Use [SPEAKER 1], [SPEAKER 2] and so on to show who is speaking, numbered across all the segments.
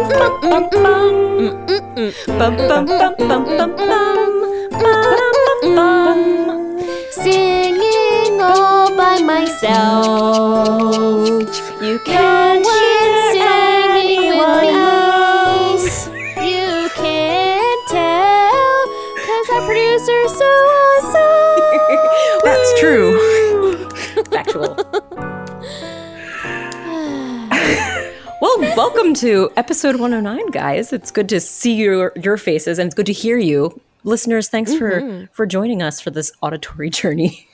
[SPEAKER 1] bum bum. Bum bum bum bum bum bum. Bum bum bum.
[SPEAKER 2] Singing all by myself.
[SPEAKER 1] You can't hear anyone else.
[SPEAKER 2] You can't tell, cause our producer's so awesome.
[SPEAKER 3] That's true.
[SPEAKER 1] Factual. Well, welcome to episode 109, guys. It's good to see your your faces and it's good to hear you. Listeners, thanks
[SPEAKER 3] Mm-hmm.
[SPEAKER 1] for for joining us for this auditory journey.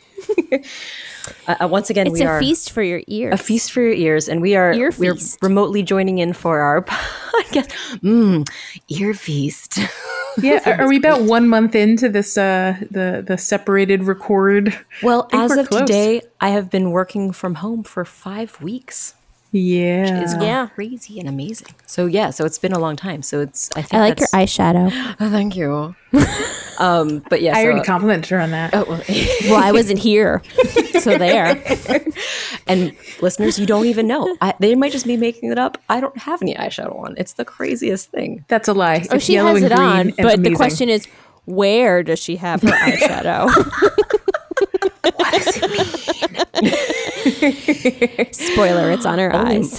[SPEAKER 1] uh, uh, once again,
[SPEAKER 2] It's
[SPEAKER 3] we
[SPEAKER 2] a
[SPEAKER 3] are
[SPEAKER 2] feast for your ears.
[SPEAKER 3] a feast for your ears, and we are
[SPEAKER 2] Ear
[SPEAKER 3] we're
[SPEAKER 2] feast.
[SPEAKER 3] remotely joining in for our podcast. Mm, ear feast.
[SPEAKER 4] Yeah, are- are we about one month into this uh the the separated record?
[SPEAKER 3] Well,
[SPEAKER 4] think
[SPEAKER 3] as
[SPEAKER 4] we're
[SPEAKER 3] of
[SPEAKER 4] close.
[SPEAKER 3] today, I have been working from home for five weeks.
[SPEAKER 4] Yeah.
[SPEAKER 3] It's
[SPEAKER 2] Yeah.
[SPEAKER 3] crazy and amazing. So yeah, so it's been a long time. So it's I think
[SPEAKER 2] I like your
[SPEAKER 3] that's,
[SPEAKER 2] eyeshadow.
[SPEAKER 3] Oh, thank you. um, but yeah,
[SPEAKER 4] I
[SPEAKER 3] so,
[SPEAKER 4] already complimented her on that.
[SPEAKER 3] oh, well,
[SPEAKER 2] Well, I wasn't here, so there.
[SPEAKER 3] and listeners, you don't even know. I, they might just be making it up. I don't have any eyeshadow on. It's the craziest thing.
[SPEAKER 4] That's a lie.
[SPEAKER 2] Oh,
[SPEAKER 4] It's
[SPEAKER 2] she
[SPEAKER 4] yellow
[SPEAKER 2] has
[SPEAKER 4] and
[SPEAKER 2] it
[SPEAKER 4] green
[SPEAKER 2] on,
[SPEAKER 4] and
[SPEAKER 2] but the
[SPEAKER 4] amazing.
[SPEAKER 2] question is, where does she have her eyeshadow? Spoiler: It's on her eyes.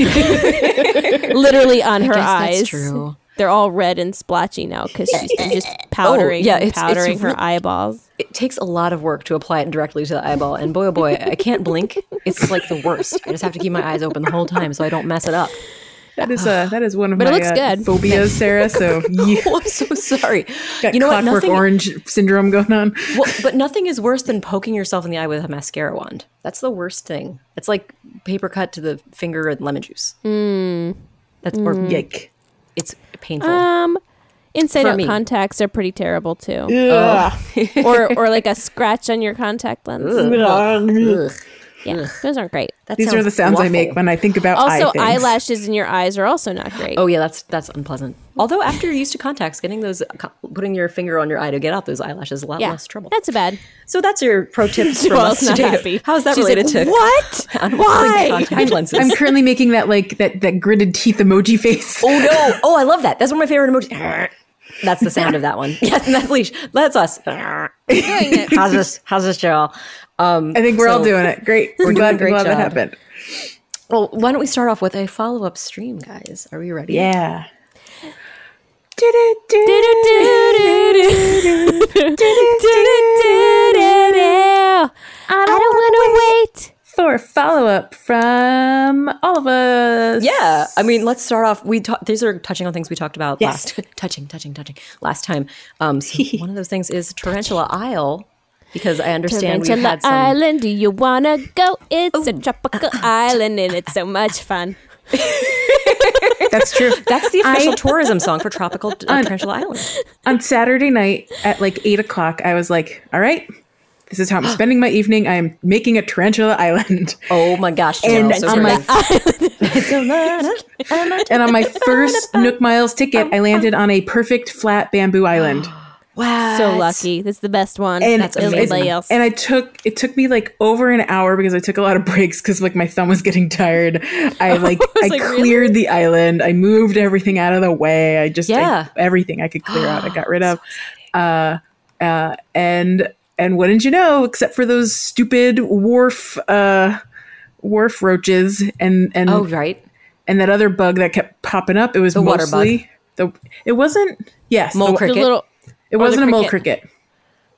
[SPEAKER 2] Literally on her
[SPEAKER 3] Oh. guess that's
[SPEAKER 2] eyes.
[SPEAKER 3] true. Oh,
[SPEAKER 2] They're all red and splotchy now because she's been just powdering,
[SPEAKER 3] yeah,
[SPEAKER 2] and
[SPEAKER 3] it's- it's
[SPEAKER 2] powdering her
[SPEAKER 3] real-
[SPEAKER 2] eyeballs.
[SPEAKER 3] It takes a lot of work to apply it directly to the eyeball, and boy, oh boy, I can't blink. It's like the worst. I just have to keep my eyes open the whole time so I don't mess it up.
[SPEAKER 4] that is uh that is one of
[SPEAKER 2] But it
[SPEAKER 4] my
[SPEAKER 2] looks
[SPEAKER 4] uh,
[SPEAKER 2] good.
[SPEAKER 4] phobias, Sarah. So yeah,
[SPEAKER 3] Oh, I'm so sorry.
[SPEAKER 4] got
[SPEAKER 3] you know what?
[SPEAKER 4] clockwork
[SPEAKER 3] Nothing.
[SPEAKER 4] orange syndrome going on.
[SPEAKER 3] well, but nothing is worse than poking yourself in the eye with a mascara wand. That's the worst thing. It's like paper cut to the finger and lemon juice.
[SPEAKER 2] Hmm.
[SPEAKER 3] That's or
[SPEAKER 4] Yike.
[SPEAKER 3] it's painful.
[SPEAKER 2] Um, inside
[SPEAKER 3] For
[SPEAKER 2] out
[SPEAKER 3] me.
[SPEAKER 2] contacts are pretty terrible too, or or like a scratch on your contact lens.
[SPEAKER 3] Ugh.
[SPEAKER 2] Yeah, those aren't great.
[SPEAKER 3] That
[SPEAKER 4] These are
[SPEAKER 3] sounds
[SPEAKER 4] the sounds I
[SPEAKER 3] awful.
[SPEAKER 4] make when I think about eye
[SPEAKER 2] Also,
[SPEAKER 4] things.
[SPEAKER 2] eyelashes in your eyes are also not great.
[SPEAKER 3] Oh yeah, that's that's unpleasant. Although after you're used to contacts, getting those uh, putting your finger on your eye to get out those eyelashes is a lot
[SPEAKER 2] yeah,
[SPEAKER 3] less trouble.
[SPEAKER 2] that's a bad.
[SPEAKER 3] so that's your pro tips from
[SPEAKER 2] Joelle's
[SPEAKER 3] us
[SPEAKER 2] not
[SPEAKER 3] today.
[SPEAKER 2] happy.
[SPEAKER 3] How's that
[SPEAKER 2] She's
[SPEAKER 3] related
[SPEAKER 2] like,
[SPEAKER 3] to
[SPEAKER 2] what? Why?
[SPEAKER 3] Contact lenses.
[SPEAKER 4] I'm currently making that like that that gritted teeth emoji face.
[SPEAKER 3] Oh no! Oh, I love that. That's one of my favorite emojis. That's the sound of that one. Yes, and that's leash. That's us. How's this? How's this, Cheryl? Um,
[SPEAKER 4] I think we're all
[SPEAKER 3] so-
[SPEAKER 4] doing it. Great. We're I'm
[SPEAKER 3] doing a
[SPEAKER 4] glad,
[SPEAKER 3] great
[SPEAKER 4] glad that
[SPEAKER 3] job.
[SPEAKER 4] happened.
[SPEAKER 3] Well, why don't we start off with a follow up stream, guys? Are we ready?
[SPEAKER 4] Yeah. Do-do-do.
[SPEAKER 2] I don't want to wait.
[SPEAKER 4] for a follow up from all of us.
[SPEAKER 3] Yeah, I mean, let's start off. We ta- these are touching on things we talked about
[SPEAKER 4] Yes.
[SPEAKER 3] last touching, touching, touching last time. Um, so one of those things is Tarantula Isle, because I understand we've
[SPEAKER 2] Tarantula
[SPEAKER 3] had some.
[SPEAKER 2] Island, do you wanna go? It's a tropical island and it's so much fun.
[SPEAKER 4] That's true.
[SPEAKER 3] That's the official tourism song for Tropical uh, Tarantula Island.
[SPEAKER 4] On Saturday night at like eight o'clock, I was like, all right, this is how I'm spending my evening. I am making a tarantula island.
[SPEAKER 3] Oh my gosh!
[SPEAKER 4] And
[SPEAKER 3] Joelle, so
[SPEAKER 4] on my
[SPEAKER 3] creative.
[SPEAKER 4] and on my first Nook Miles ticket, I landed on a perfect flat bamboo island.
[SPEAKER 3] wow,
[SPEAKER 2] So lucky. That's the best one.
[SPEAKER 4] And
[SPEAKER 2] That's
[SPEAKER 4] it-
[SPEAKER 2] everybody else.
[SPEAKER 4] And I took it took me like over an hour because I took a lot of breaks because like my thumb was getting tired. I like I,
[SPEAKER 2] like, really?
[SPEAKER 4] cleared the island. I moved everything out of the way. I just I-
[SPEAKER 3] Yeah.
[SPEAKER 4] everything I could clear out. I got rid of. uh, uh, and and wouldn't you know, except for those stupid wharf uh, wharf roaches and and
[SPEAKER 3] Oh right,
[SPEAKER 4] and that other bug that kept popping up. It was the
[SPEAKER 3] water
[SPEAKER 4] mostly the. It wasn't yes
[SPEAKER 3] Mole
[SPEAKER 4] the-
[SPEAKER 3] cricket.
[SPEAKER 2] the little
[SPEAKER 4] It wasn't a mole cricket.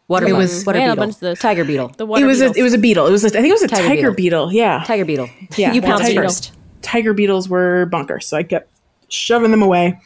[SPEAKER 3] water. bug,
[SPEAKER 4] was-
[SPEAKER 3] water
[SPEAKER 2] I had a
[SPEAKER 3] beetle,
[SPEAKER 2] bunch of those.
[SPEAKER 3] tiger beetle,
[SPEAKER 2] the water
[SPEAKER 4] it was
[SPEAKER 2] beetles.
[SPEAKER 4] a, it was a beetle. It was a, I think it was a tiger,
[SPEAKER 3] beetle.
[SPEAKER 4] beetle. Yeah,
[SPEAKER 3] tiger beetle.
[SPEAKER 4] Yeah,
[SPEAKER 3] you
[SPEAKER 4] water
[SPEAKER 3] pounced
[SPEAKER 4] beetle.
[SPEAKER 3] first.
[SPEAKER 4] tiger beetles were bonkers. So I kept shoving them away.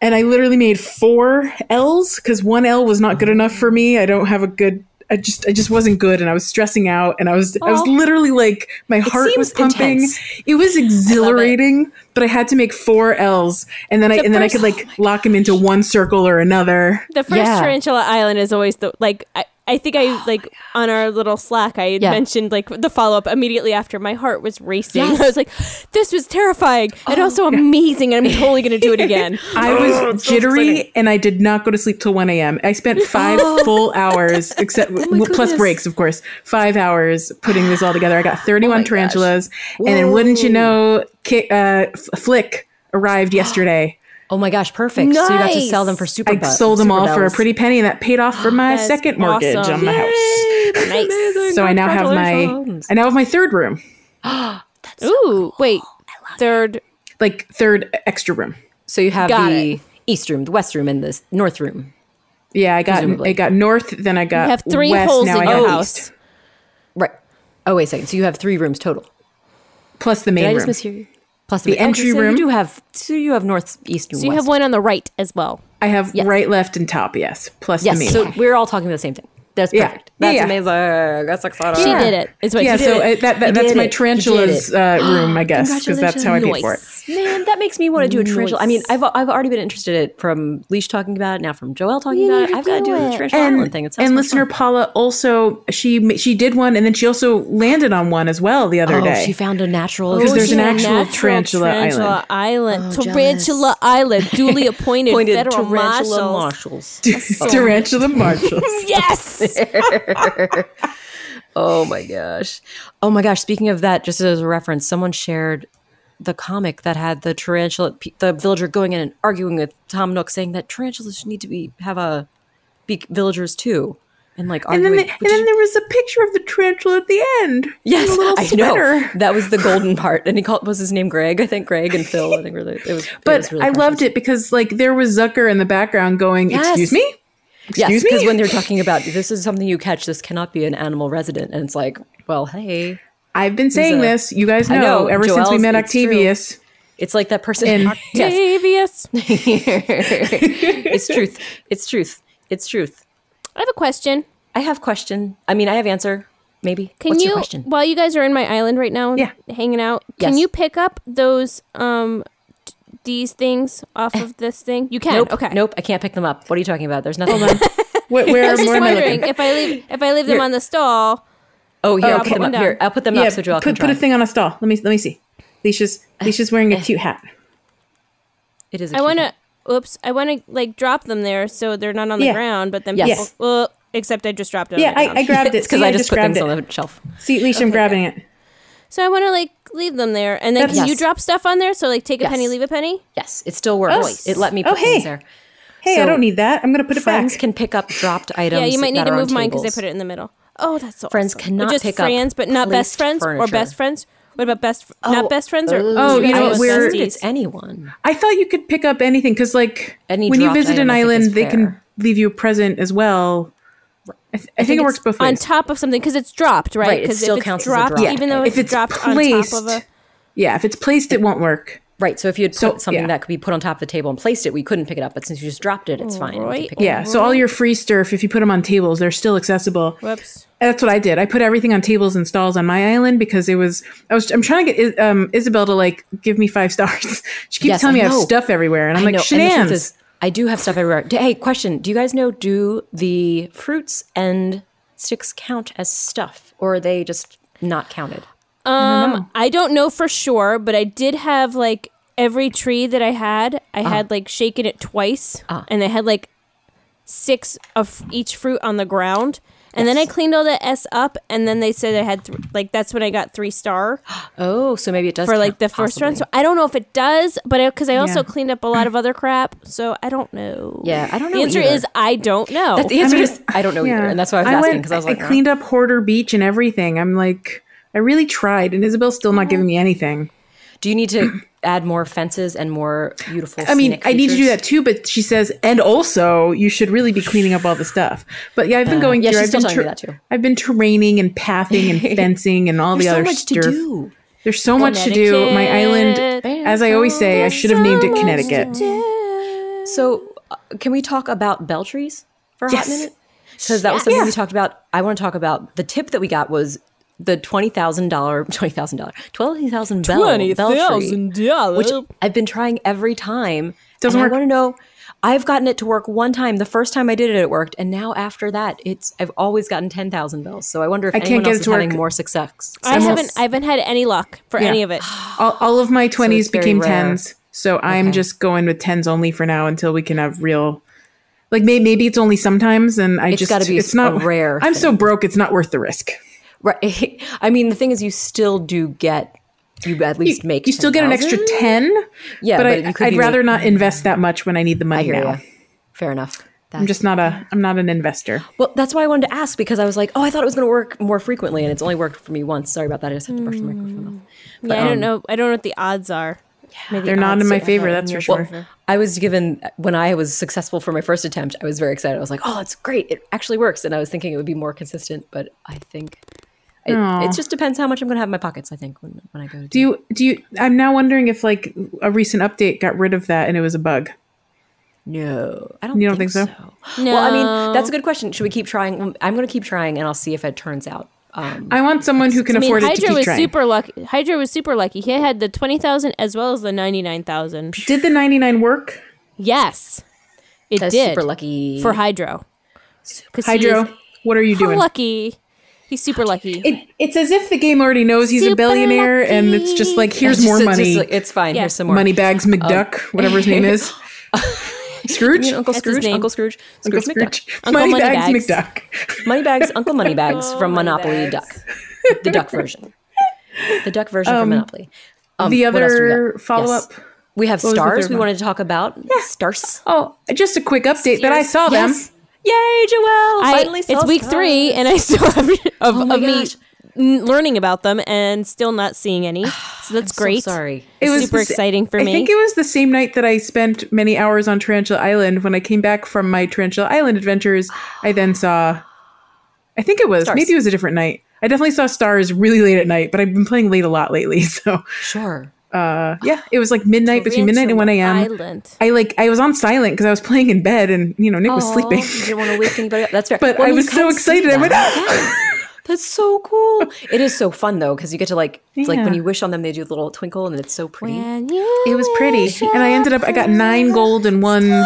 [SPEAKER 4] And I literally made four L's because one L was not good enough for me. I don't have a good. I just I just wasn't good, and I was stressing out, and I was I was
[SPEAKER 2] Aw.
[SPEAKER 4] literally like my heart was
[SPEAKER 3] seems
[SPEAKER 4] pumping.
[SPEAKER 3] intense.
[SPEAKER 4] It was exhilarating, but I had to make four L's, and then I
[SPEAKER 2] The
[SPEAKER 4] and then I
[SPEAKER 2] first-
[SPEAKER 4] could like lock him into one circle or another.
[SPEAKER 2] The first
[SPEAKER 3] Yeah. Oh,
[SPEAKER 2] Tarantula Island is always the like I, I think I like on our little Slack I had
[SPEAKER 3] Yeah.
[SPEAKER 2] mentioned like the follow up immediately after my heart was racing.
[SPEAKER 3] Yes. Oh,
[SPEAKER 2] I was like, this was terrifying and also amazing and I'm totally gonna do it again.
[SPEAKER 4] I was jittery and I did not go to sleep till 1 a.m. I spent five full hours, except well, plus
[SPEAKER 3] Oh goodness. Oh
[SPEAKER 4] breaks, of course, five hours putting this all together. I got 31 tarantulas. And then, wouldn't you know, Ki- uh, F- Flick arrived yesterday.
[SPEAKER 3] Oh my gosh, perfect. So you got to sell them for super
[SPEAKER 4] I
[SPEAKER 3] bu-
[SPEAKER 4] sold them
[SPEAKER 3] super
[SPEAKER 4] all for a
[SPEAKER 3] bells.
[SPEAKER 4] pretty penny, and that paid off for my
[SPEAKER 2] That's
[SPEAKER 4] second mortgage
[SPEAKER 2] awesome.
[SPEAKER 4] on my house.
[SPEAKER 2] nice.
[SPEAKER 4] So I now have my
[SPEAKER 3] Congratulations.
[SPEAKER 4] I now have my third room,
[SPEAKER 2] Ooh, wait. Third.
[SPEAKER 4] like third extra room.
[SPEAKER 3] So you have
[SPEAKER 2] Got
[SPEAKER 3] the east room, the west room, and the north room.
[SPEAKER 4] Yeah, I got
[SPEAKER 3] Presumably.
[SPEAKER 4] I got north, then I got
[SPEAKER 2] You have three
[SPEAKER 4] west,
[SPEAKER 2] holes
[SPEAKER 4] Uh, now
[SPEAKER 2] in
[SPEAKER 4] I got
[SPEAKER 2] your
[SPEAKER 4] east,
[SPEAKER 2] house.
[SPEAKER 3] Right. Oh wait a second. So you have three rooms total.
[SPEAKER 4] plus the
[SPEAKER 3] Did I
[SPEAKER 4] main
[SPEAKER 3] just
[SPEAKER 4] room.
[SPEAKER 3] mishear you? Plus the, okay,
[SPEAKER 4] entry
[SPEAKER 3] so
[SPEAKER 4] room.
[SPEAKER 3] You do have. So you have north, east, and
[SPEAKER 2] So you
[SPEAKER 3] west.
[SPEAKER 2] have one on the right as well.
[SPEAKER 4] I have right, left, and top. Yes, plus the main.
[SPEAKER 3] Yes. So
[SPEAKER 4] room.
[SPEAKER 3] we're all talking about the same thing. That's
[SPEAKER 4] Yeah.
[SPEAKER 3] perfect. That's
[SPEAKER 4] Yeah, yeah.
[SPEAKER 3] amazing. That's exciting.
[SPEAKER 2] She did it. Is what
[SPEAKER 4] Ah. yeah,
[SPEAKER 2] she
[SPEAKER 4] so
[SPEAKER 2] did.
[SPEAKER 4] uh, that, that
[SPEAKER 3] did
[SPEAKER 4] that's my
[SPEAKER 3] it. You did
[SPEAKER 4] tarantulas
[SPEAKER 3] it.
[SPEAKER 4] uh, room, I guess, because that's how I paid for it.
[SPEAKER 2] Nice.
[SPEAKER 3] Man, that makes me want to do a tarantula. I mean, I've I've already been interested in it from Leash talking about it. Now from Joelle talking
[SPEAKER 2] You need
[SPEAKER 3] about it.
[SPEAKER 2] to
[SPEAKER 3] I've got to
[SPEAKER 2] do
[SPEAKER 3] do the
[SPEAKER 2] it.
[SPEAKER 3] tarantula
[SPEAKER 4] And,
[SPEAKER 3] island thing. It sounds
[SPEAKER 4] and
[SPEAKER 3] much
[SPEAKER 4] listener
[SPEAKER 3] fun.
[SPEAKER 4] Paula also she ma- she did one, and then she also landed on one as well the other
[SPEAKER 3] Oh,
[SPEAKER 4] day.
[SPEAKER 3] she found a natural.
[SPEAKER 4] Because there's an
[SPEAKER 2] Yeah,
[SPEAKER 4] actual
[SPEAKER 2] natural
[SPEAKER 4] tarantula
[SPEAKER 2] tarantula island. tarantula island. Duly appointed,
[SPEAKER 3] pointed
[SPEAKER 2] federal
[SPEAKER 3] tarantula
[SPEAKER 2] marshals.
[SPEAKER 3] marshals.
[SPEAKER 4] Tarantula Marshalls.
[SPEAKER 2] Yes.
[SPEAKER 3] Oh my gosh. Oh my gosh. Speaking of that, just as a reference, someone shared the comic that had the tarantula, pe- the villager going in and arguing with Tom Nook, saying that tarantulas need to be have a be villagers too, and like
[SPEAKER 4] And
[SPEAKER 3] arguing.
[SPEAKER 4] then, they, and
[SPEAKER 3] which-
[SPEAKER 4] then there was a picture of the tarantula at the end.
[SPEAKER 3] yes,
[SPEAKER 4] in a little
[SPEAKER 3] I know
[SPEAKER 4] sweater.
[SPEAKER 3] that was the golden part, and he called was his name Greg, I think Greg and Phil. I think were the, it was.
[SPEAKER 4] But
[SPEAKER 3] it was really
[SPEAKER 4] I loved it because like there was Zucker in the background going,
[SPEAKER 3] Yes.
[SPEAKER 4] "Excuse me."
[SPEAKER 3] yes,
[SPEAKER 4] Excuse me?
[SPEAKER 3] because when they're talking about this is something you catch, this cannot be an animal resident, and it's like, well, hey,
[SPEAKER 4] I've been saying
[SPEAKER 3] a-
[SPEAKER 4] this. You guys
[SPEAKER 3] I
[SPEAKER 4] know,
[SPEAKER 3] know,
[SPEAKER 4] ever since we
[SPEAKER 3] Joel's-
[SPEAKER 4] met
[SPEAKER 3] it's true.
[SPEAKER 4] Octavius.
[SPEAKER 3] it's like that person.
[SPEAKER 4] And-
[SPEAKER 3] yes,
[SPEAKER 2] Octavius.
[SPEAKER 3] it's truth. It's truth. It's truth.
[SPEAKER 2] I have a question.
[SPEAKER 3] I have question. I mean, I have answer. Maybe.
[SPEAKER 2] Can
[SPEAKER 3] What's
[SPEAKER 2] you,
[SPEAKER 3] your question?
[SPEAKER 2] while you guys are in my island right now,
[SPEAKER 4] Yeah.
[SPEAKER 2] hanging out, can
[SPEAKER 3] Yes.
[SPEAKER 2] you pick up those um t- these things off of this thing? You can.
[SPEAKER 3] Nope.
[SPEAKER 2] Okay.
[SPEAKER 3] Nope. I can't pick them up. What are you talking about? There's nothing.
[SPEAKER 4] Where, where
[SPEAKER 2] I was
[SPEAKER 4] where
[SPEAKER 2] just
[SPEAKER 4] am I
[SPEAKER 2] wondering
[SPEAKER 4] looking?
[SPEAKER 2] if I leave if I leave them on the stall.
[SPEAKER 3] oh, here. I'll
[SPEAKER 2] okay.
[SPEAKER 3] put them up.
[SPEAKER 2] One
[SPEAKER 3] Here.
[SPEAKER 2] down.
[SPEAKER 3] I'll put them
[SPEAKER 4] Yeah,
[SPEAKER 3] up so Joel can
[SPEAKER 4] put,
[SPEAKER 3] try.
[SPEAKER 4] put a thing on a stall. Let me let me see. Leisha's Leisha's wearing a cute hat.
[SPEAKER 3] it is. I
[SPEAKER 2] I want to. Oops. I want to like drop them there so they're not on the
[SPEAKER 4] Yeah.
[SPEAKER 2] ground. But then
[SPEAKER 3] Yes.
[SPEAKER 2] people. Well, except I just dropped it.
[SPEAKER 4] Yeah,
[SPEAKER 2] on the
[SPEAKER 4] I, I
[SPEAKER 2] ground.
[SPEAKER 4] grabbed it
[SPEAKER 3] It's because
[SPEAKER 4] See,
[SPEAKER 3] I just put
[SPEAKER 4] grabbed
[SPEAKER 3] things
[SPEAKER 4] it.
[SPEAKER 3] on the shelf.
[SPEAKER 4] See, Leisha, I'm grabbing it.
[SPEAKER 2] so I want to like leave them there, and then
[SPEAKER 4] That's-
[SPEAKER 2] can you
[SPEAKER 3] Yes.
[SPEAKER 2] drop stuff on there? So like take a penny,
[SPEAKER 3] Yes.
[SPEAKER 2] leave a penny.
[SPEAKER 3] Yes, it still works.
[SPEAKER 4] Nice.
[SPEAKER 3] It let me
[SPEAKER 4] Oh,
[SPEAKER 3] put
[SPEAKER 4] hey.
[SPEAKER 3] things there.
[SPEAKER 4] Hey, I
[SPEAKER 3] So
[SPEAKER 4] don't need that. I'm gonna put it back.
[SPEAKER 3] Friends can pick up dropped items.
[SPEAKER 2] Yeah, you might need
[SPEAKER 3] that
[SPEAKER 2] to
[SPEAKER 3] are on
[SPEAKER 2] move mine because I
[SPEAKER 3] tables.
[SPEAKER 2] put it in the middle. Oh, that's so
[SPEAKER 3] Friends
[SPEAKER 2] awesome. Or
[SPEAKER 3] cannot
[SPEAKER 2] just
[SPEAKER 3] pick up
[SPEAKER 2] friends, but not best
[SPEAKER 3] placed
[SPEAKER 2] friends or
[SPEAKER 3] furniture.
[SPEAKER 2] best friends. What about best? Fr- not best friends or
[SPEAKER 4] Oh, you
[SPEAKER 3] I
[SPEAKER 4] know,
[SPEAKER 3] assumed
[SPEAKER 4] we're-
[SPEAKER 3] it's anyone.
[SPEAKER 4] I thought you could pick up anything because, like,
[SPEAKER 3] Any
[SPEAKER 4] when you
[SPEAKER 3] dropped
[SPEAKER 4] visit
[SPEAKER 3] item,
[SPEAKER 4] an
[SPEAKER 3] I think
[SPEAKER 4] island,
[SPEAKER 3] is
[SPEAKER 4] they can
[SPEAKER 3] fair.
[SPEAKER 4] leave you a present as well. I, th- I, think, it works both
[SPEAKER 2] on
[SPEAKER 4] ways.
[SPEAKER 2] top of something because it's dropped, right?
[SPEAKER 3] Right, it
[SPEAKER 2] 'Cause
[SPEAKER 3] still
[SPEAKER 2] if it's
[SPEAKER 3] counts as a
[SPEAKER 2] dropped,
[SPEAKER 3] drop.
[SPEAKER 2] even though
[SPEAKER 3] Yeah,
[SPEAKER 2] it's,
[SPEAKER 4] if it's
[SPEAKER 2] dropped
[SPEAKER 4] placed,
[SPEAKER 2] on top of a.
[SPEAKER 4] yeah, if it's placed, it won't work.
[SPEAKER 3] Right. So if you had put
[SPEAKER 4] So,
[SPEAKER 3] something
[SPEAKER 4] yeah.
[SPEAKER 3] that could be put on top of the table and placed it, we couldn't pick it up. But since you just dropped it, it's fine. We can
[SPEAKER 2] Right.
[SPEAKER 3] pick it
[SPEAKER 4] Yeah, so all your free stuff, if you put them on tables, they're still accessible.
[SPEAKER 2] Whoops.
[SPEAKER 4] And That's what I did. I put everything on tables and stalls on my island because it was. I was. I'm trying to get I- um, Isabel to like give me five stars. She keeps
[SPEAKER 3] Yes,
[SPEAKER 4] telling
[SPEAKER 3] I
[SPEAKER 4] me I have
[SPEAKER 3] know.
[SPEAKER 4] stuff everywhere, and I'm like,
[SPEAKER 3] know, and the truth
[SPEAKER 4] shenanigans.
[SPEAKER 3] is, I do have stuff everywhere. D- Hey, question: Do you guys know do the fruits and sticks count as stuff, or are they just not counted?
[SPEAKER 2] Um, I don't know for sure, but I did have like every tree that I had. I
[SPEAKER 3] Uh-huh.
[SPEAKER 2] had like shaken it twice, and I had like six of each fruit on the ground. And then I cleaned all the s up, and then they said I had th- like that's when I got three star.
[SPEAKER 3] Oh, so maybe it does
[SPEAKER 2] for
[SPEAKER 3] count,
[SPEAKER 2] like the first
[SPEAKER 3] possibly.
[SPEAKER 2] run. So I don't know if it does, but because I, also
[SPEAKER 4] Yeah.
[SPEAKER 2] cleaned up a lot of other crap, so I don't know.
[SPEAKER 3] Yeah, I don't
[SPEAKER 2] The
[SPEAKER 3] know
[SPEAKER 2] answer
[SPEAKER 3] either.
[SPEAKER 2] is I don't know.
[SPEAKER 3] The answer
[SPEAKER 4] I mean,
[SPEAKER 3] is I don't know either, and that's why I was
[SPEAKER 4] went-
[SPEAKER 3] asking because I was like,
[SPEAKER 4] I cleaned up Hoarder Beach and everything. I'm like, I really tried, and Isabel's still not giving me anything.
[SPEAKER 3] "Oh, do you need to add more fences and more beautiful?
[SPEAKER 4] I mean,
[SPEAKER 3] scenic
[SPEAKER 4] I need to do
[SPEAKER 3] features?"
[SPEAKER 4] that too, but she says, and also you should really be cleaning up all the stuff. But yeah, I've been going
[SPEAKER 3] Oh. yeah,
[SPEAKER 4] through.
[SPEAKER 3] she's still
[SPEAKER 4] I've been
[SPEAKER 3] telling me that, too.
[SPEAKER 4] I've been terraining and pathing and fencing and all the
[SPEAKER 3] There's so
[SPEAKER 4] other
[SPEAKER 3] much to
[SPEAKER 4] stuff.
[SPEAKER 3] do.
[SPEAKER 4] There's so much to do. My island,
[SPEAKER 2] Connecticut.
[SPEAKER 4] as I always say, I should have named it Connecticut.
[SPEAKER 3] So, uh, can we talk about bell trees for a hot
[SPEAKER 4] Yes.
[SPEAKER 3] minute? Because that was something we talked about. I want to talk about the tip that we got was the twenty thousand dollar, twenty thousand dollar, twenty thousand bell, bell tree, which
[SPEAKER 2] dollars.
[SPEAKER 3] I've been trying every time.
[SPEAKER 4] Doesn't
[SPEAKER 3] and
[SPEAKER 4] work.
[SPEAKER 3] I want to know. I've gotten it to work one time. The first time I did it, it worked, and now after that, it's I've always gotten ten thousand bells. So I wonder if
[SPEAKER 4] I can't
[SPEAKER 3] anyone
[SPEAKER 4] get
[SPEAKER 3] else
[SPEAKER 4] it
[SPEAKER 3] is
[SPEAKER 4] to work.
[SPEAKER 3] having more success.
[SPEAKER 2] I haven't. I haven't had any luck for any of it.
[SPEAKER 4] All, all of my twenties
[SPEAKER 3] it's very
[SPEAKER 4] became
[SPEAKER 3] rare.
[SPEAKER 4] tens, so I'm just going with tens only for now until we can have real. Like may, maybe it's only sometimes, and I just
[SPEAKER 3] gotta be
[SPEAKER 4] it's not
[SPEAKER 3] a rare
[SPEAKER 4] I'm so broke; it's not worth the risk.
[SPEAKER 3] Right. I mean, the thing is, you still do get you at least
[SPEAKER 4] you,
[SPEAKER 3] make.
[SPEAKER 4] you still get an
[SPEAKER 3] 10,000?
[SPEAKER 4] extra 10
[SPEAKER 3] Yeah,
[SPEAKER 4] but,
[SPEAKER 3] but
[SPEAKER 4] I,
[SPEAKER 3] you could
[SPEAKER 4] i'd
[SPEAKER 3] be "Hmm."
[SPEAKER 4] rather not invest that much when i need the money
[SPEAKER 3] hear
[SPEAKER 4] now
[SPEAKER 3] ya. Fair enough.
[SPEAKER 4] i'm just not a i'm not an investor
[SPEAKER 3] Well, that's why I wanted to ask because I was like, oh, I thought it was going to work more frequently, and it's only worked for me once. Sorry about that. I just had to brush the
[SPEAKER 4] Mm.
[SPEAKER 3] microphone off.
[SPEAKER 2] yeah, I don't know. I don't know what the odds are. May the
[SPEAKER 4] um, they're not
[SPEAKER 2] odds
[SPEAKER 4] in my
[SPEAKER 2] are
[SPEAKER 4] favor
[SPEAKER 2] in
[SPEAKER 4] that's
[SPEAKER 2] your
[SPEAKER 4] for sure
[SPEAKER 2] favor.
[SPEAKER 3] I was given when I was successful for my first attempt. I was very excited. I was like, oh, that's great. It actually works, and I was thinking it would be more consistent, but I think it,
[SPEAKER 4] Aw.
[SPEAKER 3] it just depends how much I'm going to have in my pockets. I think when when I go to
[SPEAKER 4] do you do you i'm now wondering if like a recent update got rid of that and it was a bug
[SPEAKER 3] No, I don't.
[SPEAKER 4] You don't think
[SPEAKER 3] Well, I mean,
[SPEAKER 2] No.
[SPEAKER 3] that's a good question. Should we keep trying? Well, I'm going to keep trying, and I'll see if it turns out. Um,
[SPEAKER 4] i want someone who can
[SPEAKER 2] I mean,
[SPEAKER 4] afford it to
[SPEAKER 2] Hydra
[SPEAKER 4] keep
[SPEAKER 2] was
[SPEAKER 4] trying
[SPEAKER 2] super lucky. Hydra was super lucky. He had the twenty thousand as well as the ninety nine thousand.
[SPEAKER 4] did the 99 work
[SPEAKER 2] Yes, it
[SPEAKER 3] that's
[SPEAKER 2] did
[SPEAKER 3] super lucky.
[SPEAKER 2] for Hydro. 'Cause he is-
[SPEAKER 4] hydro what are you
[SPEAKER 2] how
[SPEAKER 4] doing
[SPEAKER 2] lucky. He's super lucky.
[SPEAKER 4] it, it's as if the game already knows he's a
[SPEAKER 2] Super
[SPEAKER 4] billionaire and it's just like here's
[SPEAKER 3] Just-
[SPEAKER 4] more
[SPEAKER 3] it's just
[SPEAKER 4] money
[SPEAKER 3] like, it's fine.
[SPEAKER 2] Yeah.
[SPEAKER 3] Here's some more Um,
[SPEAKER 4] moneybags mcduck whatever his name is scrooge
[SPEAKER 3] You mean Uncle
[SPEAKER 2] That's his
[SPEAKER 3] Scrooge,
[SPEAKER 2] name.
[SPEAKER 3] Uncle Scrooge,
[SPEAKER 4] Uncle
[SPEAKER 3] Scrooge, McDuck.
[SPEAKER 4] Scrooge.
[SPEAKER 2] Uncle
[SPEAKER 4] Moneybags
[SPEAKER 2] Moneybags.
[SPEAKER 4] McDuck.
[SPEAKER 3] Moneybags, Uncle Moneybags from
[SPEAKER 2] Oh,
[SPEAKER 3] Monopoly
[SPEAKER 2] Moneybags.
[SPEAKER 3] Duck, the Duck version, the Duck version from Monopoly. Um,
[SPEAKER 4] the
[SPEAKER 3] what else do we got?
[SPEAKER 4] other follow up.
[SPEAKER 3] Yes. we have
[SPEAKER 4] was the
[SPEAKER 3] stars.
[SPEAKER 4] third
[SPEAKER 3] We
[SPEAKER 4] one?
[SPEAKER 3] wanted to talk about stars.
[SPEAKER 4] Oh, just a quick update that I saw them.
[SPEAKER 3] Yay, Joelle!
[SPEAKER 2] I-
[SPEAKER 3] Finally, saw
[SPEAKER 2] it's week
[SPEAKER 3] stars.
[SPEAKER 2] three, and I still have of,
[SPEAKER 4] Oh
[SPEAKER 3] my
[SPEAKER 2] of me
[SPEAKER 3] gosh.
[SPEAKER 2] n- learning about them and still not seeing any. So that's
[SPEAKER 3] So
[SPEAKER 2] great.
[SPEAKER 3] sorry.
[SPEAKER 4] It was
[SPEAKER 2] super
[SPEAKER 4] the sa-
[SPEAKER 2] exciting for
[SPEAKER 4] I
[SPEAKER 2] me.
[SPEAKER 4] think it was the same night that I spent many hours on Tarantula Island. When I came back from my Tarantula Island adventures, I then saw. I think it was maybe it was a different night. I definitely saw stars really late at night, but I've been playing late a lot lately. So
[SPEAKER 3] Sure.
[SPEAKER 4] uh, yeah, it was like midnight between midnight and one a.m.
[SPEAKER 2] Island.
[SPEAKER 4] I like I was on silent because I was playing in bed and you know Nick was
[SPEAKER 3] Oh,
[SPEAKER 4] sleeping.
[SPEAKER 3] you didn't want to wake anybody up. That's fair.
[SPEAKER 4] But
[SPEAKER 3] Well,
[SPEAKER 4] I
[SPEAKER 3] you
[SPEAKER 4] was so
[SPEAKER 3] can't see
[SPEAKER 4] excited. I
[SPEAKER 3] them.
[SPEAKER 4] went,
[SPEAKER 3] That's so cool. It is so fun though, because you get to like, it's like when
[SPEAKER 4] Yeah.
[SPEAKER 3] you wish on them, they do the little twinkle, and it's so pretty.
[SPEAKER 2] And you
[SPEAKER 4] It was pretty. And I ended up, I got nine gold and one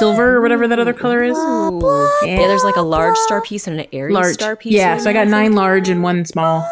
[SPEAKER 4] silver or whatever that other color is.
[SPEAKER 3] Ooh. Yeah. there's like a large star piece and an airy
[SPEAKER 4] Large.
[SPEAKER 3] star piece.
[SPEAKER 4] Yeah,
[SPEAKER 3] in
[SPEAKER 4] so I
[SPEAKER 3] there.
[SPEAKER 4] got nine large and one small.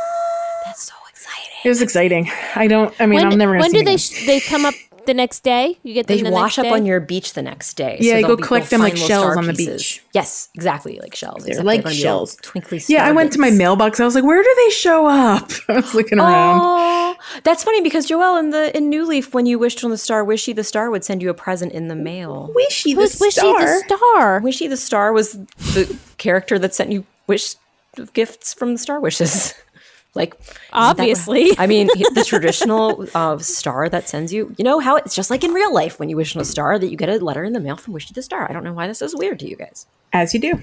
[SPEAKER 3] That's so exciting.
[SPEAKER 4] It was exciting. I don't, I mean,
[SPEAKER 2] when,
[SPEAKER 4] I'm never going to
[SPEAKER 2] when
[SPEAKER 4] see
[SPEAKER 2] do they
[SPEAKER 4] it
[SPEAKER 2] sh- they come up the next day? You get them
[SPEAKER 3] They
[SPEAKER 2] the
[SPEAKER 3] wash up
[SPEAKER 2] next
[SPEAKER 3] on
[SPEAKER 2] day?
[SPEAKER 3] your beach the next day.
[SPEAKER 4] Yeah,
[SPEAKER 3] so
[SPEAKER 4] go
[SPEAKER 3] they'll be-
[SPEAKER 4] collect
[SPEAKER 3] you'll
[SPEAKER 4] them like
[SPEAKER 3] find little
[SPEAKER 4] shells
[SPEAKER 3] star
[SPEAKER 4] on the
[SPEAKER 3] pieces.
[SPEAKER 4] beach.
[SPEAKER 3] Yes, exactly, like shells. They're
[SPEAKER 4] like
[SPEAKER 3] gonna be
[SPEAKER 4] shells.
[SPEAKER 3] little Twinkly. Star
[SPEAKER 4] yeah, I went to my
[SPEAKER 3] bits.
[SPEAKER 4] mailbox. I was like, where do they show up? I was looking around.
[SPEAKER 3] Oh, that's funny because Joelle in the in New Leaf, when you wished on the star, Wishy the Star would send you a present in the mail.
[SPEAKER 4] Wishy the
[SPEAKER 2] Who's Wishy the Star?
[SPEAKER 3] Wishy the Star was the character that sent you wish gifts from the Star Wishes. Like isn't that what-
[SPEAKER 2] Obviously.
[SPEAKER 3] I mean the traditional uh, star that sends you. You know how it's just like in real life when you wish on a star that you get a letter in the mail from Wishy the Star. I don't know why this is weird to you guys.
[SPEAKER 4] As you do.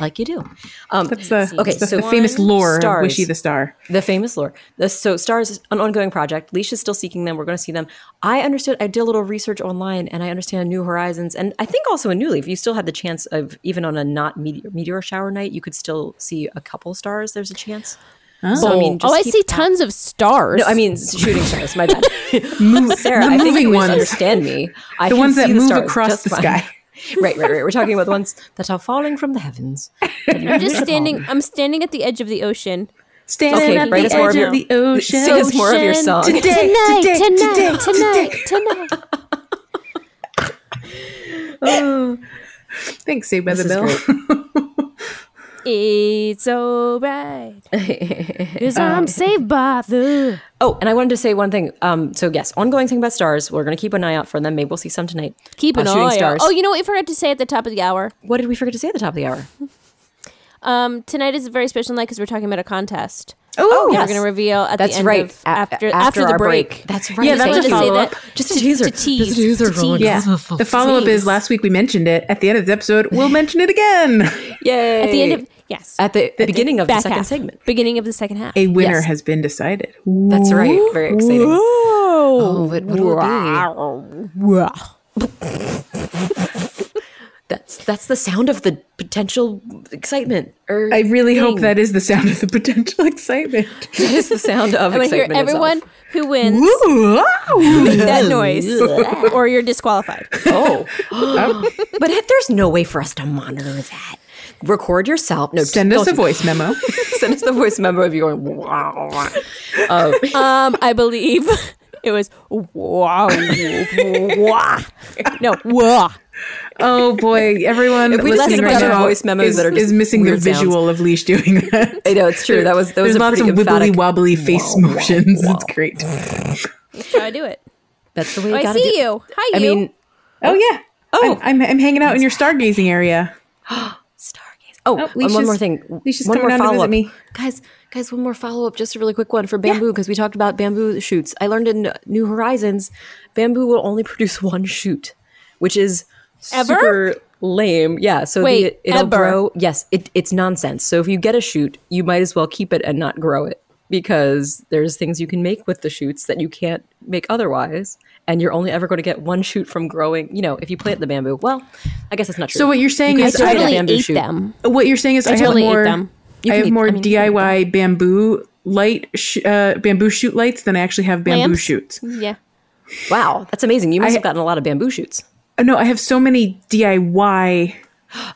[SPEAKER 3] Like you do. Um,
[SPEAKER 4] It's the,
[SPEAKER 3] Okay,
[SPEAKER 4] it's the,
[SPEAKER 3] so
[SPEAKER 4] the famous
[SPEAKER 3] one
[SPEAKER 4] lore
[SPEAKER 3] stars.
[SPEAKER 4] of Wishy the Star.
[SPEAKER 3] The famous lore. The, so stars is an ongoing project. Leisha's still seeking them. We're going to see them. I understood. I did a little research online, and I understand New Horizons, and I think also in New Leaf, you still had the chance of even on a not meteor, meteor shower night, you could still see a couple stars. There's a chance. So I mean,
[SPEAKER 2] oh,
[SPEAKER 3] just
[SPEAKER 2] I
[SPEAKER 3] keep-
[SPEAKER 2] see tons of stars.
[SPEAKER 3] No, I mean shooting stars. My bad. Sarah,
[SPEAKER 4] the
[SPEAKER 3] I think
[SPEAKER 4] moving
[SPEAKER 3] you
[SPEAKER 4] ones.
[SPEAKER 3] understand me. I
[SPEAKER 4] The
[SPEAKER 3] can
[SPEAKER 4] ones
[SPEAKER 3] see
[SPEAKER 4] that
[SPEAKER 3] the
[SPEAKER 4] move
[SPEAKER 3] stars
[SPEAKER 4] across
[SPEAKER 3] just
[SPEAKER 4] the
[SPEAKER 3] fine.
[SPEAKER 4] sky.
[SPEAKER 3] right, right, right. We're talking about the ones that are falling from the heavens.
[SPEAKER 2] I'm just standing. I'm standing at the edge of the ocean.
[SPEAKER 4] Standing
[SPEAKER 3] Okay,
[SPEAKER 4] at
[SPEAKER 3] write us
[SPEAKER 4] the
[SPEAKER 3] more
[SPEAKER 4] edge
[SPEAKER 3] of
[SPEAKER 4] of
[SPEAKER 3] your-
[SPEAKER 4] the ocean.
[SPEAKER 3] Sing us more of your song.
[SPEAKER 4] Today,
[SPEAKER 2] tonight,
[SPEAKER 4] today,
[SPEAKER 2] tonight,
[SPEAKER 4] today,
[SPEAKER 2] tonight, tonight.
[SPEAKER 4] Thanks, Saved by the
[SPEAKER 3] This is
[SPEAKER 4] Bell.
[SPEAKER 2] It's alright. Cause I'm saved by the.
[SPEAKER 3] Oh, and I wanted to say one thing. Um, so yes, ongoing thing about stars. We're gonna keep an eye out for them. Maybe we'll see some tonight.
[SPEAKER 2] Keep
[SPEAKER 3] Uh,
[SPEAKER 2] an
[SPEAKER 3] shooting
[SPEAKER 2] eye. out.
[SPEAKER 3] stars.
[SPEAKER 2] Oh, you know what we forgot to say at the top of the hour.
[SPEAKER 3] What did we forget to say at the top of the hour?
[SPEAKER 2] Um, tonight is a very special night because we're talking about a contest.
[SPEAKER 3] Oh,
[SPEAKER 2] We're going to reveal at
[SPEAKER 3] That's
[SPEAKER 2] the end
[SPEAKER 3] right.
[SPEAKER 2] of,
[SPEAKER 3] A-
[SPEAKER 2] after, after
[SPEAKER 3] after
[SPEAKER 2] the
[SPEAKER 3] our
[SPEAKER 2] break.
[SPEAKER 3] break. That's right.
[SPEAKER 4] Yeah, that's
[SPEAKER 2] Just
[SPEAKER 4] a
[SPEAKER 2] to say
[SPEAKER 4] follow-up.
[SPEAKER 2] that-
[SPEAKER 3] Just a teaser.
[SPEAKER 2] To tease.
[SPEAKER 3] Just a teaser
[SPEAKER 2] to
[SPEAKER 3] for one.
[SPEAKER 2] tease.
[SPEAKER 4] Yeah. The follow up is last week we mentioned it. At the end of this episode, we'll mention it again.
[SPEAKER 3] Yay!
[SPEAKER 2] At the end of yes.
[SPEAKER 3] at the, beginning of the
[SPEAKER 2] back
[SPEAKER 3] second
[SPEAKER 2] half.
[SPEAKER 3] segment.
[SPEAKER 2] Beginning of the second half.
[SPEAKER 4] A winner
[SPEAKER 3] Yes.
[SPEAKER 4] has been decided.
[SPEAKER 3] That's right. Very exciting.
[SPEAKER 2] Whoa.
[SPEAKER 3] Oh, but what will it be? That's that's the sound of the potential excitement. Or
[SPEAKER 4] I really hope
[SPEAKER 3] thing.
[SPEAKER 4] that is the sound of the potential excitement.
[SPEAKER 3] that is the sound of
[SPEAKER 2] I'm gonna hear
[SPEAKER 3] excitement.
[SPEAKER 2] everyone
[SPEAKER 3] itself.
[SPEAKER 2] who wins make that noise, or you're disqualified.
[SPEAKER 3] Oh, but if there's no way for us to monitor that. Record yourself. No,
[SPEAKER 4] Send us
[SPEAKER 3] don't
[SPEAKER 4] a
[SPEAKER 3] do-
[SPEAKER 4] voice memo.
[SPEAKER 3] Send us the voice memo if you're going. "Wah, wah, wah." Um,
[SPEAKER 2] Um, I believe it was wow, wow. no, wow.
[SPEAKER 4] Oh boy, everyone
[SPEAKER 3] If we just get
[SPEAKER 4] listening
[SPEAKER 3] a
[SPEAKER 4] right
[SPEAKER 3] bunch of
[SPEAKER 4] now
[SPEAKER 3] voice memos
[SPEAKER 4] is,
[SPEAKER 3] that are just
[SPEAKER 4] is missing the
[SPEAKER 3] weird sounds.
[SPEAKER 4] visual of Leash doing that.
[SPEAKER 3] I know it's true. That was that was
[SPEAKER 4] There's
[SPEAKER 3] a
[SPEAKER 4] lots
[SPEAKER 3] pretty
[SPEAKER 4] of wibbly
[SPEAKER 3] emphatic.
[SPEAKER 4] wobbly face motions. It's great.
[SPEAKER 2] That's how I do it.
[SPEAKER 3] That's the way you
[SPEAKER 2] Oh, I
[SPEAKER 3] gotta
[SPEAKER 2] see
[SPEAKER 3] do.
[SPEAKER 2] you. Hi,
[SPEAKER 3] I
[SPEAKER 2] you.
[SPEAKER 3] mean,
[SPEAKER 4] Oh yeah.
[SPEAKER 3] Oh.
[SPEAKER 4] I'm, I'm, I'm hanging out in your stargazing area.
[SPEAKER 3] Stargaze. Oh,
[SPEAKER 4] Oh,
[SPEAKER 3] and
[SPEAKER 4] Leash
[SPEAKER 3] one
[SPEAKER 4] is-
[SPEAKER 3] more thing.
[SPEAKER 4] Leash is
[SPEAKER 3] one more
[SPEAKER 4] coming down to visit
[SPEAKER 3] follow up.
[SPEAKER 4] me.
[SPEAKER 3] Guys, guys, one more follow up, just a really quick one for bamboo, because we talked about bamboo shoots. I learned in New Horizons, bamboo will only produce one shoot, which is
[SPEAKER 2] Ever?
[SPEAKER 3] super lame. Yeah. So
[SPEAKER 2] Wait,
[SPEAKER 3] the, it'll
[SPEAKER 2] ever.
[SPEAKER 3] grow. Yes, it, it's nonsense. So if you get a shoot, you might as well keep it and not grow it because there's things you can make with the shoots that you can't make otherwise. And you're only ever going to get one shoot from growing. You know, if you plant the bamboo, well, I guess that's not true.
[SPEAKER 4] So what you're saying
[SPEAKER 3] You
[SPEAKER 4] is
[SPEAKER 3] guys
[SPEAKER 4] I-
[SPEAKER 3] don't get a
[SPEAKER 2] totally
[SPEAKER 3] bamboo
[SPEAKER 2] ate
[SPEAKER 3] shoot.
[SPEAKER 2] them.
[SPEAKER 4] What you're saying is I,
[SPEAKER 2] totally ate
[SPEAKER 4] have more.
[SPEAKER 2] them.
[SPEAKER 4] I have
[SPEAKER 3] eat-
[SPEAKER 4] more
[SPEAKER 3] I mean, you can eat
[SPEAKER 4] DIY bamboo light sh- uh, bamboo shoot lights than I actually have bamboo
[SPEAKER 2] Lamps?
[SPEAKER 4] shoots.
[SPEAKER 2] Yeah.
[SPEAKER 3] Wow, that's amazing. You must have gotten a lot of bamboo shoots.
[SPEAKER 4] Uh, No, I have so many DIY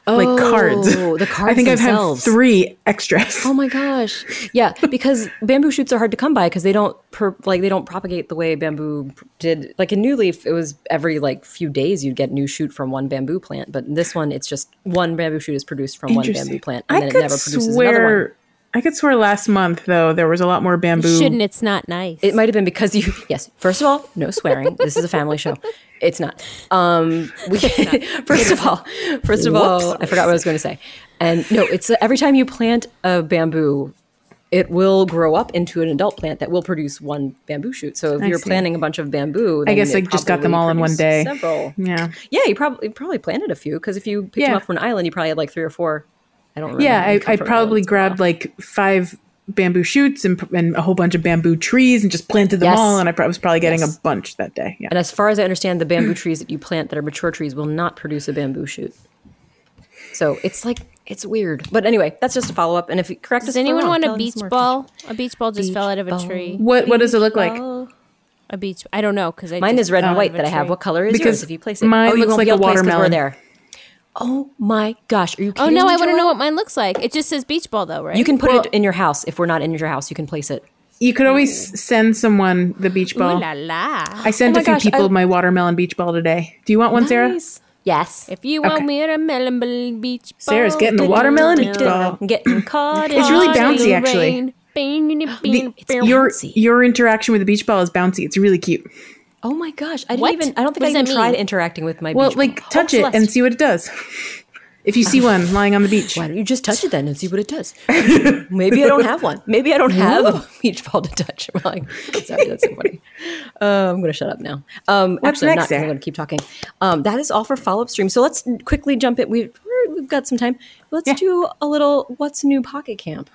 [SPEAKER 4] like cards.
[SPEAKER 3] Oh, the cards
[SPEAKER 4] I think
[SPEAKER 3] themselves.
[SPEAKER 4] I've had three extras.
[SPEAKER 3] Oh my gosh. Yeah, because bamboo shoots are hard to come by because they don't per, like they don't propagate the way bamboo pr- did. Like in New Leaf, it was every like few days you'd get a new shoot from one bamboo plant, but in this one it's just one bamboo shoot is produced from one bamboo
[SPEAKER 4] Interesting.
[SPEAKER 3] plant and
[SPEAKER 4] I
[SPEAKER 3] then it
[SPEAKER 4] could
[SPEAKER 3] never produces another one.
[SPEAKER 4] swear, I could swear last month though there was a lot more bamboo.
[SPEAKER 2] Shouldn't it's not nice.
[SPEAKER 3] It might have been because you yes, first of all, no swearing. this is a family show. It's not. Um we first of all, first of all, I forgot what I was going to say. And no, it's uh, every time you plant a bamboo it will grow up into an adult plant that will produce one bamboo shoot. So if you're
[SPEAKER 4] see.
[SPEAKER 3] planting a bunch of bamboo, then
[SPEAKER 4] guess
[SPEAKER 3] it
[SPEAKER 4] I just got
[SPEAKER 3] probably
[SPEAKER 4] them all in one
[SPEAKER 3] produced
[SPEAKER 4] day.
[SPEAKER 3] Several.
[SPEAKER 4] Yeah.
[SPEAKER 3] Yeah, you probably probably planted a few because if you picked them
[SPEAKER 4] Yeah.
[SPEAKER 3] up from an island, you probably had like three or four. I don't remember.
[SPEAKER 4] Yeah,
[SPEAKER 3] They
[SPEAKER 4] I,
[SPEAKER 3] come
[SPEAKER 4] I
[SPEAKER 3] from
[SPEAKER 4] probably
[SPEAKER 3] islands.
[SPEAKER 4] grabbed like five bamboo shoots and, and a whole bunch of bamboo trees and just planted them
[SPEAKER 3] Yes.
[SPEAKER 4] all. And I pro- was probably getting a bunch that day. Yeah.
[SPEAKER 3] And as far as I understand, the bamboo trees that you plant that are mature trees will not produce a bamboo shoot. So it's like it's weird. But anyway, that's just a follow up. And if you correct us,
[SPEAKER 2] Does
[SPEAKER 3] if we're
[SPEAKER 2] anyone
[SPEAKER 3] wrong,
[SPEAKER 2] want
[SPEAKER 3] tell
[SPEAKER 2] a
[SPEAKER 3] us
[SPEAKER 2] beach
[SPEAKER 3] more.
[SPEAKER 2] ball? A beach ball just
[SPEAKER 3] Beach
[SPEAKER 2] fell out of a
[SPEAKER 3] ball.
[SPEAKER 2] tree.
[SPEAKER 4] What What does it look like?
[SPEAKER 2] Ball? A beach. I don't know because
[SPEAKER 3] Mine is red and white that I have. What color is yours?
[SPEAKER 4] Because
[SPEAKER 3] If you place it,
[SPEAKER 4] mine
[SPEAKER 3] oh, you
[SPEAKER 4] looks
[SPEAKER 3] won't
[SPEAKER 4] like
[SPEAKER 3] be
[SPEAKER 4] a
[SPEAKER 3] able to place 'cause We're
[SPEAKER 4] watermelon.
[SPEAKER 3] there. Oh my gosh, are you?
[SPEAKER 2] Oh
[SPEAKER 3] Kidding
[SPEAKER 2] no!
[SPEAKER 3] me,
[SPEAKER 2] I want to
[SPEAKER 3] Joelle?
[SPEAKER 2] know what mine looks like. It just says beach ball though, right?
[SPEAKER 3] You can put
[SPEAKER 2] Well,
[SPEAKER 3] it in your house. If we're not in your house, you can place it.
[SPEAKER 4] You could always send someone the beach
[SPEAKER 2] Ooh
[SPEAKER 4] ball.
[SPEAKER 2] la la!
[SPEAKER 4] I sent
[SPEAKER 3] Oh my
[SPEAKER 4] a few
[SPEAKER 3] gosh,
[SPEAKER 4] people
[SPEAKER 3] I-
[SPEAKER 4] my watermelon beach ball today. Do you want one, Sarah?
[SPEAKER 3] Nice. Yes.
[SPEAKER 2] If you want
[SPEAKER 4] Okay.
[SPEAKER 2] me to melon ball beach ball,
[SPEAKER 4] Sarah's getting the watermelon beach ball.
[SPEAKER 3] I'm getting caught.
[SPEAKER 4] It's really
[SPEAKER 2] caught in
[SPEAKER 4] bouncy,
[SPEAKER 2] the
[SPEAKER 4] actually.
[SPEAKER 2] rain. Bing, bing,
[SPEAKER 4] The-
[SPEAKER 2] bing, bing.
[SPEAKER 4] your
[SPEAKER 3] bouncy.
[SPEAKER 4] your interaction with the beach ball is bouncy. It's really cute.
[SPEAKER 3] Oh my gosh! I didn't
[SPEAKER 2] What?
[SPEAKER 3] even. I don't
[SPEAKER 2] What
[SPEAKER 3] think I
[SPEAKER 2] does
[SPEAKER 3] even
[SPEAKER 2] that
[SPEAKER 3] tried
[SPEAKER 2] mean?
[SPEAKER 3] interacting with my.
[SPEAKER 4] Well,
[SPEAKER 3] beach
[SPEAKER 4] like
[SPEAKER 3] ball.
[SPEAKER 4] touch
[SPEAKER 3] Oh,
[SPEAKER 4] it
[SPEAKER 3] Celeste,
[SPEAKER 4] and see what it does. If you see one lying on the beach,
[SPEAKER 3] Why don't you just touch it then and see what it does? Maybe I don't have one. Maybe I don't have a beach ball to touch. We're like, sorry, that's so funny. Uh, I'm going to shut up now. Um, actually, I'm not.
[SPEAKER 4] next,
[SPEAKER 3] 'cause I'm
[SPEAKER 4] Sarah?
[SPEAKER 3] going to keep talking. Um, that is all for follow up stream. So let's quickly jump in. We've we're- we've got some time. Let's do a little what's new pocket camp.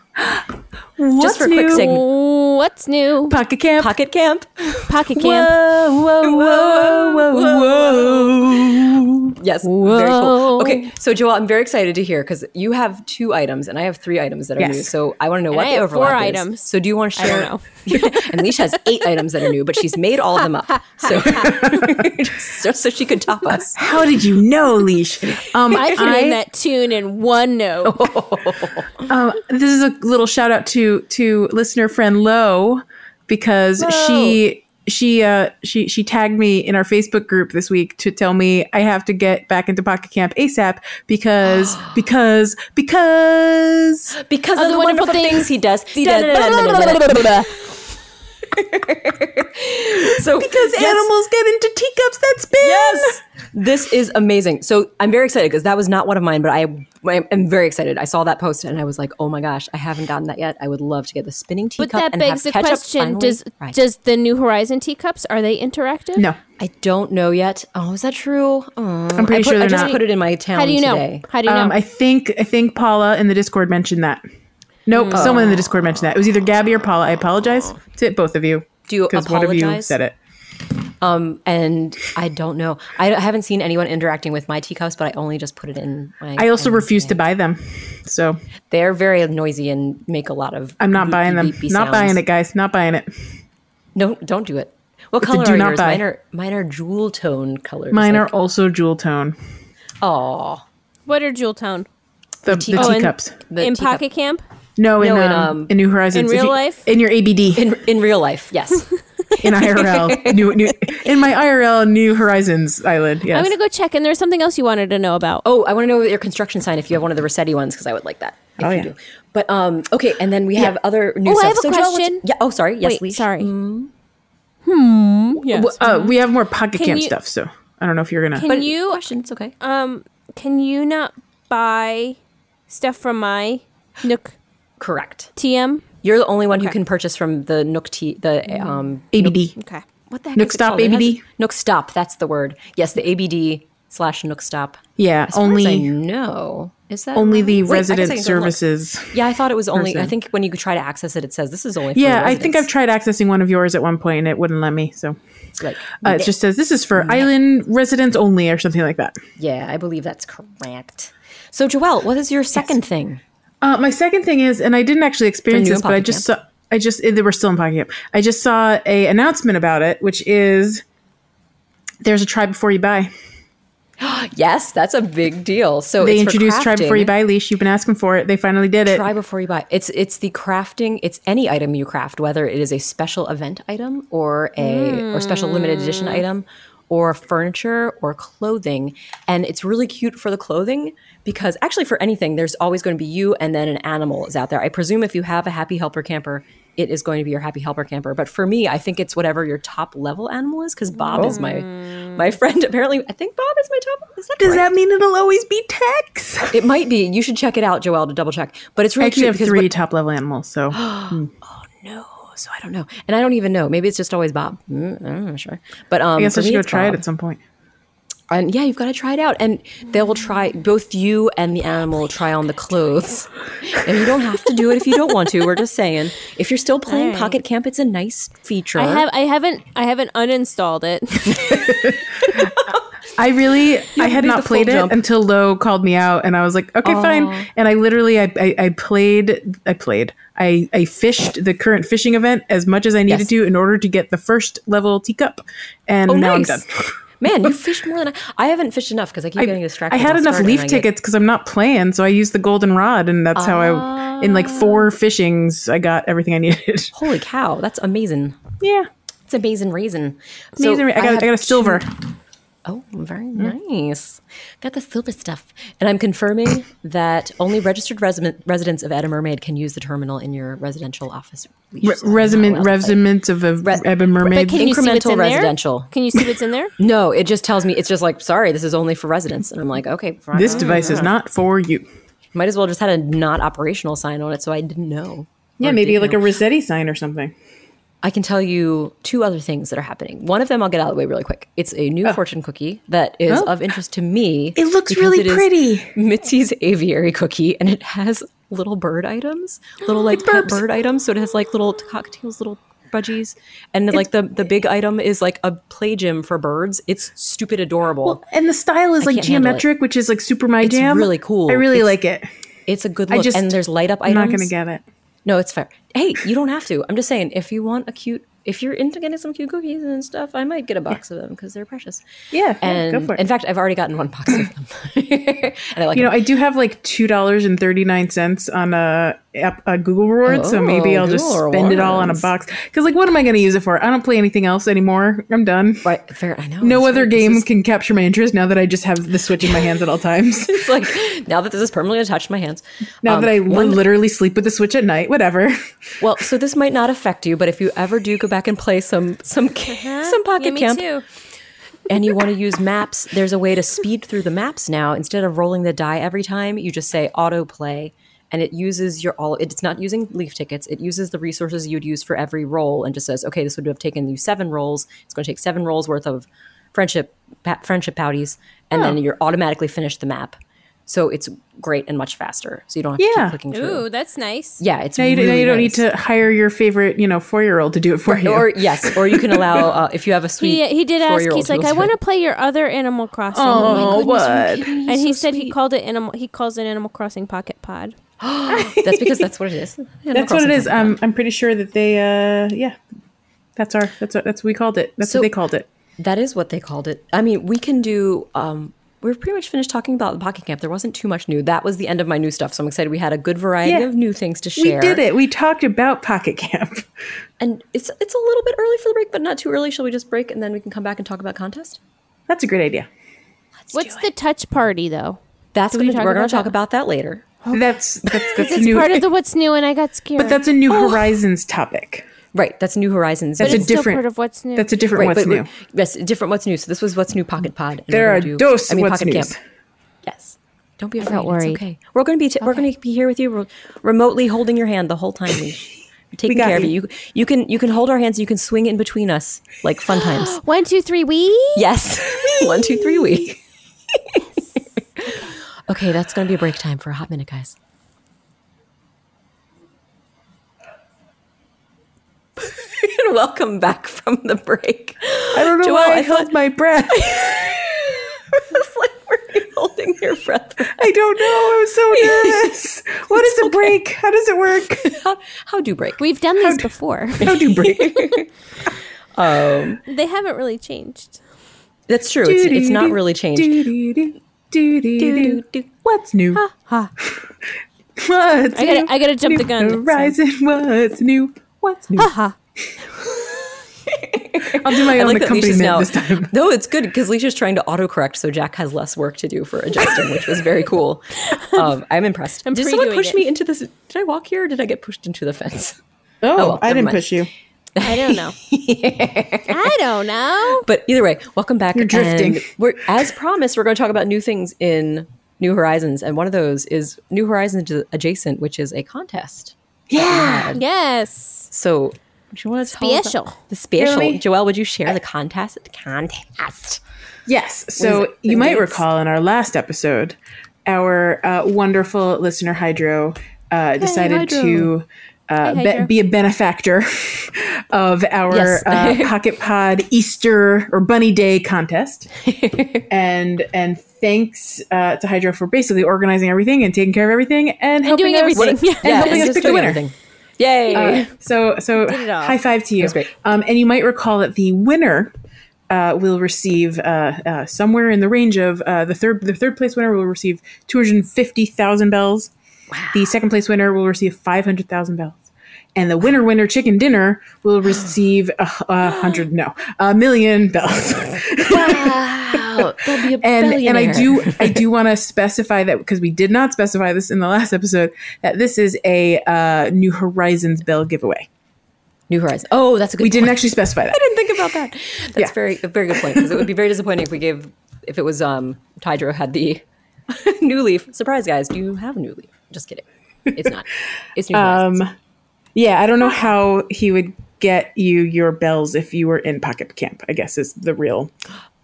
[SPEAKER 4] what's
[SPEAKER 3] just for a quick
[SPEAKER 4] new?
[SPEAKER 3] segment.
[SPEAKER 2] Ooh, What's new?
[SPEAKER 4] Pocket camp.
[SPEAKER 3] Pocket camp.
[SPEAKER 2] Pocket camp.
[SPEAKER 4] Whoa, whoa, whoa, whoa, whoa.
[SPEAKER 3] Yes. Very
[SPEAKER 2] Whoa.
[SPEAKER 3] cool. Okay. So, Joel, I'm very excited to hear because you have two items and I have three items that are
[SPEAKER 4] Yes.
[SPEAKER 3] new. So, I want to know what
[SPEAKER 2] I
[SPEAKER 3] the
[SPEAKER 2] have four
[SPEAKER 3] overlap is.
[SPEAKER 2] items.
[SPEAKER 3] So, do you want to share?
[SPEAKER 2] don't
[SPEAKER 3] and Leash has eight items that are new, but she's made all of them up. So, just, just so she could top us.
[SPEAKER 4] How did you know, Leash? Um,
[SPEAKER 2] I can name that tune in one note.
[SPEAKER 4] Um, this is a little shout out to to listener friend Lo because she she uh she she tagged me in our Facebook group this week to tell me I have to get back into Pocket Camp ASAP because because because
[SPEAKER 3] Because of, the, wonderful, things, he does. He does. so, because
[SPEAKER 4] animals get into teacups that spin.
[SPEAKER 3] Yes. This is amazing. So I'm very excited because that was not one of mine, but I, I am very excited. I saw that post and I was like, oh my gosh, I haven't gotten that yet. I would love to get the spinning teacup.
[SPEAKER 2] But that
[SPEAKER 3] and
[SPEAKER 2] begs
[SPEAKER 3] have
[SPEAKER 2] the
[SPEAKER 3] ketchup
[SPEAKER 2] question:
[SPEAKER 3] finally
[SPEAKER 2] Does
[SPEAKER 3] right.
[SPEAKER 2] does the New Horizon teacups are they interactive?
[SPEAKER 4] No,
[SPEAKER 3] I don't know yet. Oh, is that true? Oh, I'm
[SPEAKER 4] pretty
[SPEAKER 3] I put,
[SPEAKER 4] sure
[SPEAKER 3] I
[SPEAKER 4] they're
[SPEAKER 3] just
[SPEAKER 4] not.
[SPEAKER 3] put it in my town
[SPEAKER 2] How do you know?
[SPEAKER 3] today.
[SPEAKER 2] How do you
[SPEAKER 4] um,
[SPEAKER 2] know?
[SPEAKER 4] I think I think Paula in the Discord mentioned that. Nope,
[SPEAKER 2] Hmm.
[SPEAKER 4] someone in the Discord mentioned that. It was either Gabby or Paula. I apologize to both of you.
[SPEAKER 3] Do you
[SPEAKER 4] because one of you
[SPEAKER 3] apologize?
[SPEAKER 4] said it.
[SPEAKER 3] Um, And I don't know. I haven't seen anyone interacting with my teacups, but I only just put it in my.
[SPEAKER 4] I also refuse to buy them, so
[SPEAKER 3] They're very noisy and make a lot of.
[SPEAKER 4] I'm not buying them.
[SPEAKER 3] beep-beep
[SPEAKER 4] not
[SPEAKER 3] sounds.
[SPEAKER 4] buying it, guys. Not buying it.
[SPEAKER 3] No, don't do it. What color
[SPEAKER 4] do
[SPEAKER 3] are
[SPEAKER 4] not
[SPEAKER 3] yours?
[SPEAKER 4] buy.
[SPEAKER 3] Mine are, mine are jewel tone colors.
[SPEAKER 4] Mine are also jewel tone.
[SPEAKER 3] Oh,
[SPEAKER 2] what are jewel tone
[SPEAKER 4] The, the, tea-
[SPEAKER 2] Oh, and-
[SPEAKER 4] teacups.
[SPEAKER 2] in pocket camp?
[SPEAKER 4] no, in,
[SPEAKER 3] no, in,
[SPEAKER 4] um,
[SPEAKER 3] um,
[SPEAKER 4] in New Horizons.
[SPEAKER 2] in
[SPEAKER 4] If
[SPEAKER 2] real
[SPEAKER 4] you-
[SPEAKER 2] life?
[SPEAKER 4] In your ABD.
[SPEAKER 3] in in real life, yes.
[SPEAKER 4] in IRL. new, new, in my IRL New Horizons eyelid. Yes.
[SPEAKER 2] I'm gonna go check. And there's something else you wanted to know about.
[SPEAKER 3] Oh, I want to know your construction sign if you have one of the Rossetti ones because I would like that. If
[SPEAKER 4] Oh,
[SPEAKER 3] you
[SPEAKER 4] yeah.
[SPEAKER 3] do. But um, okay, and then we have other new
[SPEAKER 2] Oh, I
[SPEAKER 3] stuff.
[SPEAKER 2] have a
[SPEAKER 3] So, Joelle, what's-
[SPEAKER 2] question.
[SPEAKER 3] yeah. Oh, sorry. Yes,
[SPEAKER 2] Wait,
[SPEAKER 3] Leash.
[SPEAKER 2] sorry.
[SPEAKER 4] Mm. Well, uh, we have more pocket
[SPEAKER 2] Can
[SPEAKER 4] camp
[SPEAKER 2] you-
[SPEAKER 4] stuff, so I don't know if you're gonna.
[SPEAKER 2] Can you
[SPEAKER 3] Question. It's okay.
[SPEAKER 2] um can you not buy stuff from my Nook
[SPEAKER 3] Correct.
[SPEAKER 2] TM?
[SPEAKER 3] You're the only one who can purchase from the Nook T. The um,
[SPEAKER 4] ABD.
[SPEAKER 2] Okay.
[SPEAKER 3] what the heck?
[SPEAKER 4] Nook
[SPEAKER 3] is it
[SPEAKER 4] Stop
[SPEAKER 3] called? It has-
[SPEAKER 4] ABD?
[SPEAKER 3] Nook Stop. That's the word. Yes, the ABD slash Nook Stop.
[SPEAKER 4] Yeah,
[SPEAKER 3] As far as I
[SPEAKER 4] only
[SPEAKER 3] know. Is that
[SPEAKER 4] only the
[SPEAKER 3] right? Wait, I guess I
[SPEAKER 4] resident
[SPEAKER 3] can go look.
[SPEAKER 4] services.
[SPEAKER 3] Yeah, I thought it was only. I
[SPEAKER 4] person.
[SPEAKER 3] think when you try to access it, it says this is only. For
[SPEAKER 4] Yeah, I think I've
[SPEAKER 3] residents."
[SPEAKER 4] tried accessing one of yours at one point and it wouldn't let me. So
[SPEAKER 3] Like,
[SPEAKER 4] uh, it just says this is for island residents only or something like that.
[SPEAKER 3] yeah, I believe that's correct. So, Joelle, what is your second thing?
[SPEAKER 4] Uh, my second thing is, and I didn't actually experience
[SPEAKER 3] new
[SPEAKER 4] this,
[SPEAKER 3] in
[SPEAKER 4] but I
[SPEAKER 3] Pocket
[SPEAKER 4] just saw. I just eh, they were still in pocket camp. I just saw a announcement about it, which is there's a try before you buy.
[SPEAKER 3] Yes, that's a big deal. So
[SPEAKER 4] They
[SPEAKER 3] it's
[SPEAKER 4] introduced
[SPEAKER 3] for
[SPEAKER 4] try before
[SPEAKER 3] crafting.
[SPEAKER 4] you buy leash. You've been asking for it. They finally did it.
[SPEAKER 3] Try before you buy. It's it's the crafting. It's any item you craft, whether it is a special event item or a or special limited edition
[SPEAKER 4] Hmm.
[SPEAKER 3] item, or furniture or clothing. And it's really cute for the clothing because actually for anything, there's always going to be you and then an animal is out there. I presume if you have a happy helper camper, it is going to be your happy helper camper. But for me, I think it's whatever your top level animal is because Bob is my my friend. Apparently, I think Bob is my top. Is that
[SPEAKER 4] Hmm. Does
[SPEAKER 3] correct?
[SPEAKER 4] that mean it'll always be Tex?
[SPEAKER 3] It might be. You should check it out, Joelle, to double check. But it's
[SPEAKER 4] I
[SPEAKER 3] really
[SPEAKER 4] actually
[SPEAKER 3] cute
[SPEAKER 4] have
[SPEAKER 3] because
[SPEAKER 4] three
[SPEAKER 3] what-
[SPEAKER 4] top level animals, so
[SPEAKER 3] no. So I don't know, and I don't even know. Maybe it's just always Bob. Mm, I'm not sure, but um,
[SPEAKER 4] I guess
[SPEAKER 3] for
[SPEAKER 4] I should
[SPEAKER 3] me,
[SPEAKER 4] go
[SPEAKER 3] it's
[SPEAKER 4] try
[SPEAKER 3] Bob.
[SPEAKER 4] it at some point.
[SPEAKER 3] And yeah, you've got to try it out, and they will try. Both you and the animal will try on the clothes, and you don't have to do it if you don't want to. We're just saying, if you're still playing
[SPEAKER 2] Alright.
[SPEAKER 3] Pocket Camp, it's a nice feature.
[SPEAKER 2] I have I haven't I haven't uninstalled it.
[SPEAKER 4] I really, I
[SPEAKER 3] made
[SPEAKER 4] had
[SPEAKER 3] the
[SPEAKER 4] not
[SPEAKER 3] full
[SPEAKER 4] played it
[SPEAKER 3] jump. Oh.
[SPEAKER 4] until Lo called me out, and I was like, okay, fine. And I literally, I, I, I played, I played, I, I fished the current fishing event as much as I needed
[SPEAKER 3] Yes.
[SPEAKER 4] to in order to get the first level teacup, and
[SPEAKER 3] Oh,
[SPEAKER 4] now
[SPEAKER 3] nice.
[SPEAKER 4] I'm done.
[SPEAKER 3] Man, you fished more than I. I haven't fished enough because I keep getting distracted.
[SPEAKER 4] I had
[SPEAKER 3] I'll
[SPEAKER 4] enough
[SPEAKER 3] start and
[SPEAKER 4] leaf
[SPEAKER 3] I get-
[SPEAKER 4] tickets because I'm not playing, so I used the golden rod, and that's how I, in like
[SPEAKER 3] Ah.
[SPEAKER 4] four fishings, I got everything I needed.
[SPEAKER 3] Holy cow, that's amazing!
[SPEAKER 4] yeah,
[SPEAKER 3] It's amazing raisin. So
[SPEAKER 4] amazing. I got, I,
[SPEAKER 3] have
[SPEAKER 4] got a silver.
[SPEAKER 3] Oh, very nice. Got the silver stuff. And I'm confirming that only registered resident, residents of Edda Mermaid can use the terminal in your residential office. leash, so I'm not
[SPEAKER 4] Resiment,
[SPEAKER 3] allowed to play.
[SPEAKER 4] resiment of a of a mermaid.
[SPEAKER 2] Can you see what's
[SPEAKER 3] Incremental
[SPEAKER 2] in there?
[SPEAKER 3] residential.
[SPEAKER 2] Can you see what's in there?
[SPEAKER 3] No, it just tells me, it's just like, sorry, this is only for residents. And I'm like, okay, fine.
[SPEAKER 4] This device
[SPEAKER 3] Ah.
[SPEAKER 4] is not for you.
[SPEAKER 3] Might as well just had a not operational sign on it so I didn't know.
[SPEAKER 4] Yeah, maybe like a Rossetti sign or something.
[SPEAKER 3] I can tell you two other things that are happening. One of them I'll get out of the way really quick. It's a new fortune cookie that is of interest to me.
[SPEAKER 4] Oh. It looks
[SPEAKER 3] because
[SPEAKER 4] really
[SPEAKER 3] is
[SPEAKER 4] pretty.
[SPEAKER 3] Mitzi's aviary cookie, and it has little bird items, little like pet bird items. So it has like little cocktails, little budgies, and then, like the the big item is like a play gym for birds. It's stupid adorable.
[SPEAKER 4] And the style is like
[SPEAKER 3] can't handle it.
[SPEAKER 4] geometric, which is like super my
[SPEAKER 3] It's
[SPEAKER 4] jam.
[SPEAKER 3] really cool.
[SPEAKER 4] I really
[SPEAKER 3] It's-
[SPEAKER 4] like it.
[SPEAKER 3] it's a good
[SPEAKER 4] I
[SPEAKER 3] look,
[SPEAKER 4] just-
[SPEAKER 3] and there's light up
[SPEAKER 4] I'm
[SPEAKER 3] items.
[SPEAKER 4] not gonna get it.
[SPEAKER 3] No, it's fair. Hey, you don't have to. I'm just saying, if you want a cute, if you're into getting some cute cookies and stuff, I might get a box of them because they're precious.
[SPEAKER 4] Yeah, yeah,
[SPEAKER 3] and
[SPEAKER 4] go for it.
[SPEAKER 3] in fact, I've already gotten one box of them, and I like.
[SPEAKER 4] You know,
[SPEAKER 3] them.
[SPEAKER 4] I do have like two dollars and thirty nine cents on a, app- a Google reward, so maybe
[SPEAKER 3] Oh,
[SPEAKER 4] I'll just
[SPEAKER 3] Google
[SPEAKER 4] spend it all on a
[SPEAKER 3] rewards.
[SPEAKER 4] box. Because like, what am I gonna use it for? I don't play anything else anymore. I'm done.
[SPEAKER 3] Right, fair. I know.
[SPEAKER 4] No
[SPEAKER 3] it's
[SPEAKER 4] other
[SPEAKER 3] weird. This
[SPEAKER 4] game
[SPEAKER 3] is-
[SPEAKER 4] can capture my interest now that I just have the Switch in my hands at all times.
[SPEAKER 3] It's like now that this is permanently attached to my hands.
[SPEAKER 4] Now
[SPEAKER 3] Um,
[SPEAKER 4] that I
[SPEAKER 3] one-
[SPEAKER 4] literally sleep with the Switch at night, whatever.
[SPEAKER 3] well, so this might not affect you, but if you ever do go back and play some some some
[SPEAKER 2] Uh-huh. yeah,
[SPEAKER 3] pocket
[SPEAKER 2] me
[SPEAKER 3] camp,
[SPEAKER 2] too.
[SPEAKER 3] and you want to use maps, there's a way to speed through the maps now. Instead of rolling the die every time, you just say autoplay and it uses your all it's not using leaf tickets it uses the resources you'd use for every roll and just says okay this would have taken you seven rolls it's going to take seven rolls worth of friendship pa- friendship pouties and
[SPEAKER 4] Oh.
[SPEAKER 3] then you're automatically finished the map so it's great and much faster so you don't have to
[SPEAKER 4] Yeah.
[SPEAKER 3] keep clicking through
[SPEAKER 2] Ooh, that's nice.
[SPEAKER 3] yeah it's
[SPEAKER 4] Now you, now
[SPEAKER 3] really
[SPEAKER 4] you don't
[SPEAKER 3] nice.
[SPEAKER 4] need to hire your favorite, you know, four year old to do it for you.
[SPEAKER 3] or yes or you can allow uh, if you have a sweet
[SPEAKER 2] He, he did ask.
[SPEAKER 3] four-year-old
[SPEAKER 2] He's like,
[SPEAKER 3] who's
[SPEAKER 2] "I want to play your other Animal Crossing."
[SPEAKER 4] oh, what?
[SPEAKER 2] and he said he called it animal. He calls it Animal Crossing Pocket Pod.
[SPEAKER 3] that's because that's what it is Animal
[SPEAKER 4] That's what it
[SPEAKER 3] Crossing.
[SPEAKER 4] is. Um, I'm pretty sure that they, uh, yeah, that's our, that's what, that's what we called it. That's
[SPEAKER 3] So-
[SPEAKER 4] what they called it.
[SPEAKER 3] That is what they called it. I mean, we can do um, we're pretty much finished talking about the pocket camp. There wasn't too much new. That was the end of my new stuff. So I'm excited. We had a good variety
[SPEAKER 4] Yeah.
[SPEAKER 3] of new things to share.
[SPEAKER 4] We did it. We talked about Pocket Camp.
[SPEAKER 3] And it's it's a little bit early for the break, but not too early. Shall we just break and then we can come back and talk about contest?
[SPEAKER 4] That's a great idea.
[SPEAKER 2] What's the touch party though?
[SPEAKER 3] That's
[SPEAKER 2] we
[SPEAKER 3] gonna,
[SPEAKER 2] talk
[SPEAKER 3] we're going
[SPEAKER 2] about
[SPEAKER 3] to talk
[SPEAKER 2] that?
[SPEAKER 3] about that later.
[SPEAKER 4] That's that's that's
[SPEAKER 2] It's
[SPEAKER 4] new.
[SPEAKER 2] part of the what's new, and I got scared.
[SPEAKER 4] but that's a new horizons topic.
[SPEAKER 3] Right. That's New Horizons.
[SPEAKER 4] That's
[SPEAKER 2] it's
[SPEAKER 4] a
[SPEAKER 2] still
[SPEAKER 4] different
[SPEAKER 2] part of what's new.
[SPEAKER 4] That's a different
[SPEAKER 3] right,
[SPEAKER 4] what's
[SPEAKER 3] but
[SPEAKER 4] new.
[SPEAKER 3] we- Yes, different. What's new? So this was what's new Pocket Pod. and
[SPEAKER 4] There
[SPEAKER 3] we're
[SPEAKER 4] are
[SPEAKER 3] gonna do-
[SPEAKER 4] dose
[SPEAKER 3] I mean,
[SPEAKER 4] what's
[SPEAKER 3] Pocket
[SPEAKER 4] news.
[SPEAKER 3] Camp. Yes. Don't be afraid.
[SPEAKER 2] worried.
[SPEAKER 3] It's okay. We're going to be t- we're going to be here with you, re- remotely holding your hand the whole time. We, we're taking
[SPEAKER 4] got
[SPEAKER 3] care of you.
[SPEAKER 4] you.
[SPEAKER 3] you. You can you can hold our hands. You can swing in between us like fun times.
[SPEAKER 2] One, two, three, we.
[SPEAKER 3] yes. One, two, three. We. okay, that's going to be break time for a hot minute, guys. And Welcome back from the break.
[SPEAKER 4] I don't know
[SPEAKER 3] Joelle,
[SPEAKER 4] why I,
[SPEAKER 3] I
[SPEAKER 4] held
[SPEAKER 3] thought-
[SPEAKER 4] my breath.
[SPEAKER 3] it's like we're holding your breath.
[SPEAKER 4] I don't know. I was so nervous. What is a break? How does it work?
[SPEAKER 3] How, how do break?
[SPEAKER 2] We've done these before.
[SPEAKER 4] How do break?
[SPEAKER 2] they haven't really changed.
[SPEAKER 3] That's true. It's, it's not really changed.
[SPEAKER 4] Do-do-do, do-do-do. What's new?
[SPEAKER 2] Ha.
[SPEAKER 4] What's
[SPEAKER 2] I
[SPEAKER 4] new?
[SPEAKER 2] gotta, I gotta jump the gun. Ah,
[SPEAKER 4] Horizon, what's new? What's new?
[SPEAKER 2] Ha.
[SPEAKER 4] I'll do my
[SPEAKER 3] I
[SPEAKER 4] own
[SPEAKER 3] like that Leash is
[SPEAKER 4] accompaniment
[SPEAKER 3] now.
[SPEAKER 4] this time.
[SPEAKER 3] No, it's good because Leash is trying to autocorrect, so Jack has less work to do for adjusting, which was very cool. Um, I'm impressed.
[SPEAKER 2] I'm
[SPEAKER 3] did someone
[SPEAKER 2] previewing
[SPEAKER 3] push
[SPEAKER 2] it.
[SPEAKER 3] me into this? Did I walk here or did I get pushed into the fence?
[SPEAKER 4] Oh,
[SPEAKER 3] well, never
[SPEAKER 4] I didn't
[SPEAKER 3] mind.
[SPEAKER 4] push you.
[SPEAKER 2] I don't know. I don't know.
[SPEAKER 3] But either way, welcome back. You're
[SPEAKER 4] drifting.
[SPEAKER 3] we're, as promised, we're going to talk about new things in New Horizons, and one of those is New Horizons adjacent, which is a contest.
[SPEAKER 2] Oh,
[SPEAKER 4] Yeah.
[SPEAKER 2] Yes.
[SPEAKER 3] So, do you want to tell us
[SPEAKER 2] Special.
[SPEAKER 3] about the special?
[SPEAKER 4] Really?
[SPEAKER 3] Joelle, would you share the contest? Contest.
[SPEAKER 4] Yes. So you might recall in our last episode, our uh, wonderful listener Hydro uh, decided to uh,
[SPEAKER 2] Hey,
[SPEAKER 4] be,
[SPEAKER 2] Hydro.
[SPEAKER 4] be a benefactor of our
[SPEAKER 3] Yes.
[SPEAKER 4] uh, Pocket Pod Easter or Bunny Day contest, and and thanks uh, to Hydro for basically organizing everything and taking care of everything and, helping
[SPEAKER 2] doing
[SPEAKER 4] us-
[SPEAKER 2] everything.
[SPEAKER 4] and
[SPEAKER 2] Yeah,
[SPEAKER 4] helping us
[SPEAKER 3] just
[SPEAKER 4] pick the
[SPEAKER 3] doing
[SPEAKER 4] winner.
[SPEAKER 3] everything. Yay!
[SPEAKER 4] So so
[SPEAKER 2] all.
[SPEAKER 4] high five to you.
[SPEAKER 3] great.
[SPEAKER 4] Um, and you might recall that the winner uh, will receive uh, uh, somewhere in the range of uh, the third the third place winner will receive two hundred fifty thousand bells. The second place winner will receive five hundred thousand bells. And the winner, winner, chicken dinner will receive a, h- a hundred, no, a million bells.
[SPEAKER 3] wow, they'll be a
[SPEAKER 4] and and I do I do want to specify that because we did not specify this in the last episode that this is a uh, New Horizons bell giveaway.
[SPEAKER 3] New Horizons. Oh, that's a good.
[SPEAKER 4] We didn't
[SPEAKER 3] point.
[SPEAKER 4] actually specify that.
[SPEAKER 3] I didn't think about that. That's
[SPEAKER 4] Yeah.
[SPEAKER 3] very a very good point because it would be very disappointing if we gave if it was um Tydro had the new leaf. Surprise, guys! Do you have a new leaf? Just kidding. It's not. It's New Horizons.
[SPEAKER 4] Um, yeah, I don't know how he would get you your bells if you were in pocket camp. I guess is the real.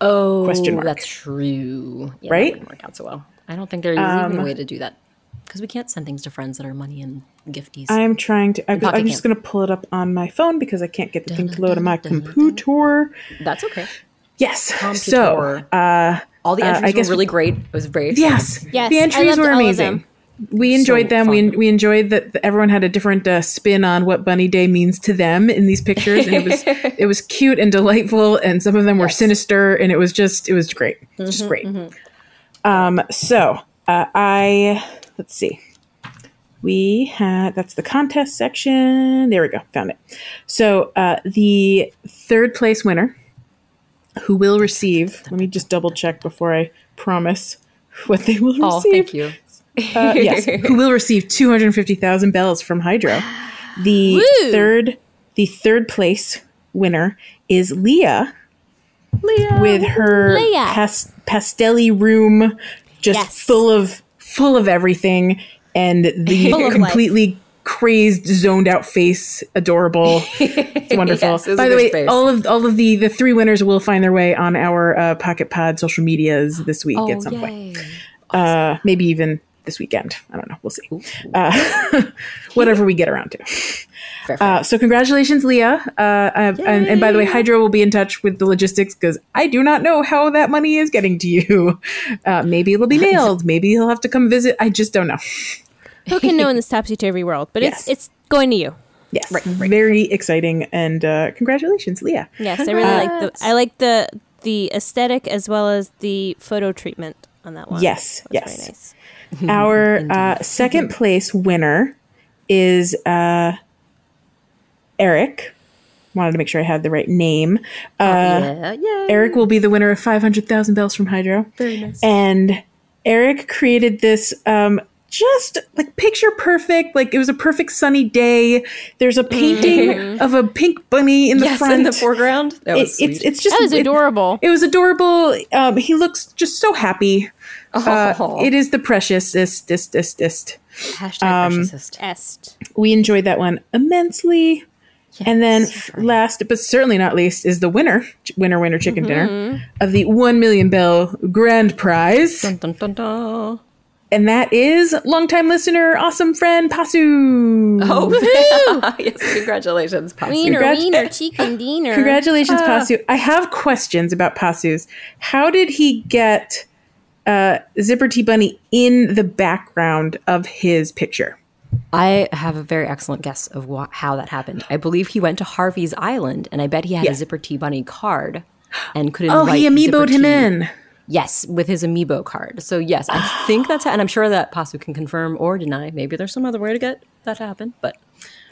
[SPEAKER 3] Oh,
[SPEAKER 4] question mark.
[SPEAKER 3] That's true. Yeah,
[SPEAKER 4] Right?
[SPEAKER 3] That wouldn't work out so well. I don't think there is even a way to do that because we can't send things to friends that are money and gifties.
[SPEAKER 4] I'm trying to. I,
[SPEAKER 3] Pocket
[SPEAKER 4] I'm just going to pull it up on my phone because I can't get the thing to load on my computer.
[SPEAKER 3] that's okay.
[SPEAKER 4] Yes.
[SPEAKER 3] Computer.
[SPEAKER 4] So uh,
[SPEAKER 3] All the
[SPEAKER 4] Uh, I
[SPEAKER 3] entries
[SPEAKER 4] guess-
[SPEAKER 3] were really great. It was very exciting.
[SPEAKER 4] yes,
[SPEAKER 2] Yes,
[SPEAKER 4] the
[SPEAKER 2] I
[SPEAKER 4] entries
[SPEAKER 2] loved
[SPEAKER 4] were
[SPEAKER 2] all of
[SPEAKER 4] amazing.
[SPEAKER 2] them.
[SPEAKER 4] We enjoyed
[SPEAKER 3] So
[SPEAKER 4] them. We, we enjoyed that that everyone had a different uh, spin on what Bunny Day means to them in these pictures, and it was it was cute and delightful, and some of them were sinister, and it was just it was great,
[SPEAKER 2] Mm-hmm,
[SPEAKER 4] just great. Um, so uh, I let's see, we had that's the contest section. There we go, found it. So uh, the third place winner, who will receive. Let me just double check before I promise what they will receive
[SPEAKER 3] Oh, thank you.
[SPEAKER 4] uh, yes, who will receive 250,000 bells from Hydro. The
[SPEAKER 2] Woo!
[SPEAKER 4] third the third place winner is Leah
[SPEAKER 3] Leah.
[SPEAKER 4] with her
[SPEAKER 2] Leah.
[SPEAKER 4] pas- pastelli room just
[SPEAKER 2] Yes.
[SPEAKER 4] full of full of everything and the
[SPEAKER 2] Full of life.
[SPEAKER 4] completely crazed zoned out face adorable it's wonderful
[SPEAKER 3] Yes, it was
[SPEAKER 4] by
[SPEAKER 3] a
[SPEAKER 4] the
[SPEAKER 3] good
[SPEAKER 4] way
[SPEAKER 3] space.
[SPEAKER 4] all of all of the the three winners will find their way on our uh, pocket pod social medias this week at some point
[SPEAKER 3] Oh, Yay.
[SPEAKER 4] uh, maybe even this weekend. I don't know. We'll see. Uh, whatever we get around to.
[SPEAKER 3] Fair, fair.
[SPEAKER 4] Uh, so, congratulations, Leah. Uh, uh, and, and by the way, Hydro will be in touch with the logistics because I do not know how that money is getting to you. Uh, maybe it'll be mailed. Maybe he'll have to come visit. I just don't know.
[SPEAKER 2] Who can know in this topsy turvy world? But
[SPEAKER 4] Yes.
[SPEAKER 2] it's it's going to you.
[SPEAKER 4] Yes, very exciting. And uh, congratulations, Leah.
[SPEAKER 2] Yes, I really like the I like the the aesthetic as well as the photo treatment on that one.
[SPEAKER 4] Yes,
[SPEAKER 2] It was
[SPEAKER 4] yes.
[SPEAKER 2] Very nice.
[SPEAKER 3] Mm-hmm.
[SPEAKER 4] Our uh, second place winner is uh, Eric. Wanted to make sure I had the right name.
[SPEAKER 3] Uh,
[SPEAKER 5] yeah, yeah.
[SPEAKER 4] Eric will be the winner of 500,000 bells from Hydro. Very nice. And Eric created this um, just like picture perfect, like it was a perfect sunny day. There's a painting of a pink bunny in the
[SPEAKER 3] yes,
[SPEAKER 4] front.
[SPEAKER 3] in the foreground. That
[SPEAKER 4] It,
[SPEAKER 3] was
[SPEAKER 4] it's,
[SPEAKER 3] sweet.
[SPEAKER 4] it's just
[SPEAKER 2] That was
[SPEAKER 4] it-
[SPEAKER 2] adorable.
[SPEAKER 4] It, was adorable. Um, he looks just so happy. Uh,
[SPEAKER 3] Oh.
[SPEAKER 4] it is the preciousest, ist, ist, ist.
[SPEAKER 3] um,
[SPEAKER 5] Hashtag preciousist.
[SPEAKER 2] Est.
[SPEAKER 4] We enjoyed that one immensely. and then f- last but certainly not least is the winner, ch- winner, winner, chicken dinner of the 1 million bell grand prize.
[SPEAKER 3] Dun, dun, dun.
[SPEAKER 4] And that is longtime listener, awesome friend, Pasu.
[SPEAKER 3] Oh, yes, congratulations, Patsy.
[SPEAKER 2] Wiener,
[SPEAKER 4] Congrat-
[SPEAKER 2] wiener, chicken diener.
[SPEAKER 4] Congratulations, Pasu. I have questions about Pasu's. How did he get uh, Zipper T Bunny in the background of his picture?
[SPEAKER 3] I have a very excellent guess of wha- how that happened. I believe he went to Harvey's Island, and I bet he had
[SPEAKER 4] Yeah.
[SPEAKER 3] a Zipper T Bunny card and could invite.
[SPEAKER 4] Oh, he
[SPEAKER 3] Zipper
[SPEAKER 4] amiiboed him
[SPEAKER 3] T-
[SPEAKER 4] in.
[SPEAKER 3] Yes, with his amiibo card. So yes, I think that's how, and I'm sure that Pasu can confirm or deny. Maybe there's some other way to get that to happen, but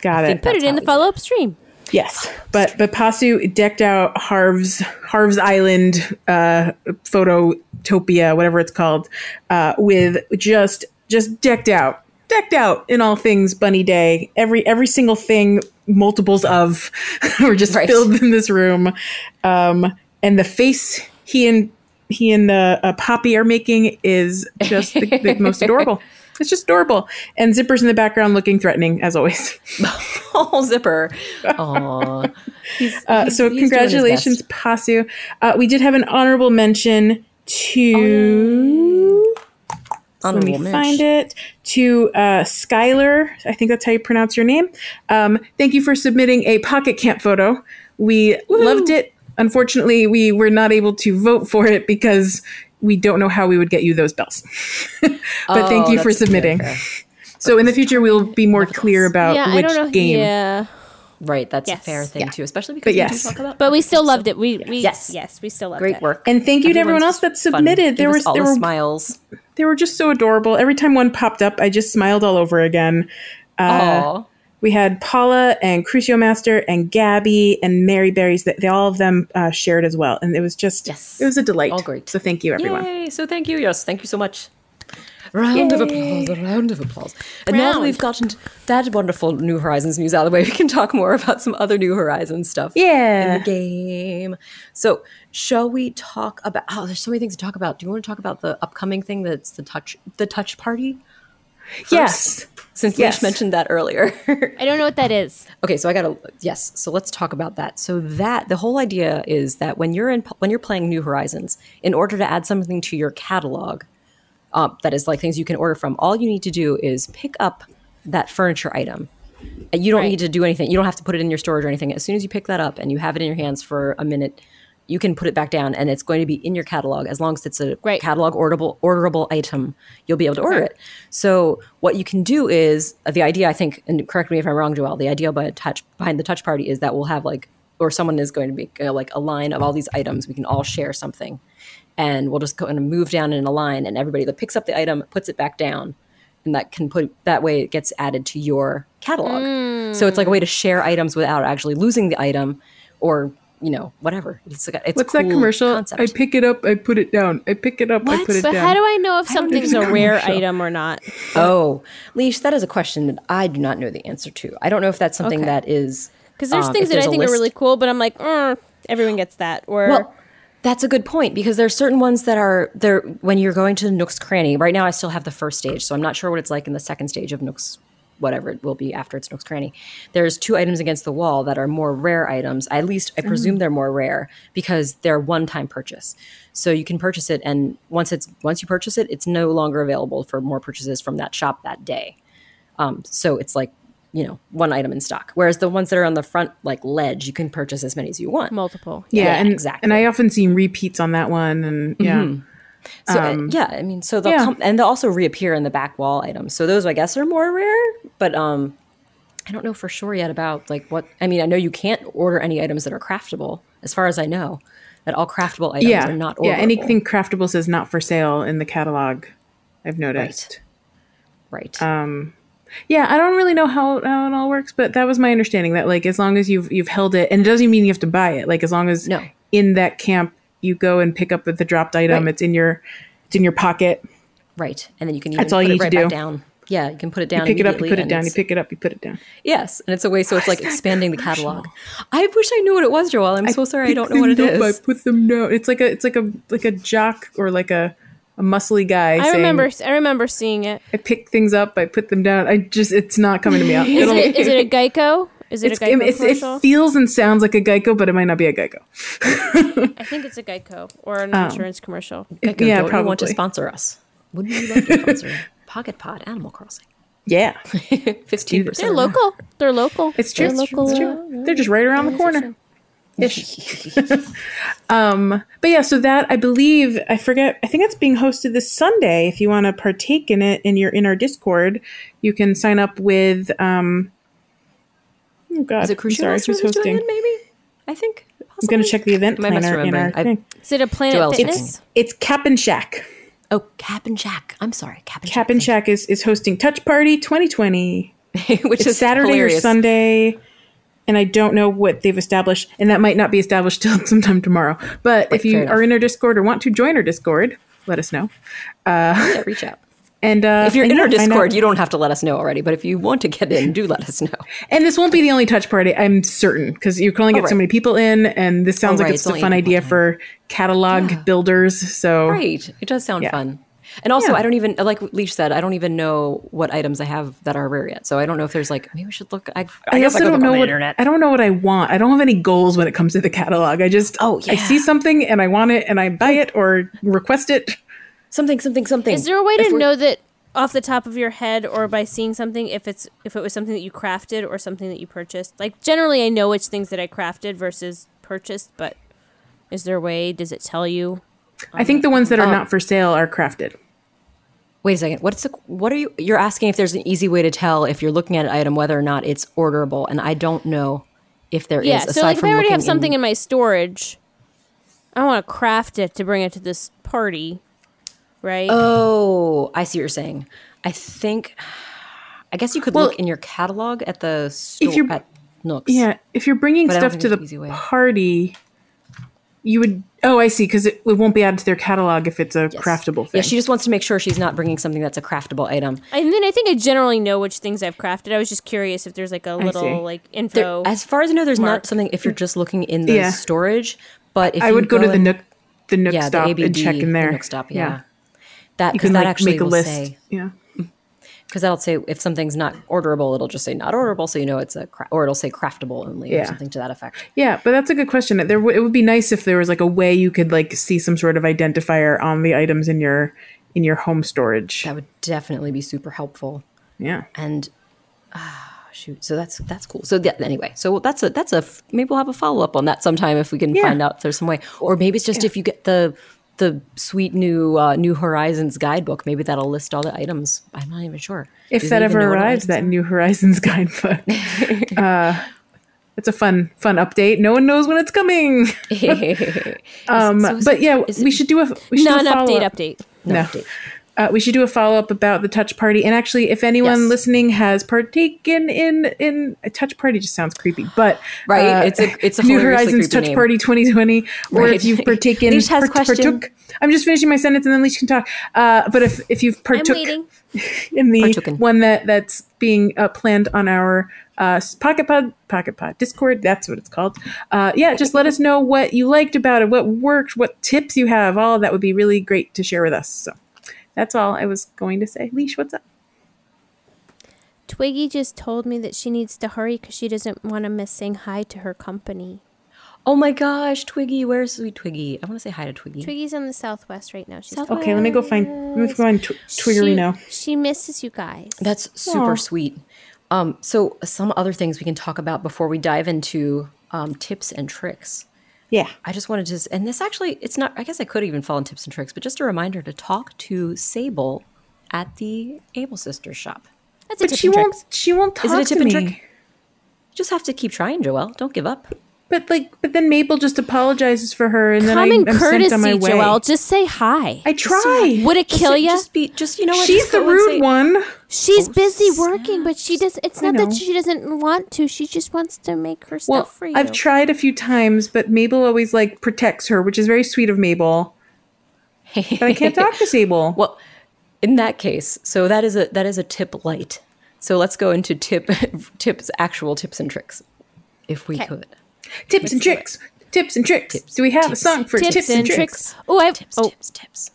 [SPEAKER 4] Got it.
[SPEAKER 2] Put it in the follow up stream.
[SPEAKER 4] Yes, but but Pasu decked out Harv's Harv's Island uh, phototopia, whatever it's called, uh, with just just decked out, decked out in all things Bunny Day. Every every single thing, multiples of, were just
[SPEAKER 3] Right.
[SPEAKER 4] filled in this room, um, and the face he and he and uh, uh, Poppy are making is just the, the most adorable. It's just adorable, and Zipper's in the background looking threatening as always.
[SPEAKER 3] oh, Zipper. Oh,
[SPEAKER 4] Uh, so
[SPEAKER 3] he's doing his
[SPEAKER 4] congratulations, Pasu. Uh, we did have an honorable mention to. Let me
[SPEAKER 3] Honorable
[SPEAKER 4] find
[SPEAKER 3] mention.
[SPEAKER 4] it to uh, Skylar. I think that's how you pronounce your name. Um, thank you for submitting a pocket camp photo. We loved it. Unfortunately, we were not able to vote for it because we don't know how we would get you those bells. but thank you for
[SPEAKER 3] Oh, that's- yeah,
[SPEAKER 4] submitting.
[SPEAKER 3] fair.
[SPEAKER 4] so in the future, we'll be more clear about
[SPEAKER 2] Yeah, I
[SPEAKER 4] Uh, which
[SPEAKER 2] don't know.
[SPEAKER 4] game.
[SPEAKER 2] Yeah.
[SPEAKER 3] right. That's
[SPEAKER 2] Yes.
[SPEAKER 3] a fair thing too, especially because
[SPEAKER 4] But
[SPEAKER 3] we
[SPEAKER 4] yes.
[SPEAKER 3] do talk about
[SPEAKER 2] But we still loved it. We, we
[SPEAKER 3] Yes.
[SPEAKER 2] yes, we still loved it.
[SPEAKER 3] great work.
[SPEAKER 4] And thank you to everyone
[SPEAKER 3] Everyone's
[SPEAKER 4] else that
[SPEAKER 3] fun.
[SPEAKER 4] submitted.
[SPEAKER 3] Give
[SPEAKER 4] There
[SPEAKER 3] us
[SPEAKER 4] was
[SPEAKER 3] all
[SPEAKER 4] there
[SPEAKER 3] the
[SPEAKER 4] were
[SPEAKER 3] smiles.
[SPEAKER 4] they were just so adorable. Every time one popped up, I just smiled all over again. Uh,
[SPEAKER 3] Oh,
[SPEAKER 4] We had Paula and Crucio Master and Gabby and Mary Berries. That they, all of them uh, shared as well, and it was just
[SPEAKER 3] Yes.
[SPEAKER 4] it was a delight.
[SPEAKER 3] All great.
[SPEAKER 4] So thank you, everyone.
[SPEAKER 3] Yay. So thank you. Yes, thank you so much. Round of applause, a round of applause. And now that we've gotten that wonderful New Horizons news out of the way, we can talk more about some other New Horizons stuff.
[SPEAKER 4] Yeah.
[SPEAKER 3] In the game. So, shall we talk about Oh, there's so many things to talk about. Do you want to talk about the upcoming thing that's the touch the touch party?
[SPEAKER 4] Yes,
[SPEAKER 3] Since
[SPEAKER 4] Yes.
[SPEAKER 3] Leash mentioned that earlier.
[SPEAKER 2] I don't know what that is.
[SPEAKER 3] Okay, so I got to yes. So let's talk about that. So that the whole idea is that when you're in when you're playing New Horizons, in order to add something to your catalog, uh, that is like things you can order from, all you need to do is pick up that furniture item. And you don't need to do anything. You don't have to put it in your storage or anything. As soon as you pick that up and you have it in your hands for a minute, you can put it back down, and it's going to be in your catalog as long as it's a
[SPEAKER 2] Right.
[SPEAKER 3] catalog orderable orderable item. You'll be able to order it. So what you can do is uh, the idea. I think, and correct me if I'm wrong, Joelle. The idea by touch behind the touch party is that we'll have like, or someone is going to be uh, like a line of all these items. We can all share something, and we'll just kind of move down in a line, and everybody that picks up the item puts it back down, and that can put that way it gets added to your catalog. So it's like a way to share items without actually losing the item, or you know whatever. It's like a- it's a
[SPEAKER 4] What's that
[SPEAKER 3] cool
[SPEAKER 4] commercial?
[SPEAKER 3] concept.
[SPEAKER 4] I pick it up, I put it down. I pick it up, I
[SPEAKER 3] What?
[SPEAKER 4] put it
[SPEAKER 2] But
[SPEAKER 4] down.
[SPEAKER 2] how do I know if
[SPEAKER 4] don't
[SPEAKER 2] something's
[SPEAKER 4] even
[SPEAKER 2] a rare
[SPEAKER 4] know.
[SPEAKER 2] item or not?
[SPEAKER 3] Oh, Leash, that is a question that I do not know the answer to. I don't know if that's something
[SPEAKER 2] Okay.
[SPEAKER 3] that is
[SPEAKER 2] Because there's
[SPEAKER 3] um,
[SPEAKER 4] Ah,
[SPEAKER 3] if
[SPEAKER 2] things that I
[SPEAKER 3] a
[SPEAKER 2] think are really
[SPEAKER 3] list-
[SPEAKER 2] cool, but I'm like, mm, everyone gets that. Or
[SPEAKER 3] Well, that's a good point because there's certain ones that are there when you're going to Nook's Cranny. Right now, I still have the first stage, so I'm not sure what it's like in the second stage of Nook's, whatever it will be after it's Nook's Cranny. There's two items against the wall that are more rare items. At least I presume they're more rare because they're one-time purchase. So you can purchase it, and once it's once you purchase it, it's no longer available for more purchases from that shop that day. Um, so it's like you know one item in stock. Whereas the ones that are on the front like ledge, you can purchase as many as you want.
[SPEAKER 2] multiple.
[SPEAKER 4] yeah,
[SPEAKER 3] yeah,
[SPEAKER 4] and,
[SPEAKER 3] exactly. Mm-hmm.
[SPEAKER 4] And I often see repeats on that one, and yeah,
[SPEAKER 3] So uh, yeah, I mean, so they'll
[SPEAKER 4] Um, yeah.
[SPEAKER 3] come and they'll also reappear in the back wall items. So those, I guess, are more rare. But um, I don't know for sure yet about like what. I mean, I know you can't order any items that are craftable, as far as I know. that all craftable items
[SPEAKER 4] yeah,
[SPEAKER 3] are not orderable.
[SPEAKER 4] yeah. Anything craftable says not for sale in the catalog. I've noticed.
[SPEAKER 3] right.
[SPEAKER 4] uh, Yeah, I don't really know how, how it all works, but that was my understanding that like as long as you've you've held it, and it doesn't mean you have to buy it. Like as long as
[SPEAKER 3] No.
[SPEAKER 4] in that camp you go and pick up the dropped item,
[SPEAKER 3] Right.
[SPEAKER 4] it's in your it's in your pocket.
[SPEAKER 3] right. And then you can even
[SPEAKER 4] That's all
[SPEAKER 3] put
[SPEAKER 4] you
[SPEAKER 3] it
[SPEAKER 4] need to
[SPEAKER 3] right
[SPEAKER 4] do.
[SPEAKER 3] back down. Yeah, you can put it down.
[SPEAKER 4] Pick it up, you
[SPEAKER 3] immediately
[SPEAKER 4] put it
[SPEAKER 3] and
[SPEAKER 4] down. You
[SPEAKER 3] it's-
[SPEAKER 4] pick it up, you put it down.
[SPEAKER 3] Yes, and it's a way so it's like expanding the catalog. I wish I knew what it was, Joel. I'm so Oh, sorry I don't know what it
[SPEAKER 4] Pick them up,
[SPEAKER 3] is.
[SPEAKER 4] I put them down. It's like a it's like a like a jock or like a a muscly guy.
[SPEAKER 2] I
[SPEAKER 4] saying,
[SPEAKER 2] remember. I remember seeing it.
[SPEAKER 4] I pick things up. I put them down. I just it's not coming to me.
[SPEAKER 2] Is
[SPEAKER 4] It'll-
[SPEAKER 2] it, is it a Geico? Is it
[SPEAKER 4] it's,
[SPEAKER 2] a Geico
[SPEAKER 4] it's-
[SPEAKER 2] commercial?
[SPEAKER 4] it feels and sounds like a Geico, but it might not be a Geico.
[SPEAKER 2] I think it's a Geico or an
[SPEAKER 4] Um,
[SPEAKER 2] insurance commercial.
[SPEAKER 3] Geico,
[SPEAKER 4] yeah,
[SPEAKER 3] don't you want to
[SPEAKER 4] probably.
[SPEAKER 3] sponsor us? Wouldn't you love to sponsor Pocket Pod Animal Crossing?
[SPEAKER 4] Yeah,
[SPEAKER 3] Fifteen
[SPEAKER 2] They're
[SPEAKER 3] percent.
[SPEAKER 2] local. They're local.
[SPEAKER 4] it's true.
[SPEAKER 2] They're
[SPEAKER 4] It's true.
[SPEAKER 2] local.
[SPEAKER 4] It's
[SPEAKER 2] uh,
[SPEAKER 4] true. They're just right around the corner. Ish. um, but yeah, so that I believe I forget. I think that's being hosted this Sunday. If you want to partake in it, and you're in our Discord, you can sign up with. Um, oh God,
[SPEAKER 3] Is it
[SPEAKER 4] I'm
[SPEAKER 3] Crucial
[SPEAKER 4] sorry,
[SPEAKER 3] Master
[SPEAKER 4] who's
[SPEAKER 3] who's doing
[SPEAKER 4] hosting?
[SPEAKER 3] it? Maybe. I think.
[SPEAKER 4] I'm gonna check the event
[SPEAKER 3] Am I
[SPEAKER 4] planner in our
[SPEAKER 3] misremembering? I-
[SPEAKER 4] thing.
[SPEAKER 2] Is it a Planet
[SPEAKER 3] Joelle's
[SPEAKER 2] Fitness?
[SPEAKER 4] It's Cap and Shack.
[SPEAKER 3] Oh, Cap and Jack. I'm sorry, Cap and
[SPEAKER 4] Cap and Shack is is hosting Touch Party 2020.
[SPEAKER 3] Jack, which
[SPEAKER 4] it's
[SPEAKER 3] is
[SPEAKER 4] Saturday
[SPEAKER 3] hilarious.
[SPEAKER 4] or Sunday, and I don't know what they've established, and that might not be established till sometime tomorrow. But if you
[SPEAKER 3] fair enough.
[SPEAKER 4] are in our Discord or want to join our Discord, let us know.
[SPEAKER 3] Yeah, reach out.
[SPEAKER 4] And uh,
[SPEAKER 3] If you're
[SPEAKER 4] and
[SPEAKER 3] in our
[SPEAKER 4] yeah, find out-
[SPEAKER 3] Discord, you don't have to let us know already. But if you want to get in, do let us know.
[SPEAKER 4] and this won't be the only touch party, I'm certain, because you can only get so
[SPEAKER 3] right.
[SPEAKER 4] many people in, and this sounds
[SPEAKER 3] Oh,
[SPEAKER 4] like
[SPEAKER 3] right,
[SPEAKER 4] it's
[SPEAKER 3] it's
[SPEAKER 4] a
[SPEAKER 3] only
[SPEAKER 4] fun
[SPEAKER 3] one
[SPEAKER 4] idea
[SPEAKER 3] time.
[SPEAKER 4] for catalog builders. So
[SPEAKER 3] Right. It does sound fun. And also, I don't even like Leash said. I don't even know what items I have that are rare yet. So I don't know if there's like maybe we should look. I, I,
[SPEAKER 4] I
[SPEAKER 3] guess I
[SPEAKER 4] also
[SPEAKER 3] could
[SPEAKER 4] don't
[SPEAKER 3] look
[SPEAKER 4] know
[SPEAKER 3] on the
[SPEAKER 4] what
[SPEAKER 3] internet.
[SPEAKER 4] I don't know what I want. I don't have any goals when it comes to the catalog. I just
[SPEAKER 3] Oh,
[SPEAKER 4] I
[SPEAKER 3] yeah.
[SPEAKER 4] see something and I want it and I buy it or request it.
[SPEAKER 3] something, something, something.
[SPEAKER 2] Is there a way to know that off the top of your head or by seeing something if it's if it was something that you crafted or something that you purchased? Like generally, I know which things that I crafted versus purchased, but is there a way? Does it tell you?
[SPEAKER 4] I think the ones
[SPEAKER 3] Oh.
[SPEAKER 4] that are not for sale are crafted.
[SPEAKER 3] Wait a second. What's the? What are you? You're asking if there's an easy way to tell if you're looking at an item whether or not it's orderable, and I don't know if there is.
[SPEAKER 2] Yeah. So
[SPEAKER 3] aside
[SPEAKER 2] like, if
[SPEAKER 3] from
[SPEAKER 2] I already have
[SPEAKER 3] looking
[SPEAKER 2] something in, my storage, I want to craft it to bring it to this party, right?
[SPEAKER 4] Uh,
[SPEAKER 3] Oh, I see what you're saying. I think, I guess you could
[SPEAKER 4] Well,
[SPEAKER 3] look in your catalog at the store
[SPEAKER 4] you're-
[SPEAKER 3] at Nooks.
[SPEAKER 4] Yeah, if you're bringing
[SPEAKER 3] But I don't think
[SPEAKER 4] stuff to
[SPEAKER 3] there's an easy
[SPEAKER 4] the
[SPEAKER 3] way.
[SPEAKER 4] party, you would. Oh, I see. Because it, it won't be added to their catalog if it's a craftable thing.
[SPEAKER 3] Yeah, she just wants to make sure she's not bringing something that's a craftable item.
[SPEAKER 2] And then I think I generally know which things I've crafted. I was just curious if there's like a
[SPEAKER 4] see.
[SPEAKER 2] little like
[SPEAKER 3] There-
[SPEAKER 2] info.
[SPEAKER 3] as far as I know, there's
[SPEAKER 2] Mark.
[SPEAKER 3] not something if you're just looking in the
[SPEAKER 4] Yeah.
[SPEAKER 3] storage. But if
[SPEAKER 4] I
[SPEAKER 3] you
[SPEAKER 4] would go, to the
[SPEAKER 3] in-
[SPEAKER 4] Nook, the Nook
[SPEAKER 3] yeah,
[SPEAKER 4] stop
[SPEAKER 3] the ABD,
[SPEAKER 4] and check in there.
[SPEAKER 3] The Nook stop, yeah. That
[SPEAKER 4] you
[SPEAKER 3] because
[SPEAKER 4] can
[SPEAKER 3] that
[SPEAKER 4] like
[SPEAKER 3] actually
[SPEAKER 4] make a
[SPEAKER 3] will
[SPEAKER 4] list.
[SPEAKER 3] say
[SPEAKER 4] Yeah,
[SPEAKER 3] because that'll say if something's not orderable, it'll just say not orderable, so you know it's a cra- or it'll say craftable only or
[SPEAKER 4] Yeah.
[SPEAKER 3] something to that effect.
[SPEAKER 4] yeah. But that's a good question. There, w- it would be nice if there was like a way you could like see some sort of identifier on the items in your in your home storage.
[SPEAKER 3] That would definitely be super helpful.
[SPEAKER 4] Yeah.
[SPEAKER 3] and ah, shoot so that's that's cool so yeah anyway so that's a that's a f- maybe we'll have a follow-up on that sometime if we can find out if there's some way or maybe it's just if you get the the sweet new uh, new horizons guidebook maybe that'll list all the items i'm not even sure
[SPEAKER 4] If
[SPEAKER 3] Do
[SPEAKER 4] that
[SPEAKER 3] they even
[SPEAKER 4] ever
[SPEAKER 3] know what all
[SPEAKER 4] arrives,
[SPEAKER 3] the
[SPEAKER 4] that
[SPEAKER 3] items
[SPEAKER 4] New Horizons guidebook. uh, it's a fun, fun update. No one knows when it's coming. um, but yeah, we should do a we should
[SPEAKER 2] non
[SPEAKER 4] do a
[SPEAKER 2] update
[SPEAKER 4] follow-up.
[SPEAKER 2] update.
[SPEAKER 3] are.
[SPEAKER 4] No.
[SPEAKER 3] Update.
[SPEAKER 4] Uh, we should do a follow up about the touch party. And actually, if anyone
[SPEAKER 3] Yes.
[SPEAKER 4] listening has partaken in in a touch party, just sounds creepy, but uh,
[SPEAKER 3] Right, it's a- it's a
[SPEAKER 4] New
[SPEAKER 3] hilariously creepy
[SPEAKER 4] Horizons touch
[SPEAKER 3] name.
[SPEAKER 4] party 2020, or
[SPEAKER 3] Right.
[SPEAKER 4] if you've partaken.
[SPEAKER 3] Leash has question.
[SPEAKER 4] I'm just finishing my sentence, and then Leash can talk. Uh, but if if you've
[SPEAKER 2] I'm
[SPEAKER 4] partook
[SPEAKER 2] waiting.
[SPEAKER 4] in the
[SPEAKER 3] Partooken.
[SPEAKER 4] one that that's being uh, planned on our uh, s- pocket pod pocket pod discord that's what it's called uh, yeah just let us know what you liked about it what worked what tips you have all that would be really great to share with us so that's all i was going to say leash what's up
[SPEAKER 2] Twiggy just told me that she needs to hurry because she doesn't want to miss saying hi to her company.
[SPEAKER 3] oh my gosh twiggy where's sweet twiggy i want to say hi to twiggy
[SPEAKER 2] Twiggy's in the Southwest right now. She's "Oh,
[SPEAKER 4] okay let me go find let me go find tw- twiggerino
[SPEAKER 2] She, she misses you guys.
[SPEAKER 3] That's super sweet. Um, so some other things we can talk about before we dive into um, tips and tricks.
[SPEAKER 4] yeah
[SPEAKER 3] I just wanted to, s- and this actually, it's not, I guess I could even fall in tips and tricks, but just a reminder to talk to Sable at the Able Sisters shop.
[SPEAKER 2] That's a
[SPEAKER 4] but
[SPEAKER 2] tip
[SPEAKER 4] she
[SPEAKER 2] and
[SPEAKER 4] won't
[SPEAKER 2] tricks.
[SPEAKER 4] she won't talk
[SPEAKER 3] Is it a tip
[SPEAKER 4] to
[SPEAKER 3] and
[SPEAKER 4] me
[SPEAKER 3] trick? You just have to keep trying, Joelle. Don't give up.
[SPEAKER 4] But like, but then Mabel just apologizes for her, and
[SPEAKER 2] Common
[SPEAKER 4] then I, am sent on my
[SPEAKER 2] courtesy,
[SPEAKER 4] way.
[SPEAKER 2] Joel. Just say hi.
[SPEAKER 4] I try.
[SPEAKER 2] Would it kill you?
[SPEAKER 3] Just be, just you know what?
[SPEAKER 4] She's
[SPEAKER 3] just
[SPEAKER 4] the
[SPEAKER 3] go and
[SPEAKER 4] rude
[SPEAKER 3] say-
[SPEAKER 4] one.
[SPEAKER 2] She's busy working, but she does. It's not that
[SPEAKER 4] Oh, know.
[SPEAKER 2] she doesn't want to. She just wants to make her
[SPEAKER 4] Well,
[SPEAKER 2] stuff for you.
[SPEAKER 4] I've tried a few times, but Mabel always like protects her, which is very sweet of Mabel. But I can't talk to Sable.
[SPEAKER 3] Well, in that case, so that is a that is a tip light. So let's go into tip tips, actual tips and tricks, if we could.
[SPEAKER 4] tips and tricks. Tips and tricks. Do we have a song for tips, and, tricks?
[SPEAKER 2] Oh, I have,
[SPEAKER 3] Tips,
[SPEAKER 2] oh,
[SPEAKER 3] tips, tips.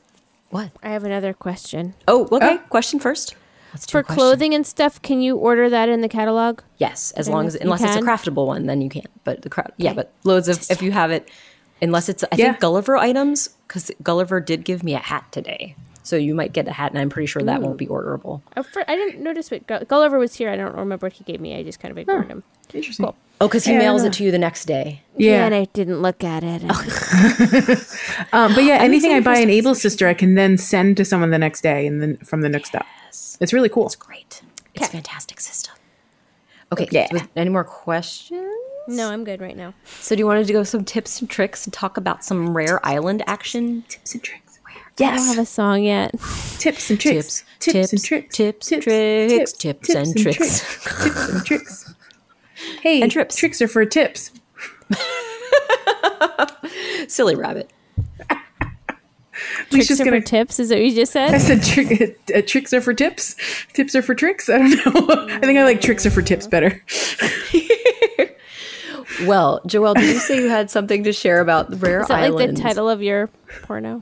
[SPEAKER 3] What?
[SPEAKER 2] I have another question.
[SPEAKER 3] Oh, okay. question first. Let's do
[SPEAKER 2] For
[SPEAKER 3] a question.
[SPEAKER 2] clothing and stuff, can you order that in the catalog?
[SPEAKER 3] Yes, as long as
[SPEAKER 2] you
[SPEAKER 3] unless it's a
[SPEAKER 2] can?
[SPEAKER 3] craftable one, then you can't. But the craft, yeah, but loads of if you have it, unless it's I
[SPEAKER 4] Yeah.
[SPEAKER 3] think Gulliver items because Gulliver did give me a hat today, so you might get a hat, and I'm pretty sure that won't be orderable.
[SPEAKER 2] Oh, for, I didn't notice what Gull- Gulliver was here. I don't remember what he gave me. I just kind of ignored him.
[SPEAKER 4] Interesting.
[SPEAKER 3] Oh, because he mails it to you the next day.
[SPEAKER 4] Yeah.
[SPEAKER 2] and I didn't look at it. And-
[SPEAKER 4] Um, but yeah, anything I buy in Able Sister, I can then send to someone the next day and then from the next up. It's really cool.
[SPEAKER 3] It's great. It's a fantastic system. Okay. so any more questions?
[SPEAKER 2] no, I'm good right now.
[SPEAKER 3] So do you want to go some tips and tricks and talk about some rare island action?
[SPEAKER 4] tips and tricks.
[SPEAKER 2] I don't have
[SPEAKER 4] Yes.
[SPEAKER 2] a song yet.
[SPEAKER 4] Tips and tricks. Tips and tricks.
[SPEAKER 3] tips, tricks, tips and tricks.
[SPEAKER 4] Tips and tricks. Hey,
[SPEAKER 3] And trips.
[SPEAKER 4] tricks are for tips.
[SPEAKER 3] Silly rabbit.
[SPEAKER 4] We're
[SPEAKER 2] Tricks
[SPEAKER 4] just
[SPEAKER 2] are
[SPEAKER 4] gonna.
[SPEAKER 2] for tips is that what you just
[SPEAKER 4] I
[SPEAKER 2] said?
[SPEAKER 4] said tri- uh, tricks are for tips. Tips are for tricks. I don't know. I think I like tricks are for tips better.
[SPEAKER 3] Well, Joelle, did you say you had something to share about the rare
[SPEAKER 2] Is that like
[SPEAKER 3] island?
[SPEAKER 2] the title of your porno?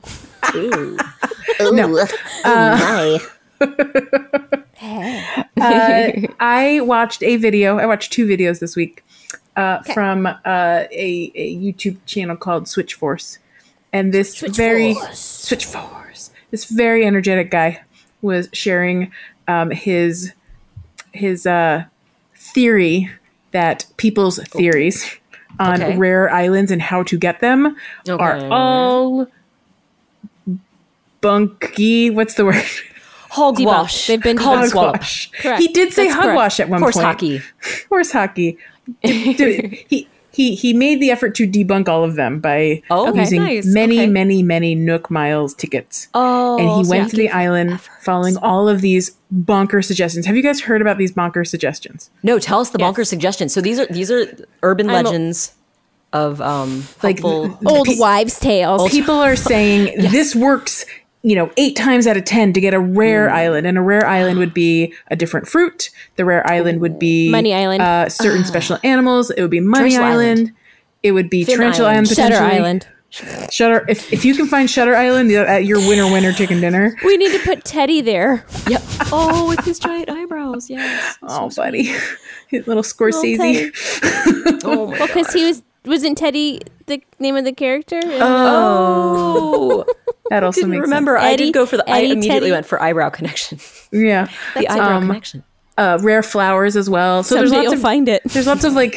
[SPEAKER 4] I watched a video. I watched two videos this week uh, from uh, a, a YouTube channel called Switch Force, and this very Switch Force. This very energetic guy was sharing um, his his uh, theory that people's theories on
[SPEAKER 3] Oh. Okay.
[SPEAKER 4] rare islands and how to get them
[SPEAKER 3] Okay.
[SPEAKER 4] are all bunky. What's the word?
[SPEAKER 3] Hogwash.
[SPEAKER 2] They've been
[SPEAKER 3] called
[SPEAKER 2] debunked.
[SPEAKER 3] swallop.
[SPEAKER 4] Hogwash.
[SPEAKER 2] Correct.
[SPEAKER 4] He did say
[SPEAKER 2] That's correct.
[SPEAKER 4] hogwash at one
[SPEAKER 3] Horse
[SPEAKER 4] point
[SPEAKER 3] hockey.
[SPEAKER 4] horse hockey. D- d- he he he made the effort to debunk all of them by
[SPEAKER 3] Oh, okay.
[SPEAKER 4] using
[SPEAKER 3] Nice.
[SPEAKER 4] many
[SPEAKER 3] Okay.
[SPEAKER 4] many many Nook Miles tickets.
[SPEAKER 3] Oh,
[SPEAKER 4] and he
[SPEAKER 3] so
[SPEAKER 4] went
[SPEAKER 3] you
[SPEAKER 4] to the island following all of these bonker suggestions. Have you guys heard about these bonker suggestions?
[SPEAKER 3] No, tell us the bonker suggestions. So these are these are urban
[SPEAKER 2] I'm a-
[SPEAKER 3] legends of um
[SPEAKER 4] Like,
[SPEAKER 3] helpful-
[SPEAKER 2] Old wives' tales.
[SPEAKER 4] People are saying this works. You know, eight times out of ten to get a
[SPEAKER 3] Mm.
[SPEAKER 4] rare island, and a rare island would be a different fruit. The rare island would be
[SPEAKER 2] Money Island.
[SPEAKER 4] uh, certain special animals. It would be Money
[SPEAKER 3] Ah. Tarantula
[SPEAKER 4] Island.
[SPEAKER 3] Island.
[SPEAKER 4] It would be Tarantula
[SPEAKER 3] Island.
[SPEAKER 4] Island.
[SPEAKER 2] Shutter
[SPEAKER 4] potentially.
[SPEAKER 2] Island.
[SPEAKER 4] Shutter. If, if you can find Shutter Island you're at your winner winner chicken dinner.
[SPEAKER 2] We need to put Teddy there.
[SPEAKER 3] Yep. Oh, with his giant eyebrows. Yes.
[SPEAKER 4] Oh, buddy,
[SPEAKER 2] Teddy.
[SPEAKER 4] little Scorsese.
[SPEAKER 3] Oh my
[SPEAKER 2] Because he was wasn't Teddy the name of the character?
[SPEAKER 4] Um,
[SPEAKER 3] Oh,
[SPEAKER 4] That also
[SPEAKER 3] didn't
[SPEAKER 4] makes
[SPEAKER 3] remember. I
[SPEAKER 2] Eddie-
[SPEAKER 3] did go for the. I
[SPEAKER 2] Eddie
[SPEAKER 3] immediately
[SPEAKER 2] Teddy.
[SPEAKER 3] went for eyebrow connection. Um,
[SPEAKER 4] Sense. Yeah,
[SPEAKER 3] the eyebrow connection.
[SPEAKER 4] uh, rare flowers as well. So
[SPEAKER 2] Someday
[SPEAKER 4] there's lots
[SPEAKER 2] you'll
[SPEAKER 4] of
[SPEAKER 2] find it.
[SPEAKER 4] there's lots of like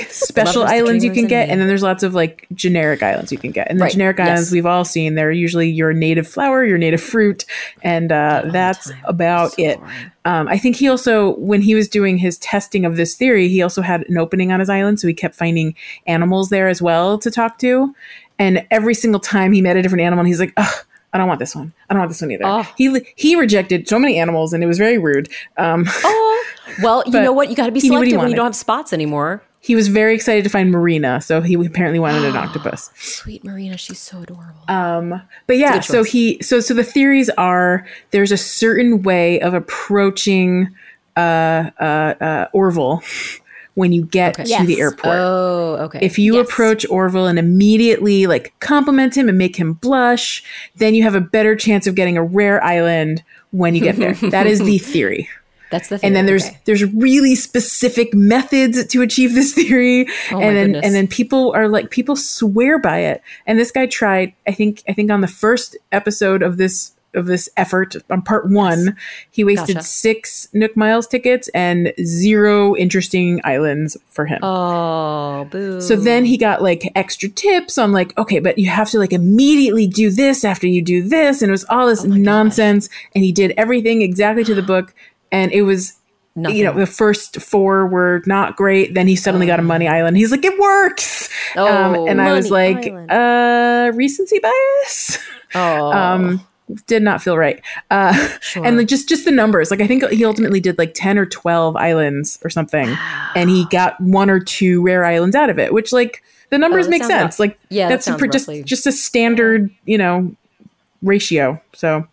[SPEAKER 4] special
[SPEAKER 3] Lovers, the
[SPEAKER 4] islands you can
[SPEAKER 3] dreamers,
[SPEAKER 4] get,
[SPEAKER 3] and-
[SPEAKER 4] and then there's lots of like generic islands you can get. And the
[SPEAKER 3] Right,
[SPEAKER 4] generic
[SPEAKER 3] yes.
[SPEAKER 4] islands we've all seen. They're usually your native flower, your native fruit, and uh, that's about it. Um, I think he also, when he was doing his testing of this theory, he also had an opening on his island, so he kept finding animals there as well to talk to. And every single time he met a different animal, he's like, ugh. I don't want this one. I don't want this one either. He he rejected so many animals, and it was very rude. Um,
[SPEAKER 3] Oh, well, you
[SPEAKER 4] But
[SPEAKER 3] know what? You got to be
[SPEAKER 4] he knew what he
[SPEAKER 3] selective when
[SPEAKER 4] wanted.
[SPEAKER 3] you don't have spots anymore.
[SPEAKER 4] he was very excited to find Marina, so he apparently wanted an octopus.
[SPEAKER 3] Sweet Marina, she's so adorable.
[SPEAKER 4] But yeah, so
[SPEAKER 3] choice.
[SPEAKER 4] he so so the theories are there's a certain way of approaching uh, uh, uh, Orville when you get to
[SPEAKER 2] Yes.
[SPEAKER 4] the airport.
[SPEAKER 3] oh, okay.
[SPEAKER 4] if you
[SPEAKER 2] yes.
[SPEAKER 4] approach Orville and immediately like compliment him and make him blush, then you have a better chance of getting a rare island when you get there. that is the theory.
[SPEAKER 3] That's the thing.
[SPEAKER 4] and then there's
[SPEAKER 3] okay.
[SPEAKER 4] there's really specific methods to achieve this theory
[SPEAKER 3] Oh my
[SPEAKER 4] and then
[SPEAKER 3] goodness.
[SPEAKER 4] and then people are like people swear by it and this guy tried i think i think on the first episode of this of this effort on part one he wasted
[SPEAKER 3] Gotcha.
[SPEAKER 4] six nook miles tickets and zero interesting islands for him
[SPEAKER 3] Oh, boo.
[SPEAKER 4] so then he got like extra tips on like, okay, but you have to like immediately do this after you do
[SPEAKER 3] Oh
[SPEAKER 4] this. And it was all this nonsense. And he did everything exactly to the book. And it was
[SPEAKER 3] Nothing.
[SPEAKER 4] you know, the first four were not great. Then he suddenly got a money island. He's like, it works. Um,
[SPEAKER 3] Oh,
[SPEAKER 4] and I was
[SPEAKER 2] money
[SPEAKER 4] like,
[SPEAKER 2] island.
[SPEAKER 4] uh, recency bias.
[SPEAKER 3] oh,
[SPEAKER 4] Um, did not feel right. Uh, and like, just, just the numbers. Like, I think he ultimately did like 10 or 12 islands or something. And he got one or two rare islands out of it, which like the numbers
[SPEAKER 3] Oh, that
[SPEAKER 4] make
[SPEAKER 3] sounds
[SPEAKER 4] sense.
[SPEAKER 3] rough.
[SPEAKER 4] Like,
[SPEAKER 3] Yeah, that
[SPEAKER 4] that's a
[SPEAKER 3] sounds
[SPEAKER 4] pre- just,
[SPEAKER 3] roughly-
[SPEAKER 4] just a standard, you know, ratio. So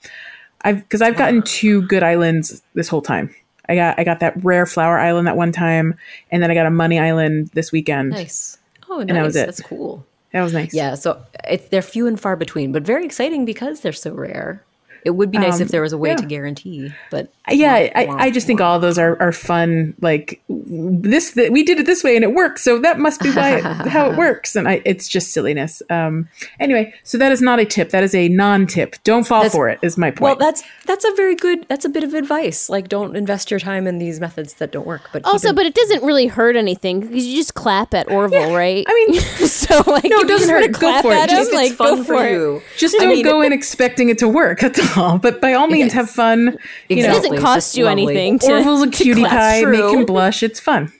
[SPEAKER 4] I've because I've gotten two good islands this whole time. I got I got that rare flower island that one time, and then I got a money island this weekend.
[SPEAKER 3] nice. Oh, nice.
[SPEAKER 4] that was it.
[SPEAKER 3] That's cool.
[SPEAKER 4] That was nice.
[SPEAKER 3] Yeah, so it, they're few and far between, but very exciting because they're so rare. It would be nice if there was a way to guarantee, but
[SPEAKER 4] yeah. I, I just think all those are, are fun. Like this, th- we did it this way and it works, so that must be why it, how it works. And I, it's just silliness. Um. Anyway, so that is not a tip. That is a non-tip. Don't fall for it. Is my point.
[SPEAKER 3] well, that's that's a very good that's a bit of advice. Like, don't invest your time in these methods that don't work. But keep
[SPEAKER 2] Also,
[SPEAKER 3] in-
[SPEAKER 2] but it doesn't really hurt anything because you just clap at Orville, right?
[SPEAKER 4] I mean,
[SPEAKER 2] so like, no,
[SPEAKER 4] it doesn't hurt. Go
[SPEAKER 2] Clap
[SPEAKER 4] for it.
[SPEAKER 2] at
[SPEAKER 4] Just
[SPEAKER 2] him,
[SPEAKER 3] if it's
[SPEAKER 2] like,
[SPEAKER 3] fun
[SPEAKER 2] go
[SPEAKER 3] for,
[SPEAKER 2] it.
[SPEAKER 3] you.
[SPEAKER 4] just
[SPEAKER 3] I
[SPEAKER 4] don't
[SPEAKER 3] mean-
[SPEAKER 4] go in expecting it to work. That's all. But by all means, have fun. You
[SPEAKER 2] It
[SPEAKER 4] know,
[SPEAKER 3] Exactly.
[SPEAKER 2] doesn't cost
[SPEAKER 3] That's
[SPEAKER 2] you
[SPEAKER 3] lovely.
[SPEAKER 2] anything. To,
[SPEAKER 4] Orville's a
[SPEAKER 2] to
[SPEAKER 4] cutie
[SPEAKER 2] clap.
[SPEAKER 4] pie. Make
[SPEAKER 3] True.
[SPEAKER 4] him blush. It's fun.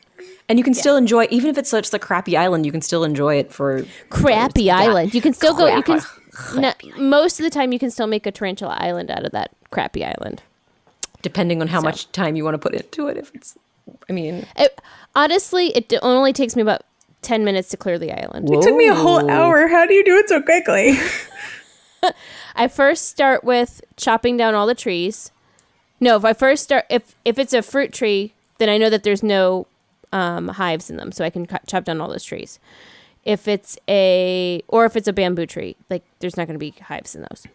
[SPEAKER 3] And you can still enjoy, even if it's such a crappy island, you can still enjoy it for.
[SPEAKER 2] Crappy island. You can still go. You can.
[SPEAKER 3] Crap.
[SPEAKER 2] No, most of the time, you can still make a tarantula island out of that crappy island.
[SPEAKER 3] Depending on how much time you want to put into it, if it's, I mean,
[SPEAKER 2] It, honestly, it d- only takes me about ten minutes to clear the island.
[SPEAKER 4] It took me a whole hour. How do you do it so quickly?
[SPEAKER 2] I first start with chopping down all the trees. No, if I first start, if if it's a fruit tree, then I know that there's no um, hives in them, so I can cut, chop down all those trees. If it's a, or if it's a bamboo tree, like there's not going to be hives in those.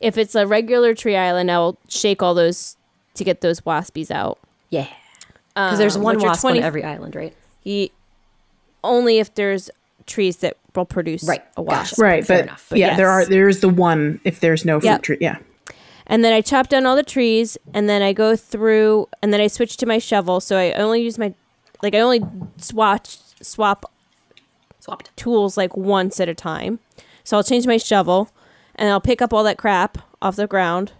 [SPEAKER 2] If it's a regular tree island, I'll shake all those to get those waspies out.
[SPEAKER 3] yeah, because there's
[SPEAKER 2] Um,
[SPEAKER 3] one
[SPEAKER 2] which are
[SPEAKER 3] wasp
[SPEAKER 2] 20
[SPEAKER 3] on every island, right?
[SPEAKER 2] He, only if there's trees that will produce
[SPEAKER 3] Right.
[SPEAKER 2] a
[SPEAKER 3] Gotcha.
[SPEAKER 2] wasp.
[SPEAKER 4] right,
[SPEAKER 3] Fair
[SPEAKER 4] but,
[SPEAKER 3] enough,
[SPEAKER 2] but
[SPEAKER 4] yeah, there are.
[SPEAKER 2] yes.
[SPEAKER 4] There's the one if there's no fruit
[SPEAKER 2] Yep.
[SPEAKER 4] tree. Yeah,
[SPEAKER 2] And then I chop down all the trees, and then I go through, and then I switch to my shovel. So I only use my, like I only swatch swap
[SPEAKER 3] Swapped.
[SPEAKER 2] tools like once at a time. So I'll change my shovel, and I'll pick up all that crap off the ground,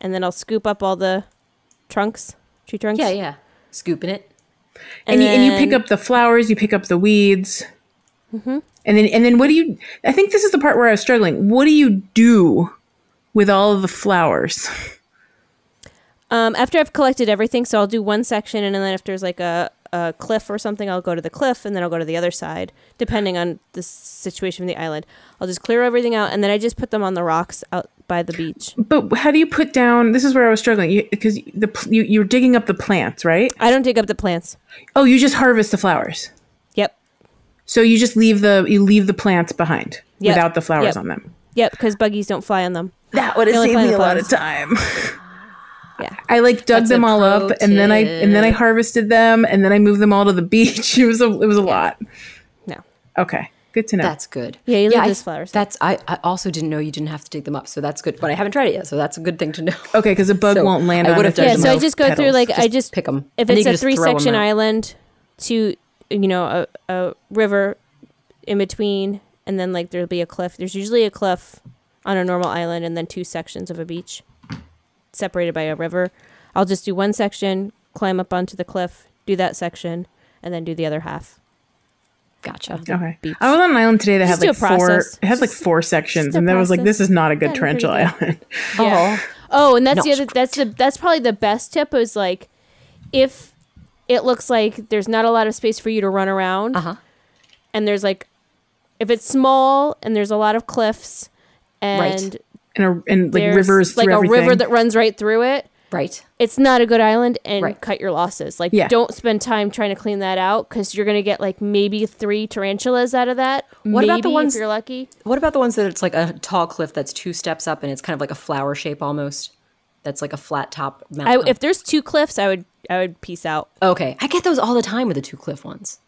[SPEAKER 2] and then I'll scoop up all the trunks, tree trunks.
[SPEAKER 3] Yeah, yeah. Scooping it.
[SPEAKER 4] and, you, and Mm-hmm. you pick
[SPEAKER 2] then-
[SPEAKER 4] up the flowers, you pick up the weeds, and then and then what do you? I think this is the part where I was struggling. What do you do with all of the flowers?
[SPEAKER 2] Um, after I've collected everything, so I'll do one section, and then if there's like a, a cliff or something, I'll go to the cliff, and then I'll go to the other side, depending on the s- situation of the island. I'll just clear everything out, and then I just put them on the rocks out by the beach.
[SPEAKER 4] But how do you put down? This is where I was struggling because the pl- you, you're digging up the plants, right?
[SPEAKER 2] I don't dig up the plants.
[SPEAKER 4] Oh, you just harvest the flowers.
[SPEAKER 2] Yep,
[SPEAKER 4] So you just leave the you leave the plants behind
[SPEAKER 2] Yep.
[SPEAKER 4] without the flowers
[SPEAKER 2] Yep.
[SPEAKER 4] on them.
[SPEAKER 2] yep, because buggies don't fly on them.
[SPEAKER 4] That would have
[SPEAKER 2] They only
[SPEAKER 4] saved
[SPEAKER 2] fly
[SPEAKER 4] me
[SPEAKER 2] on
[SPEAKER 4] a
[SPEAKER 2] the
[SPEAKER 4] lot of
[SPEAKER 2] flowers.
[SPEAKER 4] time.
[SPEAKER 2] Yeah.
[SPEAKER 4] I like dug them all up and then I and then I harvested them and then I moved them all to the beach. It was a it was a lot.
[SPEAKER 2] No.
[SPEAKER 4] Okay. Good to know.
[SPEAKER 3] That's good.
[SPEAKER 2] Yeah, you leave
[SPEAKER 3] I-
[SPEAKER 2] those flowers.
[SPEAKER 3] That's I, I also didn't know you didn't have to dig them up, so that's good. But I haven't tried it yet, so that's a good thing to know.
[SPEAKER 4] okay, because a bug
[SPEAKER 3] So,
[SPEAKER 4] won't land
[SPEAKER 3] I
[SPEAKER 4] on
[SPEAKER 3] would've
[SPEAKER 4] if there's
[SPEAKER 2] Yeah,
[SPEAKER 3] done
[SPEAKER 4] no
[SPEAKER 2] so I just go through
[SPEAKER 4] petals.
[SPEAKER 2] like I
[SPEAKER 3] Just
[SPEAKER 2] just
[SPEAKER 3] pick 'em.
[SPEAKER 2] If
[SPEAKER 3] And you
[SPEAKER 2] it's
[SPEAKER 3] can
[SPEAKER 2] a
[SPEAKER 3] just throw 'em
[SPEAKER 2] three section
[SPEAKER 3] out.
[SPEAKER 2] island, to you know a, a river in between, and then like there'll be a cliff. There's usually a cliff on a normal island, and then two sections of a beach separated by a river. I'll just do one section, climb up onto the cliff, do that section, and then do the other half.
[SPEAKER 3] Gotcha.
[SPEAKER 4] Okay.
[SPEAKER 2] beach.
[SPEAKER 4] I was on an island today that
[SPEAKER 2] Just
[SPEAKER 4] had like
[SPEAKER 2] do a
[SPEAKER 4] four
[SPEAKER 2] process.
[SPEAKER 4] it had like
[SPEAKER 2] Just-
[SPEAKER 4] four sections
[SPEAKER 2] just a
[SPEAKER 4] and I was like,
[SPEAKER 2] process.
[SPEAKER 4] this is not a good
[SPEAKER 2] That'd be pretty
[SPEAKER 4] torrential island.
[SPEAKER 2] Yeah. Oh, and that's
[SPEAKER 3] No.
[SPEAKER 2] the other. That's the that's probably the best tip is like, if it looks like there's not a lot of space for you to run around,
[SPEAKER 3] Uh-huh.
[SPEAKER 2] and there's like, if it's small and there's a lot of cliffs, and
[SPEAKER 3] Right.
[SPEAKER 4] And a and like
[SPEAKER 2] there's
[SPEAKER 4] rivers
[SPEAKER 2] like
[SPEAKER 4] through
[SPEAKER 2] a
[SPEAKER 4] everything.
[SPEAKER 2] river that runs right through it,
[SPEAKER 3] Right.
[SPEAKER 2] it's not a good island and
[SPEAKER 3] Right.
[SPEAKER 2] cut your losses. Like,
[SPEAKER 4] Yeah.
[SPEAKER 2] don't spend time trying to clean that out because you're gonna get like maybe three tarantulas out of that.
[SPEAKER 3] What
[SPEAKER 2] maybe,
[SPEAKER 3] about the ones-
[SPEAKER 2] if you're lucky?
[SPEAKER 3] What about the ones that it's like a tall cliff that's two steps up and it's kind of like a flower shape almost? That's like a flat top
[SPEAKER 2] I,
[SPEAKER 3] mountain.
[SPEAKER 2] if there's two cliffs, I would I would peace out.
[SPEAKER 3] okay, I get those all the time with the two cliff ones.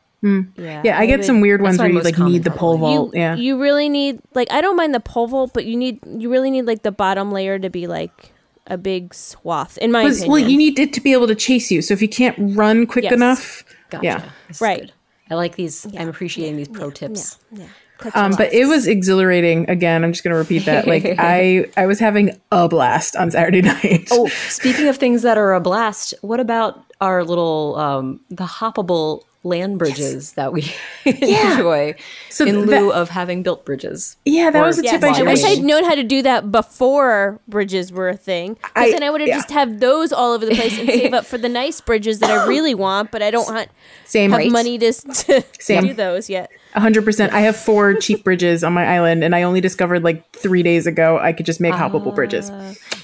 [SPEAKER 4] yeah, I get
[SPEAKER 2] would-
[SPEAKER 4] some weird ones
[SPEAKER 3] my
[SPEAKER 4] where you
[SPEAKER 3] most
[SPEAKER 4] like
[SPEAKER 3] common
[SPEAKER 4] need the pole
[SPEAKER 3] problem.
[SPEAKER 4] vault.
[SPEAKER 2] you,
[SPEAKER 4] yeah.
[SPEAKER 2] you really need like I don't mind the pole vault, but you need you really need like the bottom layer to be like a big swath in my
[SPEAKER 4] Because-
[SPEAKER 2] opinion.
[SPEAKER 4] well, you need it to be able to chase you. So if you can't run quick
[SPEAKER 2] Yes.
[SPEAKER 4] enough,
[SPEAKER 3] Gotcha.
[SPEAKER 4] yeah.
[SPEAKER 3] This is
[SPEAKER 2] Right.
[SPEAKER 3] good. I like these. I'm appreciating these pro tips.
[SPEAKER 2] yeah. Cut your
[SPEAKER 4] Um, but it was exhilarating. Again, I'm just going to repeat that. Like I, I was having a blast on Saturday night.
[SPEAKER 3] Oh, speaking of things that are a blast, what about our little um, the hoppable land bridges that we enjoy
[SPEAKER 4] So
[SPEAKER 3] in
[SPEAKER 4] th-
[SPEAKER 3] lieu
[SPEAKER 4] that-
[SPEAKER 3] of having built bridges.
[SPEAKER 4] Yeah, that
[SPEAKER 3] Or-
[SPEAKER 4] was a
[SPEAKER 2] Yes.
[SPEAKER 4] tip
[SPEAKER 3] Why
[SPEAKER 2] I
[SPEAKER 4] I
[SPEAKER 2] wish
[SPEAKER 3] we-
[SPEAKER 2] I'd
[SPEAKER 4] just.
[SPEAKER 2] known how to do that before bridges were a thing.
[SPEAKER 4] I-
[SPEAKER 2] Because then I would have
[SPEAKER 4] yeah.
[SPEAKER 2] just have those all over the place and save up for the nice bridges that I really want, but I don't want
[SPEAKER 4] Same
[SPEAKER 2] have
[SPEAKER 4] rate.
[SPEAKER 2] money to, to
[SPEAKER 4] Same.
[SPEAKER 2] do those yet.
[SPEAKER 4] hundred percent. I have four cheap bridges on my island, and I only discovered like three days ago I could just make
[SPEAKER 2] Ah.
[SPEAKER 4] hoppable bridges.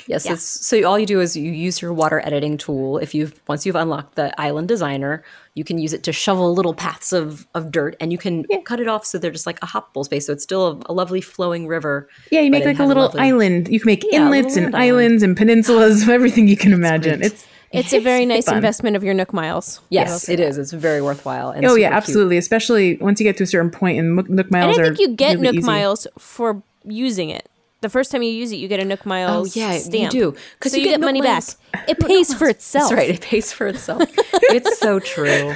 [SPEAKER 3] Yes, it's, so all you do is you use your water editing tool. If you've once you've unlocked the island designer, you can use it to shovel little paths of, of dirt, and you can cut it off so they're just like a hoppable space. So it's still a, a lovely flowing river.
[SPEAKER 4] Yeah, you
[SPEAKER 3] but
[SPEAKER 4] make
[SPEAKER 3] it
[SPEAKER 4] like a
[SPEAKER 3] had
[SPEAKER 4] little
[SPEAKER 3] lovely-
[SPEAKER 4] island. You can make
[SPEAKER 3] a
[SPEAKER 4] inlets
[SPEAKER 3] little
[SPEAKER 4] and
[SPEAKER 3] island.
[SPEAKER 4] islands and
[SPEAKER 2] Ah.
[SPEAKER 4] peninsulas, everything you can imagine. It's,
[SPEAKER 2] It's a very nice
[SPEAKER 4] fun.
[SPEAKER 2] investment of your Nook miles.
[SPEAKER 3] Yes, it is. It's very worthwhile. And
[SPEAKER 4] oh yeah,
[SPEAKER 3] super cute.
[SPEAKER 4] absolutely. Especially once you get to a certain point, and Nook- Nook
[SPEAKER 2] And I
[SPEAKER 4] Miles
[SPEAKER 2] think
[SPEAKER 4] are
[SPEAKER 2] you get
[SPEAKER 4] really
[SPEAKER 2] Nook
[SPEAKER 4] easy.
[SPEAKER 2] miles for using it. The first time you use it, you get a Nook
[SPEAKER 3] Oh
[SPEAKER 2] miles.
[SPEAKER 3] yeah,
[SPEAKER 2] stamp.
[SPEAKER 3] you do because
[SPEAKER 2] So you, get,
[SPEAKER 3] no
[SPEAKER 2] money
[SPEAKER 3] miles.
[SPEAKER 2] back. It pays for itself.
[SPEAKER 3] That's right. It pays for itself. it's so true.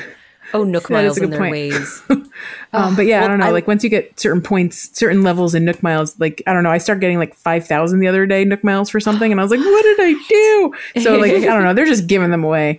[SPEAKER 3] Oh, Nook
[SPEAKER 4] is
[SPEAKER 3] Miles
[SPEAKER 4] a
[SPEAKER 3] in
[SPEAKER 4] good
[SPEAKER 3] their
[SPEAKER 4] point.
[SPEAKER 3] ways.
[SPEAKER 4] Um, but yeah, I don't know.
[SPEAKER 3] I-
[SPEAKER 4] like once you get certain points, certain levels in Nook Miles, like I don't know. I started getting like five thousand the other day Nook Miles for something, and I was like, what did I do? So like I don't know. They're just giving them away.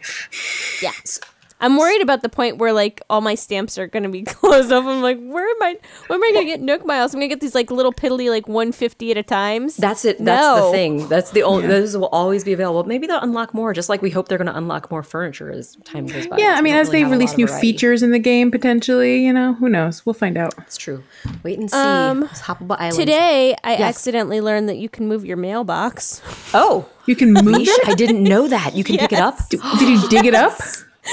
[SPEAKER 2] I'm worried about the point where like all my stamps are going to be closed off. I'm like, where am I? When am I going to get Nook miles? I'm going to get these like little piddly like 150 at a times.
[SPEAKER 3] That's it. That's
[SPEAKER 2] No.
[SPEAKER 3] the thing. That's the only. Those will always be available. Maybe they'll unlock more, just like we hope they're going to unlock more furniture as time goes by.
[SPEAKER 4] Yeah,
[SPEAKER 3] So
[SPEAKER 4] I
[SPEAKER 3] we
[SPEAKER 4] mean,
[SPEAKER 3] don't
[SPEAKER 4] as
[SPEAKER 3] really
[SPEAKER 4] they
[SPEAKER 3] have a lot
[SPEAKER 4] release
[SPEAKER 3] of
[SPEAKER 4] new
[SPEAKER 3] variety.
[SPEAKER 4] features in the game, potentially, you know, who knows? We'll find out.
[SPEAKER 3] It's true. Wait and see.
[SPEAKER 2] Um,
[SPEAKER 3] It's Hoppable Island
[SPEAKER 2] Today, I accidentally learned that you can move your mailbox.
[SPEAKER 3] Oh,
[SPEAKER 4] You can move
[SPEAKER 3] Misha,
[SPEAKER 4] it.
[SPEAKER 3] I didn't know that. You can pick it up.
[SPEAKER 4] Did you dig it up?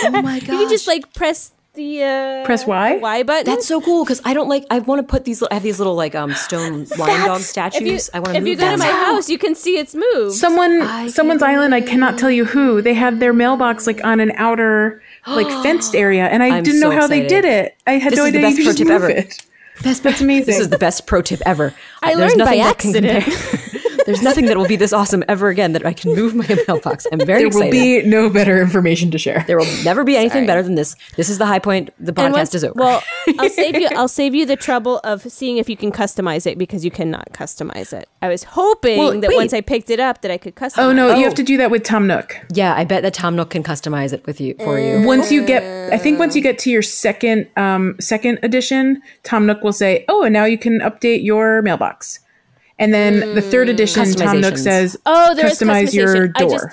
[SPEAKER 3] Oh my god.
[SPEAKER 2] You just like press the uh,
[SPEAKER 4] Press Y?
[SPEAKER 2] Y button.
[SPEAKER 3] That's so cool because I don't like. I want to put these. li- I have these little like um stone lion dog
[SPEAKER 2] if you,
[SPEAKER 3] statues. I want to
[SPEAKER 2] if
[SPEAKER 3] move
[SPEAKER 2] you go to
[SPEAKER 3] them.
[SPEAKER 2] my house, you can see it's moved.
[SPEAKER 4] Someone, someone's island. I cannot tell you who. They had their mailbox like on an outer, like fenced area, and I
[SPEAKER 3] I'm
[SPEAKER 4] didn't know
[SPEAKER 3] so
[SPEAKER 4] how they
[SPEAKER 3] excited.
[SPEAKER 4] did it. I had
[SPEAKER 3] This
[SPEAKER 4] no
[SPEAKER 3] is the
[SPEAKER 4] idea you
[SPEAKER 3] best
[SPEAKER 4] could
[SPEAKER 3] pro
[SPEAKER 4] just
[SPEAKER 3] tip
[SPEAKER 4] move
[SPEAKER 3] ever.
[SPEAKER 4] it. Best, That's amazing.
[SPEAKER 3] This is the best pro tip ever.
[SPEAKER 2] I
[SPEAKER 3] There's
[SPEAKER 2] learned by
[SPEAKER 3] nothing that can
[SPEAKER 2] accident.
[SPEAKER 3] compare- There's nothing that will be this awesome ever again that I can move my mailbox. I'm very
[SPEAKER 4] there will
[SPEAKER 3] excited.
[SPEAKER 4] be no better information to share.
[SPEAKER 3] there will never be anything better than this. This is the high point. The podcast
[SPEAKER 2] And once-
[SPEAKER 3] is over.
[SPEAKER 2] Well, I'll save you. I'll save you the trouble of seeing if you can customize it because you cannot customize it. I was hoping
[SPEAKER 3] Well,
[SPEAKER 2] that
[SPEAKER 3] wait.
[SPEAKER 2] once I picked it up that I could customize.
[SPEAKER 4] Oh no,
[SPEAKER 3] Oh.
[SPEAKER 4] you have to do that with Tom Nook.
[SPEAKER 3] yeah, I bet that Tom Nook can customize it with you for
[SPEAKER 2] Mm.
[SPEAKER 3] you.
[SPEAKER 4] Once you get, I think once
[SPEAKER 2] Oh.
[SPEAKER 4] you get to your second um, second edition, Tom Nook will say, "Oh, and now you can update your mailbox." And then the third edition, Tom Nook
[SPEAKER 3] Customizations.
[SPEAKER 4] says,
[SPEAKER 2] Hmm. Oh, there is
[SPEAKER 4] customize your
[SPEAKER 2] customization. I just-
[SPEAKER 4] door."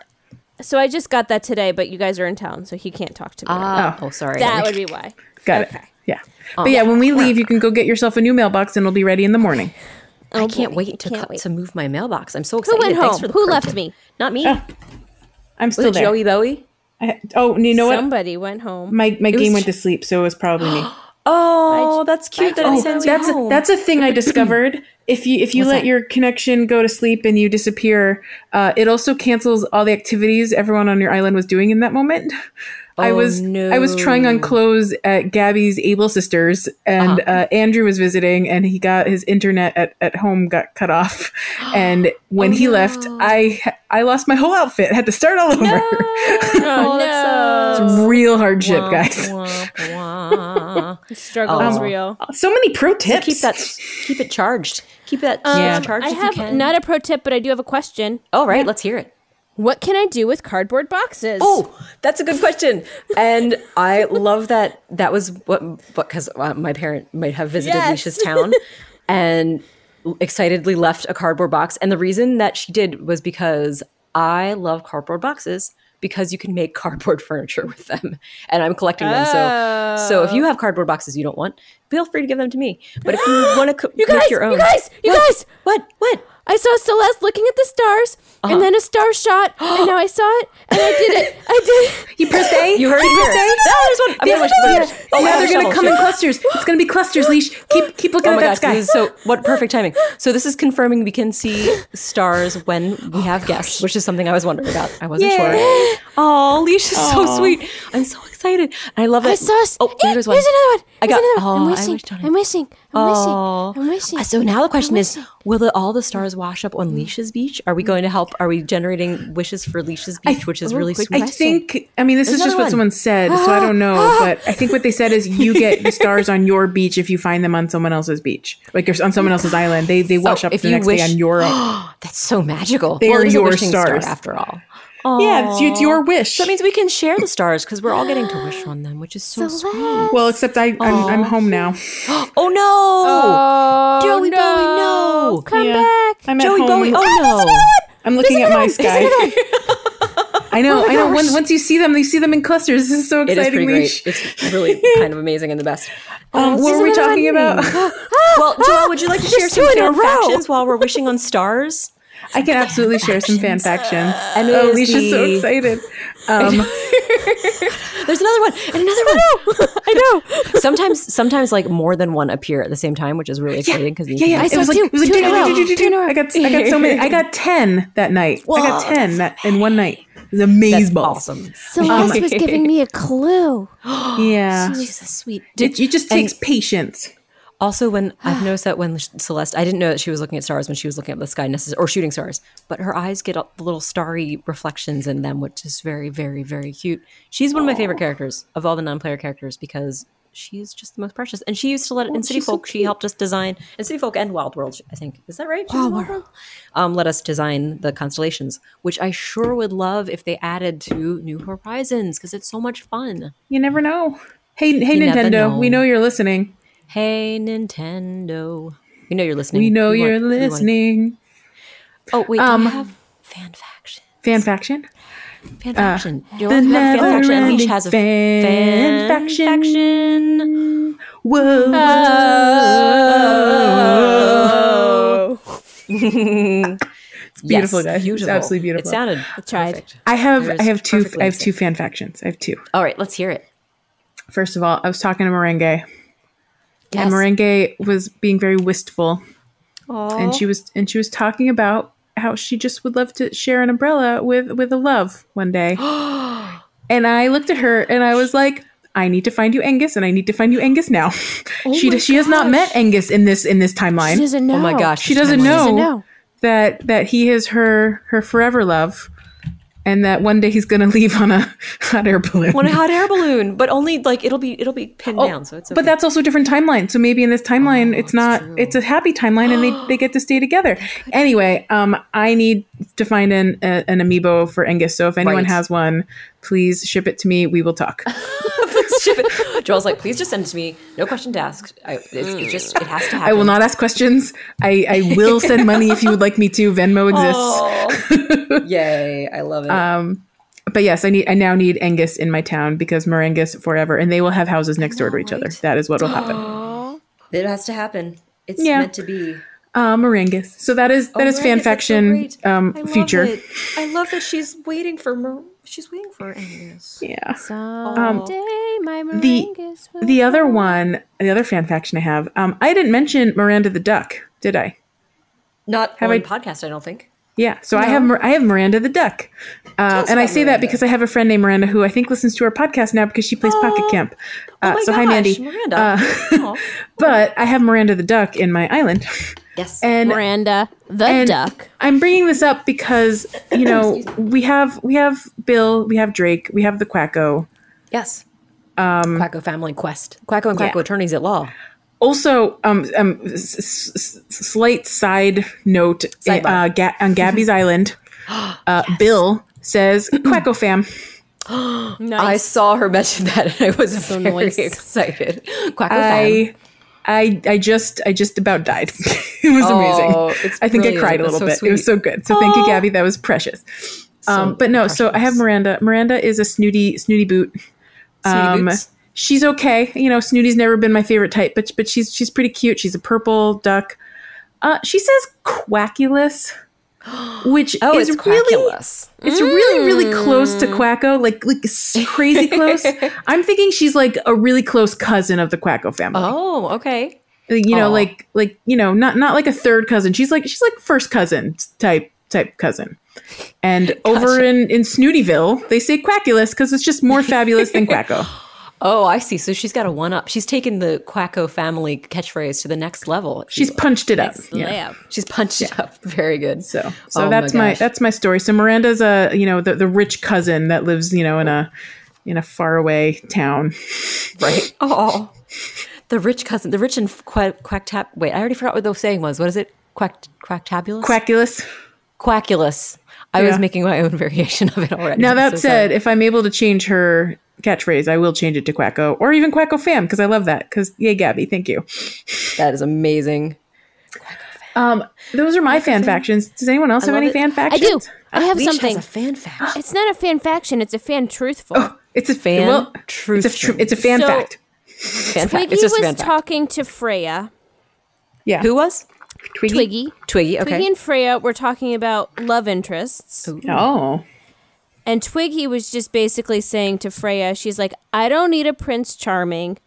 [SPEAKER 2] it. So I just got that today, but you guys are in town, so he can't talk to me. right
[SPEAKER 3] Uh, oh, sorry.
[SPEAKER 2] now. that would be why.
[SPEAKER 4] Got it. Yeah.
[SPEAKER 2] Oh.
[SPEAKER 4] But yeah, when we leave, you can go get yourself a new mailbox, and it'll be ready in the morning.
[SPEAKER 3] I can't
[SPEAKER 2] boy,
[SPEAKER 3] wait to
[SPEAKER 2] can't
[SPEAKER 3] cut,
[SPEAKER 2] wait.
[SPEAKER 3] to move my mailbox. I'm so
[SPEAKER 2] Who
[SPEAKER 3] excited.
[SPEAKER 2] went
[SPEAKER 3] Thanks
[SPEAKER 2] home?
[SPEAKER 3] for the
[SPEAKER 2] Who
[SPEAKER 3] pro
[SPEAKER 2] left
[SPEAKER 3] tip.
[SPEAKER 2] me?
[SPEAKER 3] Not me.
[SPEAKER 4] I'm still
[SPEAKER 3] Was it
[SPEAKER 4] there.
[SPEAKER 3] Joey Bowie?
[SPEAKER 4] I- oh, and you know what?
[SPEAKER 2] Somebody went home.
[SPEAKER 4] My my
[SPEAKER 3] was
[SPEAKER 4] game went to sleep, so it was probably me.
[SPEAKER 3] Oh, that's cute. That
[SPEAKER 4] Oh,
[SPEAKER 3] it sends you
[SPEAKER 4] that's
[SPEAKER 3] home.
[SPEAKER 4] that's a thing I discovered. If you if you let your connection go to sleep and you disappear, uh, it also cancels all the activities everyone on your island was doing in that moment. I
[SPEAKER 3] Oh,
[SPEAKER 4] was I was trying on clothes at Gabby's Able Sisters, and uh
[SPEAKER 3] Uh-huh.
[SPEAKER 4] Andrew was visiting, and he got his internet at, at home got cut off, and
[SPEAKER 3] Oh,
[SPEAKER 4] when he left, I I lost my whole outfit. had to start all over.
[SPEAKER 2] Oh, no.
[SPEAKER 4] It's real hardship, guys.
[SPEAKER 2] Struggle
[SPEAKER 4] Oh.
[SPEAKER 2] is real.
[SPEAKER 4] So many pro tips.
[SPEAKER 3] keep that. Keep it charged. Keep that
[SPEAKER 4] Yeah.
[SPEAKER 3] yeah. charged.
[SPEAKER 2] Um, I
[SPEAKER 3] if you
[SPEAKER 2] have
[SPEAKER 3] can.
[SPEAKER 2] not a pro tip, but I do have a question.
[SPEAKER 3] All right, let's hear it.
[SPEAKER 2] What can I do with cardboard boxes?
[SPEAKER 3] Oh, that's a good question, and I love that. That was what because uh, my parent might have visited
[SPEAKER 2] Yes.
[SPEAKER 3] Leisha's town, and excitedly left a cardboard box. And the reason that she did was because I love cardboard boxes because you can make cardboard furniture with them, and I'm collecting them. So, so if you
[SPEAKER 4] Oh.
[SPEAKER 3] have cardboard boxes you don't want, feel free to give them to me. But if you want to co-
[SPEAKER 2] you
[SPEAKER 3] make
[SPEAKER 2] guys,
[SPEAKER 3] your own,
[SPEAKER 2] you guys, you
[SPEAKER 3] What?
[SPEAKER 2] guys.
[SPEAKER 3] what what?
[SPEAKER 2] I saw Celeste looking at the stars,
[SPEAKER 3] Uh-huh.
[SPEAKER 2] and then a star shot, and now I saw it, and I did it. I did it.
[SPEAKER 4] You pressed A.
[SPEAKER 3] You heard it
[SPEAKER 4] You
[SPEAKER 3] here.
[SPEAKER 4] pressed A?
[SPEAKER 3] Oh, there's one. I'm
[SPEAKER 4] Yeah,
[SPEAKER 3] gonna-
[SPEAKER 4] yeah.
[SPEAKER 3] yeah. Oh, I
[SPEAKER 4] now
[SPEAKER 3] have a
[SPEAKER 4] they're
[SPEAKER 3] shovel.
[SPEAKER 4] gonna come in clusters. It's gonna be clusters, Leash. Keep keep looking
[SPEAKER 3] Oh
[SPEAKER 4] at
[SPEAKER 3] my gosh,
[SPEAKER 4] that sky.
[SPEAKER 3] this is so what perfect timing. So this is confirming we can see stars when
[SPEAKER 2] Oh
[SPEAKER 3] we have guests, which is something I was wondering about. I wasn't sure. Oh, Leash is so sweet. I'm so excited. And I love it.
[SPEAKER 2] I saw. s-
[SPEAKER 3] Oh,
[SPEAKER 2] Eh,
[SPEAKER 3] there's one.
[SPEAKER 2] another one.
[SPEAKER 3] I
[SPEAKER 2] Here's
[SPEAKER 3] got-
[SPEAKER 2] another one.
[SPEAKER 3] oh,
[SPEAKER 2] I'm
[SPEAKER 3] I
[SPEAKER 2] wishing.
[SPEAKER 3] wished on it.
[SPEAKER 2] I'm wishing. I'm
[SPEAKER 3] Oh.
[SPEAKER 2] wishing. I'm wishing.
[SPEAKER 3] Uh, So now the question is, will the, all the stars wash up on Leash's beach? Are we going to help? Are we generating wishes for Leash's beach, which is really
[SPEAKER 2] quick
[SPEAKER 3] sweet?
[SPEAKER 4] I think. I mean, this
[SPEAKER 3] There's
[SPEAKER 4] is just
[SPEAKER 3] another
[SPEAKER 4] what
[SPEAKER 3] one.
[SPEAKER 4] someone said, so I don't know. But I think what they said is you get the stars on your beach if you find them on someone else's beach, like if on someone else's island. They they wash up
[SPEAKER 3] if
[SPEAKER 4] the
[SPEAKER 3] you
[SPEAKER 4] next
[SPEAKER 3] wish-
[SPEAKER 4] day on your. own.
[SPEAKER 3] That's so magical.
[SPEAKER 4] They
[SPEAKER 3] well,
[SPEAKER 4] are
[SPEAKER 3] it is a
[SPEAKER 4] your
[SPEAKER 3] wishing star
[SPEAKER 4] stars.
[SPEAKER 3] after all.
[SPEAKER 4] Yeah, it's, it's your wish.
[SPEAKER 3] So that means we can share the stars because we're all getting to wish on them, which is so sweet.
[SPEAKER 4] well, except I, I'm, I'm home now.
[SPEAKER 3] Oh no! Joey Bowie, Oh, no!
[SPEAKER 2] Come
[SPEAKER 4] Yeah.
[SPEAKER 2] back.
[SPEAKER 4] I'm at
[SPEAKER 3] Joey
[SPEAKER 4] home.
[SPEAKER 3] Bowie, oh
[SPEAKER 4] I'm looking at my sky. I know, I know. When, once you see them, they see them in clusters. This is so
[SPEAKER 3] no! Oh It is
[SPEAKER 4] exciting.
[SPEAKER 3] pretty
[SPEAKER 4] We
[SPEAKER 3] great.
[SPEAKER 4] sh-
[SPEAKER 3] It's really kind of amazing and the best.
[SPEAKER 4] um, what were we talking about?
[SPEAKER 3] Well, Joelle, would you like to share
[SPEAKER 2] There's
[SPEAKER 3] some
[SPEAKER 2] two in a
[SPEAKER 3] fan
[SPEAKER 2] row.
[SPEAKER 3] factions while we're wishing on stars?
[SPEAKER 4] I can absolutely share some fan factions.
[SPEAKER 3] And it
[SPEAKER 4] Oh,
[SPEAKER 3] is
[SPEAKER 4] Alicia's so
[SPEAKER 3] the-
[SPEAKER 4] excited. Um,
[SPEAKER 3] There's another one and another one.
[SPEAKER 2] I know.
[SPEAKER 3] sometimes, sometimes like more than one appear at the same time, which is really exciting because
[SPEAKER 4] yeah, yeah.
[SPEAKER 2] I
[SPEAKER 4] it
[SPEAKER 2] saw
[SPEAKER 4] was like,
[SPEAKER 2] two-
[SPEAKER 4] it was like,
[SPEAKER 2] two in a row,
[SPEAKER 4] do, do, do, do,
[SPEAKER 2] two in a
[SPEAKER 4] do.
[SPEAKER 2] row.
[SPEAKER 4] I got, I got so many. I got ten that night. I got ten that in one night. The maze ball.
[SPEAKER 3] awesome.
[SPEAKER 2] Celeste was giving me a clue.
[SPEAKER 4] Yeah,
[SPEAKER 3] She's a sweet.
[SPEAKER 4] it, it just takes patience.
[SPEAKER 3] Also, when I've noticed that when Celeste, I didn't know that she was looking at stars when she was looking up at the sky necess- or shooting stars, but her eyes get all the little starry reflections in them, which is very, very, very cute. She's one of my favorite characters of all the non-player characters because she is just the most precious. And she used to let in City Folk. she helped us design in City Folk and Wild World. I think is that right? She was in Wild World. Um, let us design the constellations, which I sure would love if they added to New Horizons because it's so much fun.
[SPEAKER 4] You never know. Hey, hey,
[SPEAKER 3] You never
[SPEAKER 4] Nintendo.
[SPEAKER 3] know.
[SPEAKER 4] We know you're listening.
[SPEAKER 3] Hey Nintendo, we know you're listening.
[SPEAKER 4] We know you're
[SPEAKER 3] want- we want-
[SPEAKER 4] listening.
[SPEAKER 3] Oh wait,
[SPEAKER 4] Um,
[SPEAKER 3] do we have fan faction?
[SPEAKER 4] Fan faction.
[SPEAKER 3] Fan faction. Do you
[SPEAKER 4] uh, the
[SPEAKER 3] want fan faction? And
[SPEAKER 4] never-ending
[SPEAKER 3] each has a
[SPEAKER 4] fan
[SPEAKER 3] fan
[SPEAKER 4] faction.
[SPEAKER 3] faction.
[SPEAKER 4] Whoa.
[SPEAKER 3] It's
[SPEAKER 4] beautiful, guys. It's
[SPEAKER 3] Beautiful.
[SPEAKER 4] absolutely beautiful.
[SPEAKER 3] It sounded
[SPEAKER 2] tried.
[SPEAKER 3] perfect.
[SPEAKER 4] I have
[SPEAKER 3] There's
[SPEAKER 4] I have two
[SPEAKER 3] perfectly
[SPEAKER 4] I have two fan factions. I have two.
[SPEAKER 3] All right, let's hear it.
[SPEAKER 4] First of all, I was talking to Merengue.
[SPEAKER 3] Yes.
[SPEAKER 4] And Merengue was being very wistful. And she was and she was talking about how she just would love to share an umbrella with with a love one day. and I looked at her and I was like, I need to find you Angus and I need to find you Angus now. she she has not met Angus in this in this timeline.
[SPEAKER 2] She doesn't know.
[SPEAKER 3] Oh my gosh,
[SPEAKER 4] she
[SPEAKER 3] this
[SPEAKER 4] doesn't
[SPEAKER 3] timeline.
[SPEAKER 4] know,
[SPEAKER 2] doesn't know.
[SPEAKER 4] that that he is her her forever love and that one day he's going to leave on a hot air balloon.
[SPEAKER 3] On a hot air balloon, but only like it'll be it'll be pinned down, so it's okay.
[SPEAKER 4] Oh, But that's also a different timeline. So maybe in this timeline,
[SPEAKER 2] Oh,
[SPEAKER 4] it's not. It's a happy timeline, and they, they get to stay together. Anyway, um, I need to find an a, an amiibo for Angus. So if anyone
[SPEAKER 3] Right.
[SPEAKER 4] has one, please ship it to me. We will talk.
[SPEAKER 3] Ship it. Joel's like, please just send it to me. No question asked. I, it's, it just it has to happen.
[SPEAKER 4] I will not ask questions. I, I will send money if you would like me to. Venmo exists.
[SPEAKER 2] Oh.
[SPEAKER 3] Yay! I love it.
[SPEAKER 4] Uh, But yes, I need. I now need Angus in my town because Morangus forever, and they will have houses next door to each other. That is what will happen.
[SPEAKER 3] it has to happen. It's
[SPEAKER 4] Yeah.
[SPEAKER 3] meant to be.
[SPEAKER 4] Uh, Morangus. So that is that is
[SPEAKER 3] Right,
[SPEAKER 4] fan
[SPEAKER 3] it's- it's Oh, so
[SPEAKER 4] faction
[SPEAKER 3] great.
[SPEAKER 4] um,
[SPEAKER 3] I love
[SPEAKER 4] future.
[SPEAKER 3] it. I love that she's waiting for Mar- she's waiting for Angus.
[SPEAKER 4] Yeah.
[SPEAKER 2] Um, Someday my
[SPEAKER 4] the
[SPEAKER 2] meringues will-
[SPEAKER 4] the other one, the other fan faction I have, um, I didn't mention Miranda the Duck, did I?
[SPEAKER 3] Not on
[SPEAKER 4] I-
[SPEAKER 3] podcast, I don't think.
[SPEAKER 4] Yeah, so I have Mir- I have Miranda the Duck, uh, and I say that because I have a friend named Miranda who I think listens to our podcast now because she plays Pocket Camp. Uh,
[SPEAKER 3] Oh my
[SPEAKER 4] so
[SPEAKER 3] gosh,
[SPEAKER 4] hi, Mandy. Uh,
[SPEAKER 3] Miranda. Aw.
[SPEAKER 4] But I have Miranda the Duck in my island,
[SPEAKER 3] yes.
[SPEAKER 4] and
[SPEAKER 2] Miranda the
[SPEAKER 4] and
[SPEAKER 2] duck.
[SPEAKER 4] I'm bringing this up because you know we have we have Bill, we have Drake, we have the Quacko.
[SPEAKER 3] yes. Um, Quacko Family Quest. Quacko and Quacko
[SPEAKER 4] Yeah.
[SPEAKER 3] Attorneys at Law.
[SPEAKER 4] Also, um, um, s- s- s- slight side note uh,
[SPEAKER 3] Sidebar.
[SPEAKER 4] Ga- on Gabby's Island, uh, Bill says Quacko fam.
[SPEAKER 3] I saw her mention that and I was very
[SPEAKER 2] nice.
[SPEAKER 3] excited. Quacko Fam.
[SPEAKER 4] I, I, I just, I just about died. it was
[SPEAKER 3] Oh,
[SPEAKER 4] amazing.
[SPEAKER 3] it's
[SPEAKER 4] I think I
[SPEAKER 3] brilliant.
[SPEAKER 4] cried a
[SPEAKER 3] That's
[SPEAKER 4] little
[SPEAKER 3] so
[SPEAKER 4] bit. It was
[SPEAKER 3] sweet.
[SPEAKER 4] so good. So thank you, Gabby. That was precious. Um, but no, so I have Miranda. Miranda is a snooty, snooty boot.
[SPEAKER 3] Snooty
[SPEAKER 4] Um,
[SPEAKER 3] Boots.
[SPEAKER 4] she's okay. You know, Snooty's never been my favorite type, but but she's she's pretty cute. She's a purple duck. Uh, she says quackulous, which
[SPEAKER 3] Oh,
[SPEAKER 4] is
[SPEAKER 3] it's Mm.
[SPEAKER 4] really
[SPEAKER 3] Quackulous.
[SPEAKER 4] it's really really close to quacko, like like s- crazy close. I'm thinking she's like a really close cousin of the quacko family.
[SPEAKER 3] Oh, okay.
[SPEAKER 4] Like, you know,
[SPEAKER 3] Aw.
[SPEAKER 4] like like you know, not not like a third cousin. She's like she's like first cousin type type cousin. And over in in Snootyville, they say quackulous because it's just more fabulous than quacko.
[SPEAKER 3] Oh, I see. So she's got a one up. She's taken the Quacko family catchphrase to the next level. if you
[SPEAKER 4] She's punched it up. Yeah.
[SPEAKER 2] Lab.
[SPEAKER 3] She's punched up. Very good.
[SPEAKER 4] So, so
[SPEAKER 3] Oh
[SPEAKER 4] that's my,
[SPEAKER 3] gosh.
[SPEAKER 4] that's my story. So Miranda's a you know the, the rich cousin that lives you know in a in a faraway town.
[SPEAKER 3] right. Oh, the rich cousin, the rich and quack quack tap. Wait, I already forgot what the saying was. What is it? Quack quacktabulous.
[SPEAKER 4] Quackulous.
[SPEAKER 3] Quackulous. I was
[SPEAKER 4] Yeah.
[SPEAKER 3] making my own variation of it already.
[SPEAKER 4] Now
[SPEAKER 3] I'm
[SPEAKER 4] that
[SPEAKER 3] so
[SPEAKER 4] said,
[SPEAKER 3] sorry.
[SPEAKER 4] if I'm able to change her catchphrase, I will change it to Quacko or even Quacko Fam because I love that. Because yay, Gabby, thank you.
[SPEAKER 3] that is amazing.
[SPEAKER 4] Um, those are my fan factions. Does anyone else have any fan
[SPEAKER 2] I
[SPEAKER 4] factions?
[SPEAKER 2] do. I have
[SPEAKER 3] Leash
[SPEAKER 2] something.
[SPEAKER 3] has a fan fact.
[SPEAKER 2] it's not a fan faction. It's a fan truthful.
[SPEAKER 4] It's a
[SPEAKER 3] Fan
[SPEAKER 4] Well,
[SPEAKER 3] truth
[SPEAKER 4] It's a, tr-
[SPEAKER 3] stream.
[SPEAKER 4] it's a fan
[SPEAKER 2] So-
[SPEAKER 4] fact.
[SPEAKER 3] fan fact.
[SPEAKER 2] Twiggy
[SPEAKER 3] It's just a
[SPEAKER 2] was
[SPEAKER 3] fan fact.
[SPEAKER 2] talking to Freya.
[SPEAKER 4] Yeah.
[SPEAKER 3] Who was
[SPEAKER 4] Twiggy?
[SPEAKER 2] Twiggy.
[SPEAKER 3] Twiggy? Okay.
[SPEAKER 2] Twiggy and Freya were talking about love interests.
[SPEAKER 4] Oh.
[SPEAKER 2] And Twiggy was just basically saying to Freya, she's like, I don't need a Prince Charming.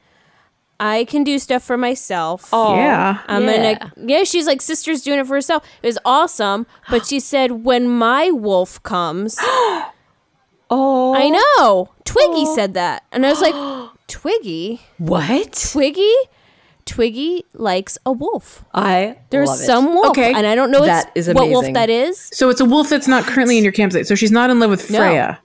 [SPEAKER 2] I can do stuff for myself. Oh,
[SPEAKER 4] Yeah.
[SPEAKER 2] I'm gonna. Yeah, she's like, sister's doing it for herself. It was awesome. But she said, when my wolf comes.
[SPEAKER 3] Oh,
[SPEAKER 2] I know. Twiggy said that. And I was like, Twiggy?
[SPEAKER 3] what?
[SPEAKER 2] Twiggy? Twiggy likes a wolf.
[SPEAKER 3] I
[SPEAKER 2] There's
[SPEAKER 3] love it.
[SPEAKER 2] some wolf.
[SPEAKER 4] Okay.
[SPEAKER 2] And I don't know
[SPEAKER 3] That
[SPEAKER 2] it's-
[SPEAKER 3] is
[SPEAKER 2] what wolf
[SPEAKER 3] amazing.
[SPEAKER 2] that is.
[SPEAKER 4] so it's a wolf that's not currently in your campsite. So she's not in love with
[SPEAKER 2] No.
[SPEAKER 4] Freya.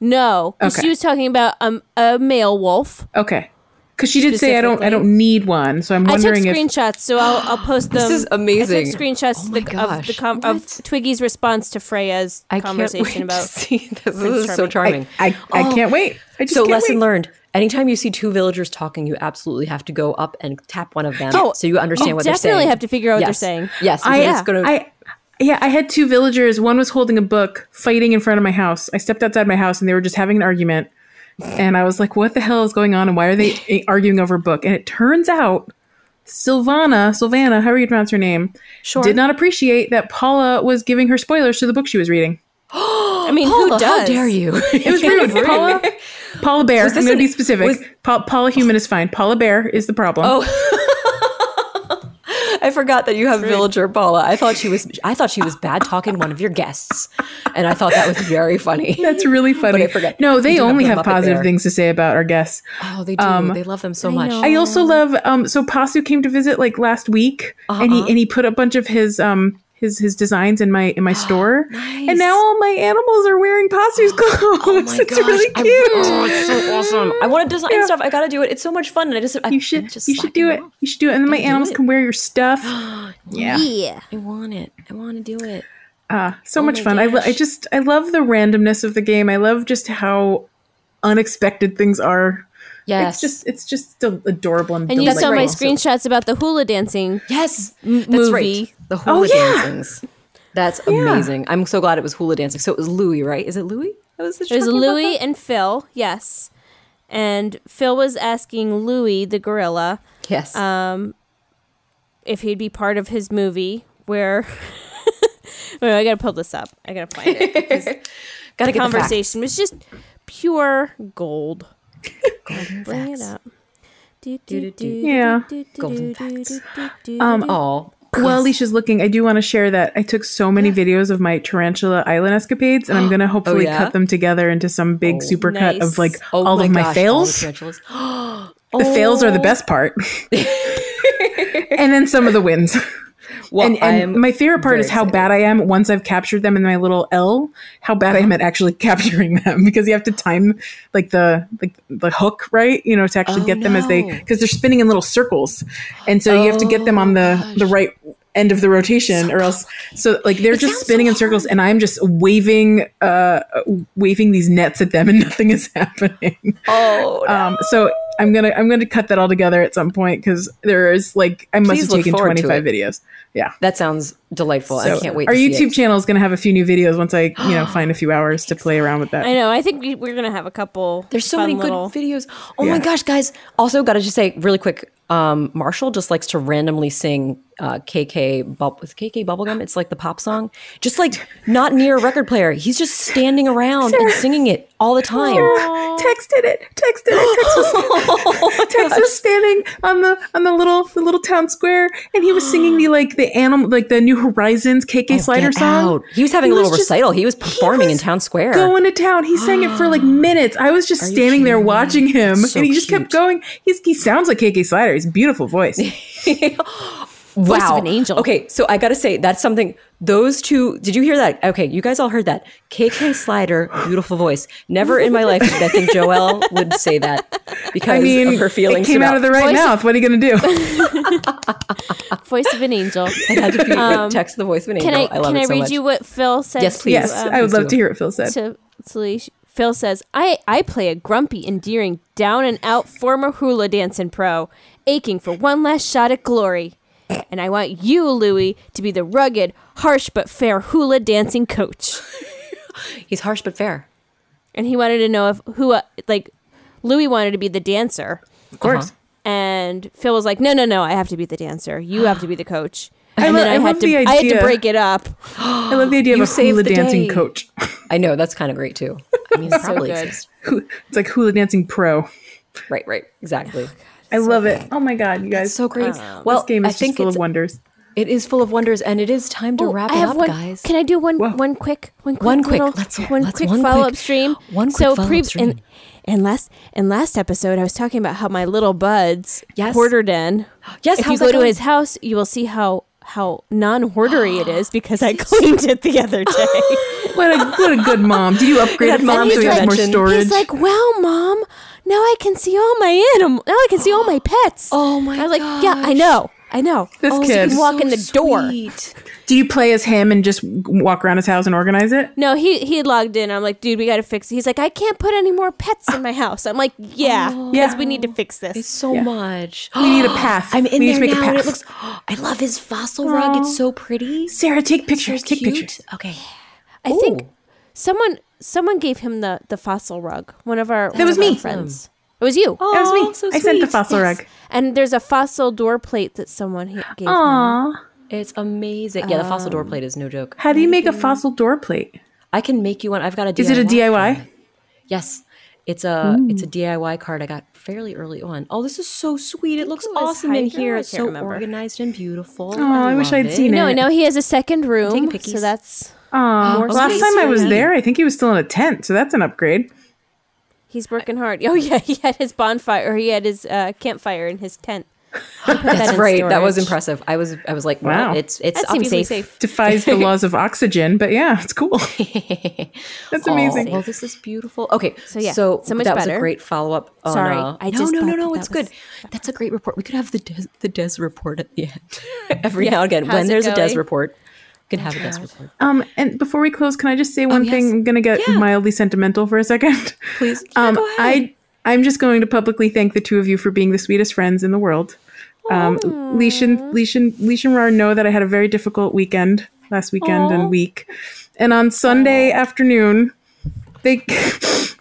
[SPEAKER 2] No. 'cause
[SPEAKER 4] Okay.
[SPEAKER 2] She was talking about um, a male wolf.
[SPEAKER 4] Okay. Because she did say I don't I don't need one. So I'm
[SPEAKER 2] I took
[SPEAKER 4] wondering if
[SPEAKER 2] screenshots, so I'll, I'll post them.
[SPEAKER 3] is
[SPEAKER 2] I
[SPEAKER 3] amazing. Oh
[SPEAKER 2] took screenshots
[SPEAKER 3] my
[SPEAKER 2] the- of, the
[SPEAKER 3] gosh.
[SPEAKER 2] com- of
[SPEAKER 3] What?
[SPEAKER 2] Twiggy's response to Freya's
[SPEAKER 3] I can't wait
[SPEAKER 2] conversation
[SPEAKER 3] about to
[SPEAKER 2] about.
[SPEAKER 3] see this.
[SPEAKER 2] Prince
[SPEAKER 3] This is so charming. Oh,
[SPEAKER 4] I I, I can't wait. I just
[SPEAKER 3] so
[SPEAKER 4] can't
[SPEAKER 3] lesson
[SPEAKER 4] wait.
[SPEAKER 3] learned. Anytime you see two villagers talking, you absolutely have to go up and tap one of them
[SPEAKER 2] Oh,
[SPEAKER 3] so you understand
[SPEAKER 2] you
[SPEAKER 3] what they're saying.
[SPEAKER 2] definitely have to figure out what they're
[SPEAKER 3] Yes.
[SPEAKER 2] saying.
[SPEAKER 3] Yes,
[SPEAKER 4] I,
[SPEAKER 3] it's gonna-
[SPEAKER 4] I yeah, I had two villagers. One was holding a book, fighting in front of my house. I stepped outside my house and they were just having an argument. And I was like, what the hell is going on? And why are they a- arguing over a book? And it turns out Sylvana, Sylvana, however you pronounce her name,
[SPEAKER 3] Sure.
[SPEAKER 4] did not appreciate that Paula was giving her spoilers to the book she was reading.
[SPEAKER 2] I mean, who
[SPEAKER 3] Paula,
[SPEAKER 2] does?
[SPEAKER 3] How dare you?
[SPEAKER 4] It was rude. Paula, Paula Bear.
[SPEAKER 3] this
[SPEAKER 4] I'm going to
[SPEAKER 3] an-
[SPEAKER 4] be specific.
[SPEAKER 3] was-
[SPEAKER 4] Pa- Paula Human is fine. Paula Bear is the problem. Oh,
[SPEAKER 3] I forgot that you have villager Paula. I thought she was. I thought she was bad talking one of your guests, and I thought that was very funny.
[SPEAKER 4] that's really funny.
[SPEAKER 3] I forgot.
[SPEAKER 4] No,
[SPEAKER 3] We
[SPEAKER 4] they
[SPEAKER 3] do have
[SPEAKER 4] only
[SPEAKER 3] the
[SPEAKER 4] have,
[SPEAKER 3] Muppet
[SPEAKER 4] positive
[SPEAKER 3] Bear.
[SPEAKER 4] things to say about our guests.
[SPEAKER 3] oh, they do. they love them so much.
[SPEAKER 4] I also love um so Pasu came to visit like last week and
[SPEAKER 3] Uh-huh.
[SPEAKER 4] he and he put a bunch of his um his his designs in my in my store. And now all my animals are wearing Pasu's clothes. it's really
[SPEAKER 3] Oh I-
[SPEAKER 4] cute.
[SPEAKER 3] oh, it's so awesome. I want to design stuff. I got to do it. It's so much fun. And I just I,
[SPEAKER 4] you should
[SPEAKER 3] I'm just
[SPEAKER 4] you should do it.
[SPEAKER 3] slacking off.
[SPEAKER 4] You should do it and then my animals can wear your stuff. yeah. uh,
[SPEAKER 2] Yeah.
[SPEAKER 3] I want it. I want to do it. Oh
[SPEAKER 4] So much fun. I lo- I just I love the randomness of the game. I love just how unexpected things are.
[SPEAKER 3] Yes.
[SPEAKER 4] It's just it's just still adorable and,
[SPEAKER 2] And you
[SPEAKER 4] delightful.
[SPEAKER 2] saw my screenshots about the hula dancing.
[SPEAKER 3] yes. that's right.
[SPEAKER 2] movie.
[SPEAKER 3] The hula
[SPEAKER 4] yeah.
[SPEAKER 3] dancings. That's amazing. I'm so glad it was hula dancing. So it was Louis, right? Is it Louis? That was the
[SPEAKER 2] It was Louie and Phil, yes. And Phil was asking Louie, the gorilla,
[SPEAKER 3] Yes.
[SPEAKER 2] if he'd be part of his movie where. Wait, I gotta pull this up. I gotta find it.
[SPEAKER 3] got to get
[SPEAKER 2] conversation was just pure gold. Bring it up. Do, do, do,
[SPEAKER 4] Yeah.
[SPEAKER 2] do, do,
[SPEAKER 3] Golden
[SPEAKER 2] do,
[SPEAKER 3] facts.
[SPEAKER 2] do, do, do,
[SPEAKER 3] The facts. Oh.
[SPEAKER 4] While Alicia's looking, I do want to share that I took so many videos of my tarantula island escapades, and I'm going to hopefully
[SPEAKER 3] Oh, yeah?
[SPEAKER 4] cut them together into some big supercut
[SPEAKER 2] Nice.
[SPEAKER 4] of like
[SPEAKER 3] Oh
[SPEAKER 4] all of my
[SPEAKER 3] gosh, all the
[SPEAKER 4] fails.
[SPEAKER 3] tarantulas.
[SPEAKER 4] The, fails are the
[SPEAKER 3] Oh.
[SPEAKER 4] best part, and then some of the wins.
[SPEAKER 3] Well,
[SPEAKER 4] and
[SPEAKER 3] I
[SPEAKER 4] and
[SPEAKER 3] am
[SPEAKER 4] my favorite part
[SPEAKER 3] very
[SPEAKER 4] is how
[SPEAKER 3] excited.
[SPEAKER 4] bad I am once I've captured them in my little L. How bad I am at
[SPEAKER 3] Uh-huh.
[SPEAKER 4] actually capturing them because you have to time like the like the hook right, you know, to actually get them as they
[SPEAKER 3] Oh, no.
[SPEAKER 4] because they're spinning in little circles, and so you have to get them on the
[SPEAKER 3] Oh,
[SPEAKER 4] the right end of the rotation or else so like they're just spinning in circles and i'm just waving uh waving these nets at them and nothing is happening
[SPEAKER 3] Oh.
[SPEAKER 4] um so i'm gonna i'm gonna cut that all together at some point because there is like i must
[SPEAKER 3] Please
[SPEAKER 4] have
[SPEAKER 3] look
[SPEAKER 4] taken
[SPEAKER 3] forward to
[SPEAKER 4] 25
[SPEAKER 3] it.
[SPEAKER 4] videos yeah
[SPEAKER 3] That sounds delightful. I
[SPEAKER 4] so
[SPEAKER 3] can't wait.
[SPEAKER 4] Our
[SPEAKER 3] to see
[SPEAKER 4] YouTube
[SPEAKER 3] it.
[SPEAKER 4] channel is going to have a few new videos once I, you know, find a few hours to play around with that.
[SPEAKER 2] I know. I think we- we're gonna have a couple.
[SPEAKER 3] There's so
[SPEAKER 2] fun
[SPEAKER 3] many
[SPEAKER 2] little-
[SPEAKER 3] good videos. Oh my gosh, guys. Also, got to just say really quick um, Marshall just likes to randomly sing uh, KK, bub- with KK Bubblegum. It's like the pop song, just like not near a record player. He's just standing around and singing it all the time.
[SPEAKER 4] Texted it. Texted
[SPEAKER 3] Oh
[SPEAKER 4] it. Texas, Texas was standing on the on the little the little town square, and he was singing the like the animal like the New Horizons KK Slider
[SPEAKER 3] Oh, Get
[SPEAKER 4] song.
[SPEAKER 3] out. He was having a little
[SPEAKER 4] was just-
[SPEAKER 3] recital. He was performing in
[SPEAKER 4] was
[SPEAKER 3] town square.
[SPEAKER 4] Going to town. He sang it for like minutes. I was just standing there watching him,
[SPEAKER 3] so
[SPEAKER 4] and he just kept
[SPEAKER 3] cute.
[SPEAKER 4] going. He's, he sounds like KK Slider. He's a beautiful voice.
[SPEAKER 2] Voice of an angel.
[SPEAKER 3] Okay, so I gotta say that's something. Those two, did you hear that? Okay, you guys all heard that. KK Slider, beautiful voice. Never in my life did I think Joelle would say that because
[SPEAKER 4] I mean,
[SPEAKER 3] of uh, her feelings.
[SPEAKER 4] it came out of the
[SPEAKER 3] about-
[SPEAKER 4] right
[SPEAKER 2] Voice-
[SPEAKER 4] mouth. What are you going to do?
[SPEAKER 2] Voice of an angel.
[SPEAKER 3] It had to be
[SPEAKER 4] Um,
[SPEAKER 3] text the voice of an
[SPEAKER 2] Can I,
[SPEAKER 3] angel. I, love
[SPEAKER 2] can
[SPEAKER 3] it
[SPEAKER 2] I
[SPEAKER 3] so
[SPEAKER 2] read
[SPEAKER 3] much.
[SPEAKER 2] you what Phil said?
[SPEAKER 3] Yes,
[SPEAKER 2] to,
[SPEAKER 3] please.
[SPEAKER 4] yes,
[SPEAKER 3] um,
[SPEAKER 4] I would
[SPEAKER 3] please
[SPEAKER 4] love
[SPEAKER 3] do.
[SPEAKER 4] to hear what Phil said.
[SPEAKER 2] to Salish. Phil says, I, I play a grumpy, endearing, down and out former hula dancing pro, aching for one last shot at glory. And I want you, Louie, to be the rugged, harsh but fair hula dancing coach.
[SPEAKER 3] He's harsh but fair.
[SPEAKER 2] And he wanted to know if who, uh, like, Louie wanted to be the dancer.
[SPEAKER 4] of course.
[SPEAKER 3] uh-huh.
[SPEAKER 2] And Phil was like, no, no, no, I have to be the dancer. You have to the coach. And
[SPEAKER 4] lo-
[SPEAKER 2] then I,
[SPEAKER 4] I
[SPEAKER 2] had
[SPEAKER 4] love
[SPEAKER 2] to,
[SPEAKER 4] the
[SPEAKER 2] I had to
[SPEAKER 4] idea.
[SPEAKER 2] break it up.
[SPEAKER 4] I love the idea of a
[SPEAKER 3] saved
[SPEAKER 4] hula
[SPEAKER 3] the
[SPEAKER 4] dancing
[SPEAKER 3] day.
[SPEAKER 4] coach.
[SPEAKER 3] I know that's kind of great too. I mean, it probably
[SPEAKER 2] good.
[SPEAKER 3] exists.
[SPEAKER 4] it's like hula dancing pro.
[SPEAKER 3] Right, right, exactly.
[SPEAKER 4] I love it. Oh my god, you guys! Um,
[SPEAKER 3] So great. well,
[SPEAKER 4] this game
[SPEAKER 3] I
[SPEAKER 4] is
[SPEAKER 3] think
[SPEAKER 4] just full
[SPEAKER 3] it's,
[SPEAKER 4] of wonders.
[SPEAKER 3] it is full of wonders, and it is time to
[SPEAKER 2] Oh,
[SPEAKER 3] wrap
[SPEAKER 2] I
[SPEAKER 3] it
[SPEAKER 2] have
[SPEAKER 3] up,
[SPEAKER 2] one,
[SPEAKER 3] guys.
[SPEAKER 2] Can I do one
[SPEAKER 4] Whoa.
[SPEAKER 2] one quick one quick
[SPEAKER 3] One quick.
[SPEAKER 2] little-
[SPEAKER 3] Let's-
[SPEAKER 2] one
[SPEAKER 3] let's
[SPEAKER 2] quick
[SPEAKER 3] one
[SPEAKER 2] follow up
[SPEAKER 3] quick-
[SPEAKER 2] stream.
[SPEAKER 3] one quick
[SPEAKER 2] so
[SPEAKER 3] follow-up
[SPEAKER 2] pre-
[SPEAKER 3] stream.
[SPEAKER 2] And, and last and last episode I was talking about how my little buds
[SPEAKER 3] Yes.
[SPEAKER 2] hoarder den.
[SPEAKER 3] Yes,
[SPEAKER 2] if you
[SPEAKER 3] how's
[SPEAKER 2] go
[SPEAKER 3] that
[SPEAKER 2] to
[SPEAKER 3] going?
[SPEAKER 2] his house, you will see how how non-hoardery it is because I cleaned it the other day.
[SPEAKER 4] What a what a good mom. Do you upgrade mom so
[SPEAKER 2] he's
[SPEAKER 4] you have more
[SPEAKER 3] like-
[SPEAKER 4] storage?
[SPEAKER 2] He's like, "Well, mom, now I can see all my animal. Now I can see all my pets."
[SPEAKER 3] Oh my
[SPEAKER 2] I'm like, "Yeah, I know, I know." Oh,
[SPEAKER 4] This
[SPEAKER 2] So you
[SPEAKER 4] kid.
[SPEAKER 2] can walk in the door.
[SPEAKER 4] Do you play as him and just walk around his house and organize it?
[SPEAKER 2] No, he he logged in. I'm like, dude, we got to fix. It. He's like, I can't put any more pets in my house. I'm like, yeah,
[SPEAKER 4] Yeah.
[SPEAKER 2] because we need to fix this.
[SPEAKER 3] so much.
[SPEAKER 4] We need a path.
[SPEAKER 3] I'm in
[SPEAKER 4] we
[SPEAKER 3] there
[SPEAKER 4] need
[SPEAKER 3] now,
[SPEAKER 4] to make a path.
[SPEAKER 3] and it looks. I love his fossil rug. It's so pretty. So
[SPEAKER 4] Sarah, take pictures. Take
[SPEAKER 3] cute.
[SPEAKER 4] pictures.
[SPEAKER 3] Okay.
[SPEAKER 2] I think
[SPEAKER 3] Ooh.
[SPEAKER 2] someone someone gave him the the fossil rug. One of our that
[SPEAKER 4] was me.
[SPEAKER 2] friends. It was you.
[SPEAKER 4] That was
[SPEAKER 3] Aw,
[SPEAKER 4] me.
[SPEAKER 3] so
[SPEAKER 4] I sent the
[SPEAKER 3] sweet.
[SPEAKER 4] fossil
[SPEAKER 2] Yes.
[SPEAKER 4] rug.
[SPEAKER 2] And there's a fossil door plate that someone he- gave him.
[SPEAKER 3] It's amazing. Yeah, the fossil door plate is no joke.
[SPEAKER 4] How do you make a fossil door plate?
[SPEAKER 3] I can make you one. I've got a. DIY
[SPEAKER 4] Is it a
[SPEAKER 3] one.
[SPEAKER 4] DIY?
[SPEAKER 3] Yes. It's a it's a DIY card I got fairly early on. Oh, this is so sweet. It looks
[SPEAKER 2] it was
[SPEAKER 3] awesome in
[SPEAKER 2] hydro,
[SPEAKER 3] here.
[SPEAKER 2] I
[SPEAKER 3] It's
[SPEAKER 2] can't
[SPEAKER 3] so
[SPEAKER 2] remember.
[SPEAKER 3] organized and beautiful.
[SPEAKER 4] Oh, I wish
[SPEAKER 3] love
[SPEAKER 4] I'd
[SPEAKER 3] it.
[SPEAKER 4] seen
[SPEAKER 2] No,
[SPEAKER 4] it.
[SPEAKER 2] no, he has a second room.
[SPEAKER 3] taking
[SPEAKER 2] So
[SPEAKER 3] pickies.
[SPEAKER 2] that's
[SPEAKER 4] Aw,
[SPEAKER 2] More
[SPEAKER 4] last
[SPEAKER 2] space
[SPEAKER 4] time I
[SPEAKER 2] for
[SPEAKER 4] was
[SPEAKER 2] me.
[SPEAKER 4] there, I think he was still in a tent, so that's an upgrade.
[SPEAKER 2] he's working hard. Oh yeah, he had his bonfire. Or he had his uh, campfire in his tent. That's
[SPEAKER 3] That's right. That was impressive. I was I was like, wow,
[SPEAKER 4] Wow.
[SPEAKER 3] it's it's
[SPEAKER 2] That seems
[SPEAKER 3] obviously
[SPEAKER 2] safe.
[SPEAKER 4] Defies the laws of oxygen, but yeah, it's cool. that's amazing.
[SPEAKER 3] Oh, well, this is beautiful. Okay, so
[SPEAKER 2] yeah,
[SPEAKER 3] so,
[SPEAKER 2] so much
[SPEAKER 3] that was
[SPEAKER 2] better.
[SPEAKER 3] a great follow up.
[SPEAKER 2] Sorry,
[SPEAKER 3] on, uh,
[SPEAKER 2] I
[SPEAKER 3] no,
[SPEAKER 2] just
[SPEAKER 3] no,
[SPEAKER 2] thought
[SPEAKER 3] no,
[SPEAKER 2] that
[SPEAKER 3] no.
[SPEAKER 2] that was-
[SPEAKER 3] It's good. That's a great report. We could have the des, the des report at the end every now and again.
[SPEAKER 2] How's
[SPEAKER 3] When
[SPEAKER 2] it
[SPEAKER 3] there's a des
[SPEAKER 2] going?
[SPEAKER 3] report, we can have a des report.
[SPEAKER 4] Um, and before we close, can I just say one
[SPEAKER 3] Oh, yes.
[SPEAKER 4] thing? I'm gonna get mildly sentimental for a second.
[SPEAKER 3] Please, Yeah,
[SPEAKER 4] Um,
[SPEAKER 3] go ahead.
[SPEAKER 4] I I'm just going to publicly thank the two of you for being the sweetest friends in the world. Um, Leash and Leash and Leash and Rar know that I had a very difficult weekend last weekend and week, and on Sunday afternoon, they.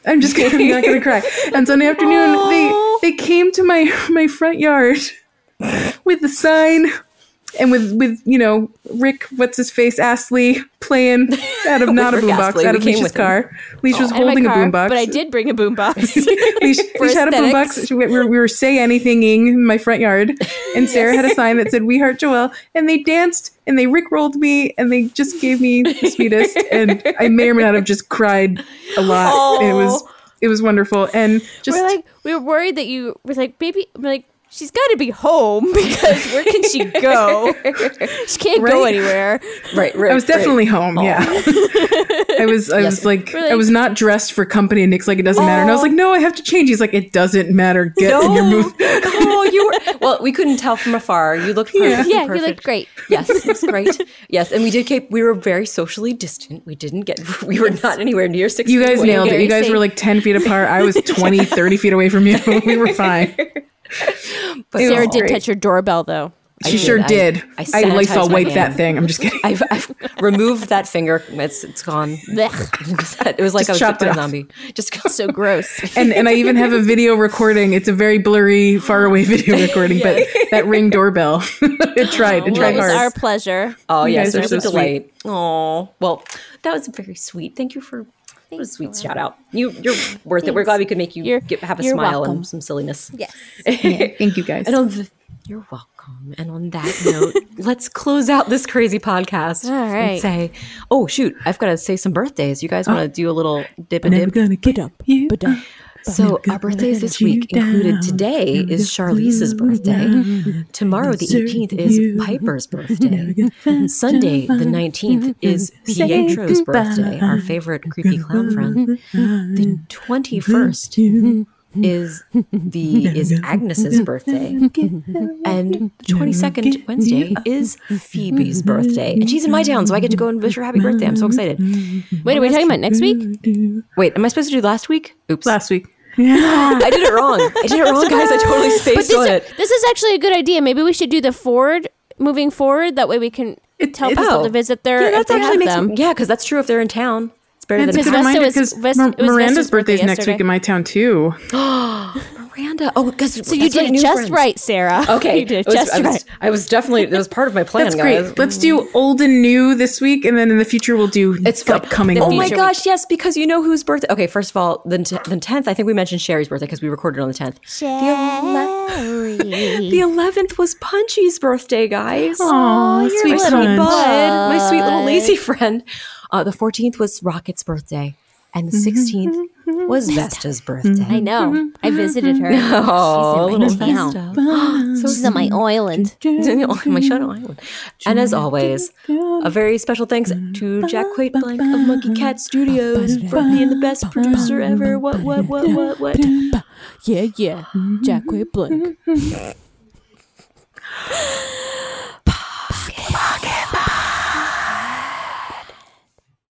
[SPEAKER 4] I'm just kidding. I'm not gonna cry. On Sunday afternoon, they they came to my my front yard with the sign and with with you know Rick, what's his face, Astley playing out of not a
[SPEAKER 3] Rick
[SPEAKER 4] boombox,
[SPEAKER 3] Astley,
[SPEAKER 4] out
[SPEAKER 3] we
[SPEAKER 4] of
[SPEAKER 3] came
[SPEAKER 4] Leash's
[SPEAKER 3] with him.
[SPEAKER 4] car. Leash was
[SPEAKER 2] And Oh, my
[SPEAKER 4] holding
[SPEAKER 2] car,
[SPEAKER 4] a boombox.
[SPEAKER 2] But I did bring a boombox.
[SPEAKER 4] Leash, Leash had a
[SPEAKER 2] aesthetics.
[SPEAKER 4] boombox. She- We we were say anythinging in my front yard, and Sarah had a sign that said "We Heart Joelle," and they danced and they Rick rolled me and they just gave me the sweetest. and I may or may not have just cried a lot. It was it was wonderful and just
[SPEAKER 2] Oh. we're like we were worried that you were like maybe we're like she's got to be home because where can she go she can't go
[SPEAKER 4] Right?
[SPEAKER 2] anywhere
[SPEAKER 3] right, right.
[SPEAKER 4] I was definitely home. Yeah. I was I was like I was not dressed for company and Nick's like it doesn't matter. And I was like, no, I have to change. He's like, it doesn't matter. Get in your move.
[SPEAKER 3] oh, you were well. We couldn't tell from afar. You looked perfect.
[SPEAKER 2] yeah you
[SPEAKER 3] perfect.
[SPEAKER 2] looked great
[SPEAKER 3] Yes, it was great. yes, and we did keep. We were very socially distant. We didn't get. We were not anywhere near six.
[SPEAKER 4] You
[SPEAKER 3] feet
[SPEAKER 4] guys
[SPEAKER 3] away.
[SPEAKER 4] nailed it.
[SPEAKER 2] very
[SPEAKER 4] You guys
[SPEAKER 2] safe.
[SPEAKER 4] were like 10 feet apart. I was 20, 30 feet away from you. We were fine.
[SPEAKER 3] But
[SPEAKER 2] sarah
[SPEAKER 3] no.
[SPEAKER 2] did touch your doorbell though
[SPEAKER 3] I
[SPEAKER 4] She sure
[SPEAKER 3] I-
[SPEAKER 4] did.
[SPEAKER 3] I
[SPEAKER 4] I, I,
[SPEAKER 3] sanitized
[SPEAKER 4] Lysol
[SPEAKER 3] my
[SPEAKER 4] wiped
[SPEAKER 3] hand.
[SPEAKER 4] that thing. I'm just kidding.
[SPEAKER 3] I've, I've removed that finger. It's it's gone.
[SPEAKER 2] Blech.
[SPEAKER 3] it was like
[SPEAKER 4] Just
[SPEAKER 3] I was
[SPEAKER 4] chopped
[SPEAKER 3] bit by
[SPEAKER 4] it
[SPEAKER 3] a
[SPEAKER 4] off.
[SPEAKER 3] zombie. Just so
[SPEAKER 2] so gross
[SPEAKER 4] And and I even have a video recording. It's a very blurry, faraway video recording, but that ring doorbell. it tried. It
[SPEAKER 2] Oh, well, it
[SPEAKER 4] tried
[SPEAKER 2] was our
[SPEAKER 4] hard.
[SPEAKER 2] pleasure
[SPEAKER 3] Oh
[SPEAKER 4] You
[SPEAKER 3] yes,
[SPEAKER 4] guys are
[SPEAKER 3] there's a
[SPEAKER 4] so
[SPEAKER 3] delight. Oh well, that was very sweet. Thank you for that was a sweet shout out. You you're worth it. We're glad we could make you
[SPEAKER 2] You're-
[SPEAKER 3] get, have a
[SPEAKER 2] you're
[SPEAKER 3] smile
[SPEAKER 2] welcome.
[SPEAKER 3] and some silliness.
[SPEAKER 2] yes
[SPEAKER 4] Thank you guys.
[SPEAKER 3] And on the, you're welcome. And on that note, let's close out this crazy podcast.
[SPEAKER 2] All right.
[SPEAKER 3] And say, oh shoot, I've got to say some birthdays. You guys want to do a little dip and
[SPEAKER 4] Never
[SPEAKER 3] dip?
[SPEAKER 4] gonna get up. You.
[SPEAKER 3] So our birthdays this week included today is Charlize's birthday. Tomorrow the 18th is Piper's birthday. Sunday the 19th is Pietro's birthday, our favorite creepy clown friend. The 21st is the is Agnes's birthday. And the 22nd Wednesday is Phoebe's birthday. And she's in my town, so I get to go and wish her happy birthday. I'm so excited.
[SPEAKER 2] Mm-hmm. Wait, are we talking about next
[SPEAKER 3] Mm-hmm.
[SPEAKER 2] week?
[SPEAKER 3] Wait, am I supposed to do last week? Oops.
[SPEAKER 4] Last week.
[SPEAKER 3] I did it wrong. I did it wrong, guys. I totally
[SPEAKER 2] But
[SPEAKER 3] spaced on
[SPEAKER 2] this,
[SPEAKER 3] it.
[SPEAKER 2] this is actually a good idea. Maybe we should do the forward, moving forward. That way we can tell
[SPEAKER 4] it-
[SPEAKER 2] people
[SPEAKER 3] oh.
[SPEAKER 2] to visit their.
[SPEAKER 3] Yeah,
[SPEAKER 2] if
[SPEAKER 3] that's
[SPEAKER 2] they
[SPEAKER 3] actually
[SPEAKER 2] have
[SPEAKER 3] makes
[SPEAKER 2] them.
[SPEAKER 3] yeah, because that's true if they're in town. It's better
[SPEAKER 2] That's
[SPEAKER 3] than it's
[SPEAKER 2] Vesta
[SPEAKER 4] Reminder,
[SPEAKER 2] was-
[SPEAKER 4] 'cause
[SPEAKER 2] Vest-
[SPEAKER 4] Mir-
[SPEAKER 2] it was
[SPEAKER 4] Miranda's
[SPEAKER 2] Vesta's
[SPEAKER 4] birthday is
[SPEAKER 2] birthday
[SPEAKER 4] next week
[SPEAKER 2] yesterday.
[SPEAKER 4] in my town too.
[SPEAKER 3] Miranda. Oh, because
[SPEAKER 2] So you did it just right, Sarah.
[SPEAKER 3] Okay,
[SPEAKER 2] you did it
[SPEAKER 3] I was-
[SPEAKER 2] just
[SPEAKER 3] I was,
[SPEAKER 2] right.
[SPEAKER 3] I was definitely that was part of my plan,
[SPEAKER 4] That's
[SPEAKER 3] guys.
[SPEAKER 4] great. Let's do old and new this week, and then in the future we'll do
[SPEAKER 3] It's fun.
[SPEAKER 4] upcoming.
[SPEAKER 3] Oh
[SPEAKER 4] old
[SPEAKER 3] my
[SPEAKER 4] and new.
[SPEAKER 3] gosh, yes, because you know whose birthday. Okay, first of all, the t- the tenth. I think we mentioned Sherry's birthday because we recorded on the tenth. The eleventh was Punchy's birthday, guys.
[SPEAKER 4] Aw, sweet
[SPEAKER 3] my sweet
[SPEAKER 4] Punch.
[SPEAKER 3] bud, my sweet little lazy friend. Uh, the fourteenth was Rocket's birthday, and the 16th was Vesta's
[SPEAKER 2] I
[SPEAKER 3] birthday.
[SPEAKER 2] know. I visited her.
[SPEAKER 3] Oh,
[SPEAKER 2] She's in my
[SPEAKER 3] little
[SPEAKER 2] town. She's on my island.
[SPEAKER 3] on my Shadow Island. And as always, a very special thanks to Jack Quaid Blank of Monkey Cat Studios for being the best producer ever. What, what, what, what, what?
[SPEAKER 2] Yeah, yeah. Jack Quay Blink.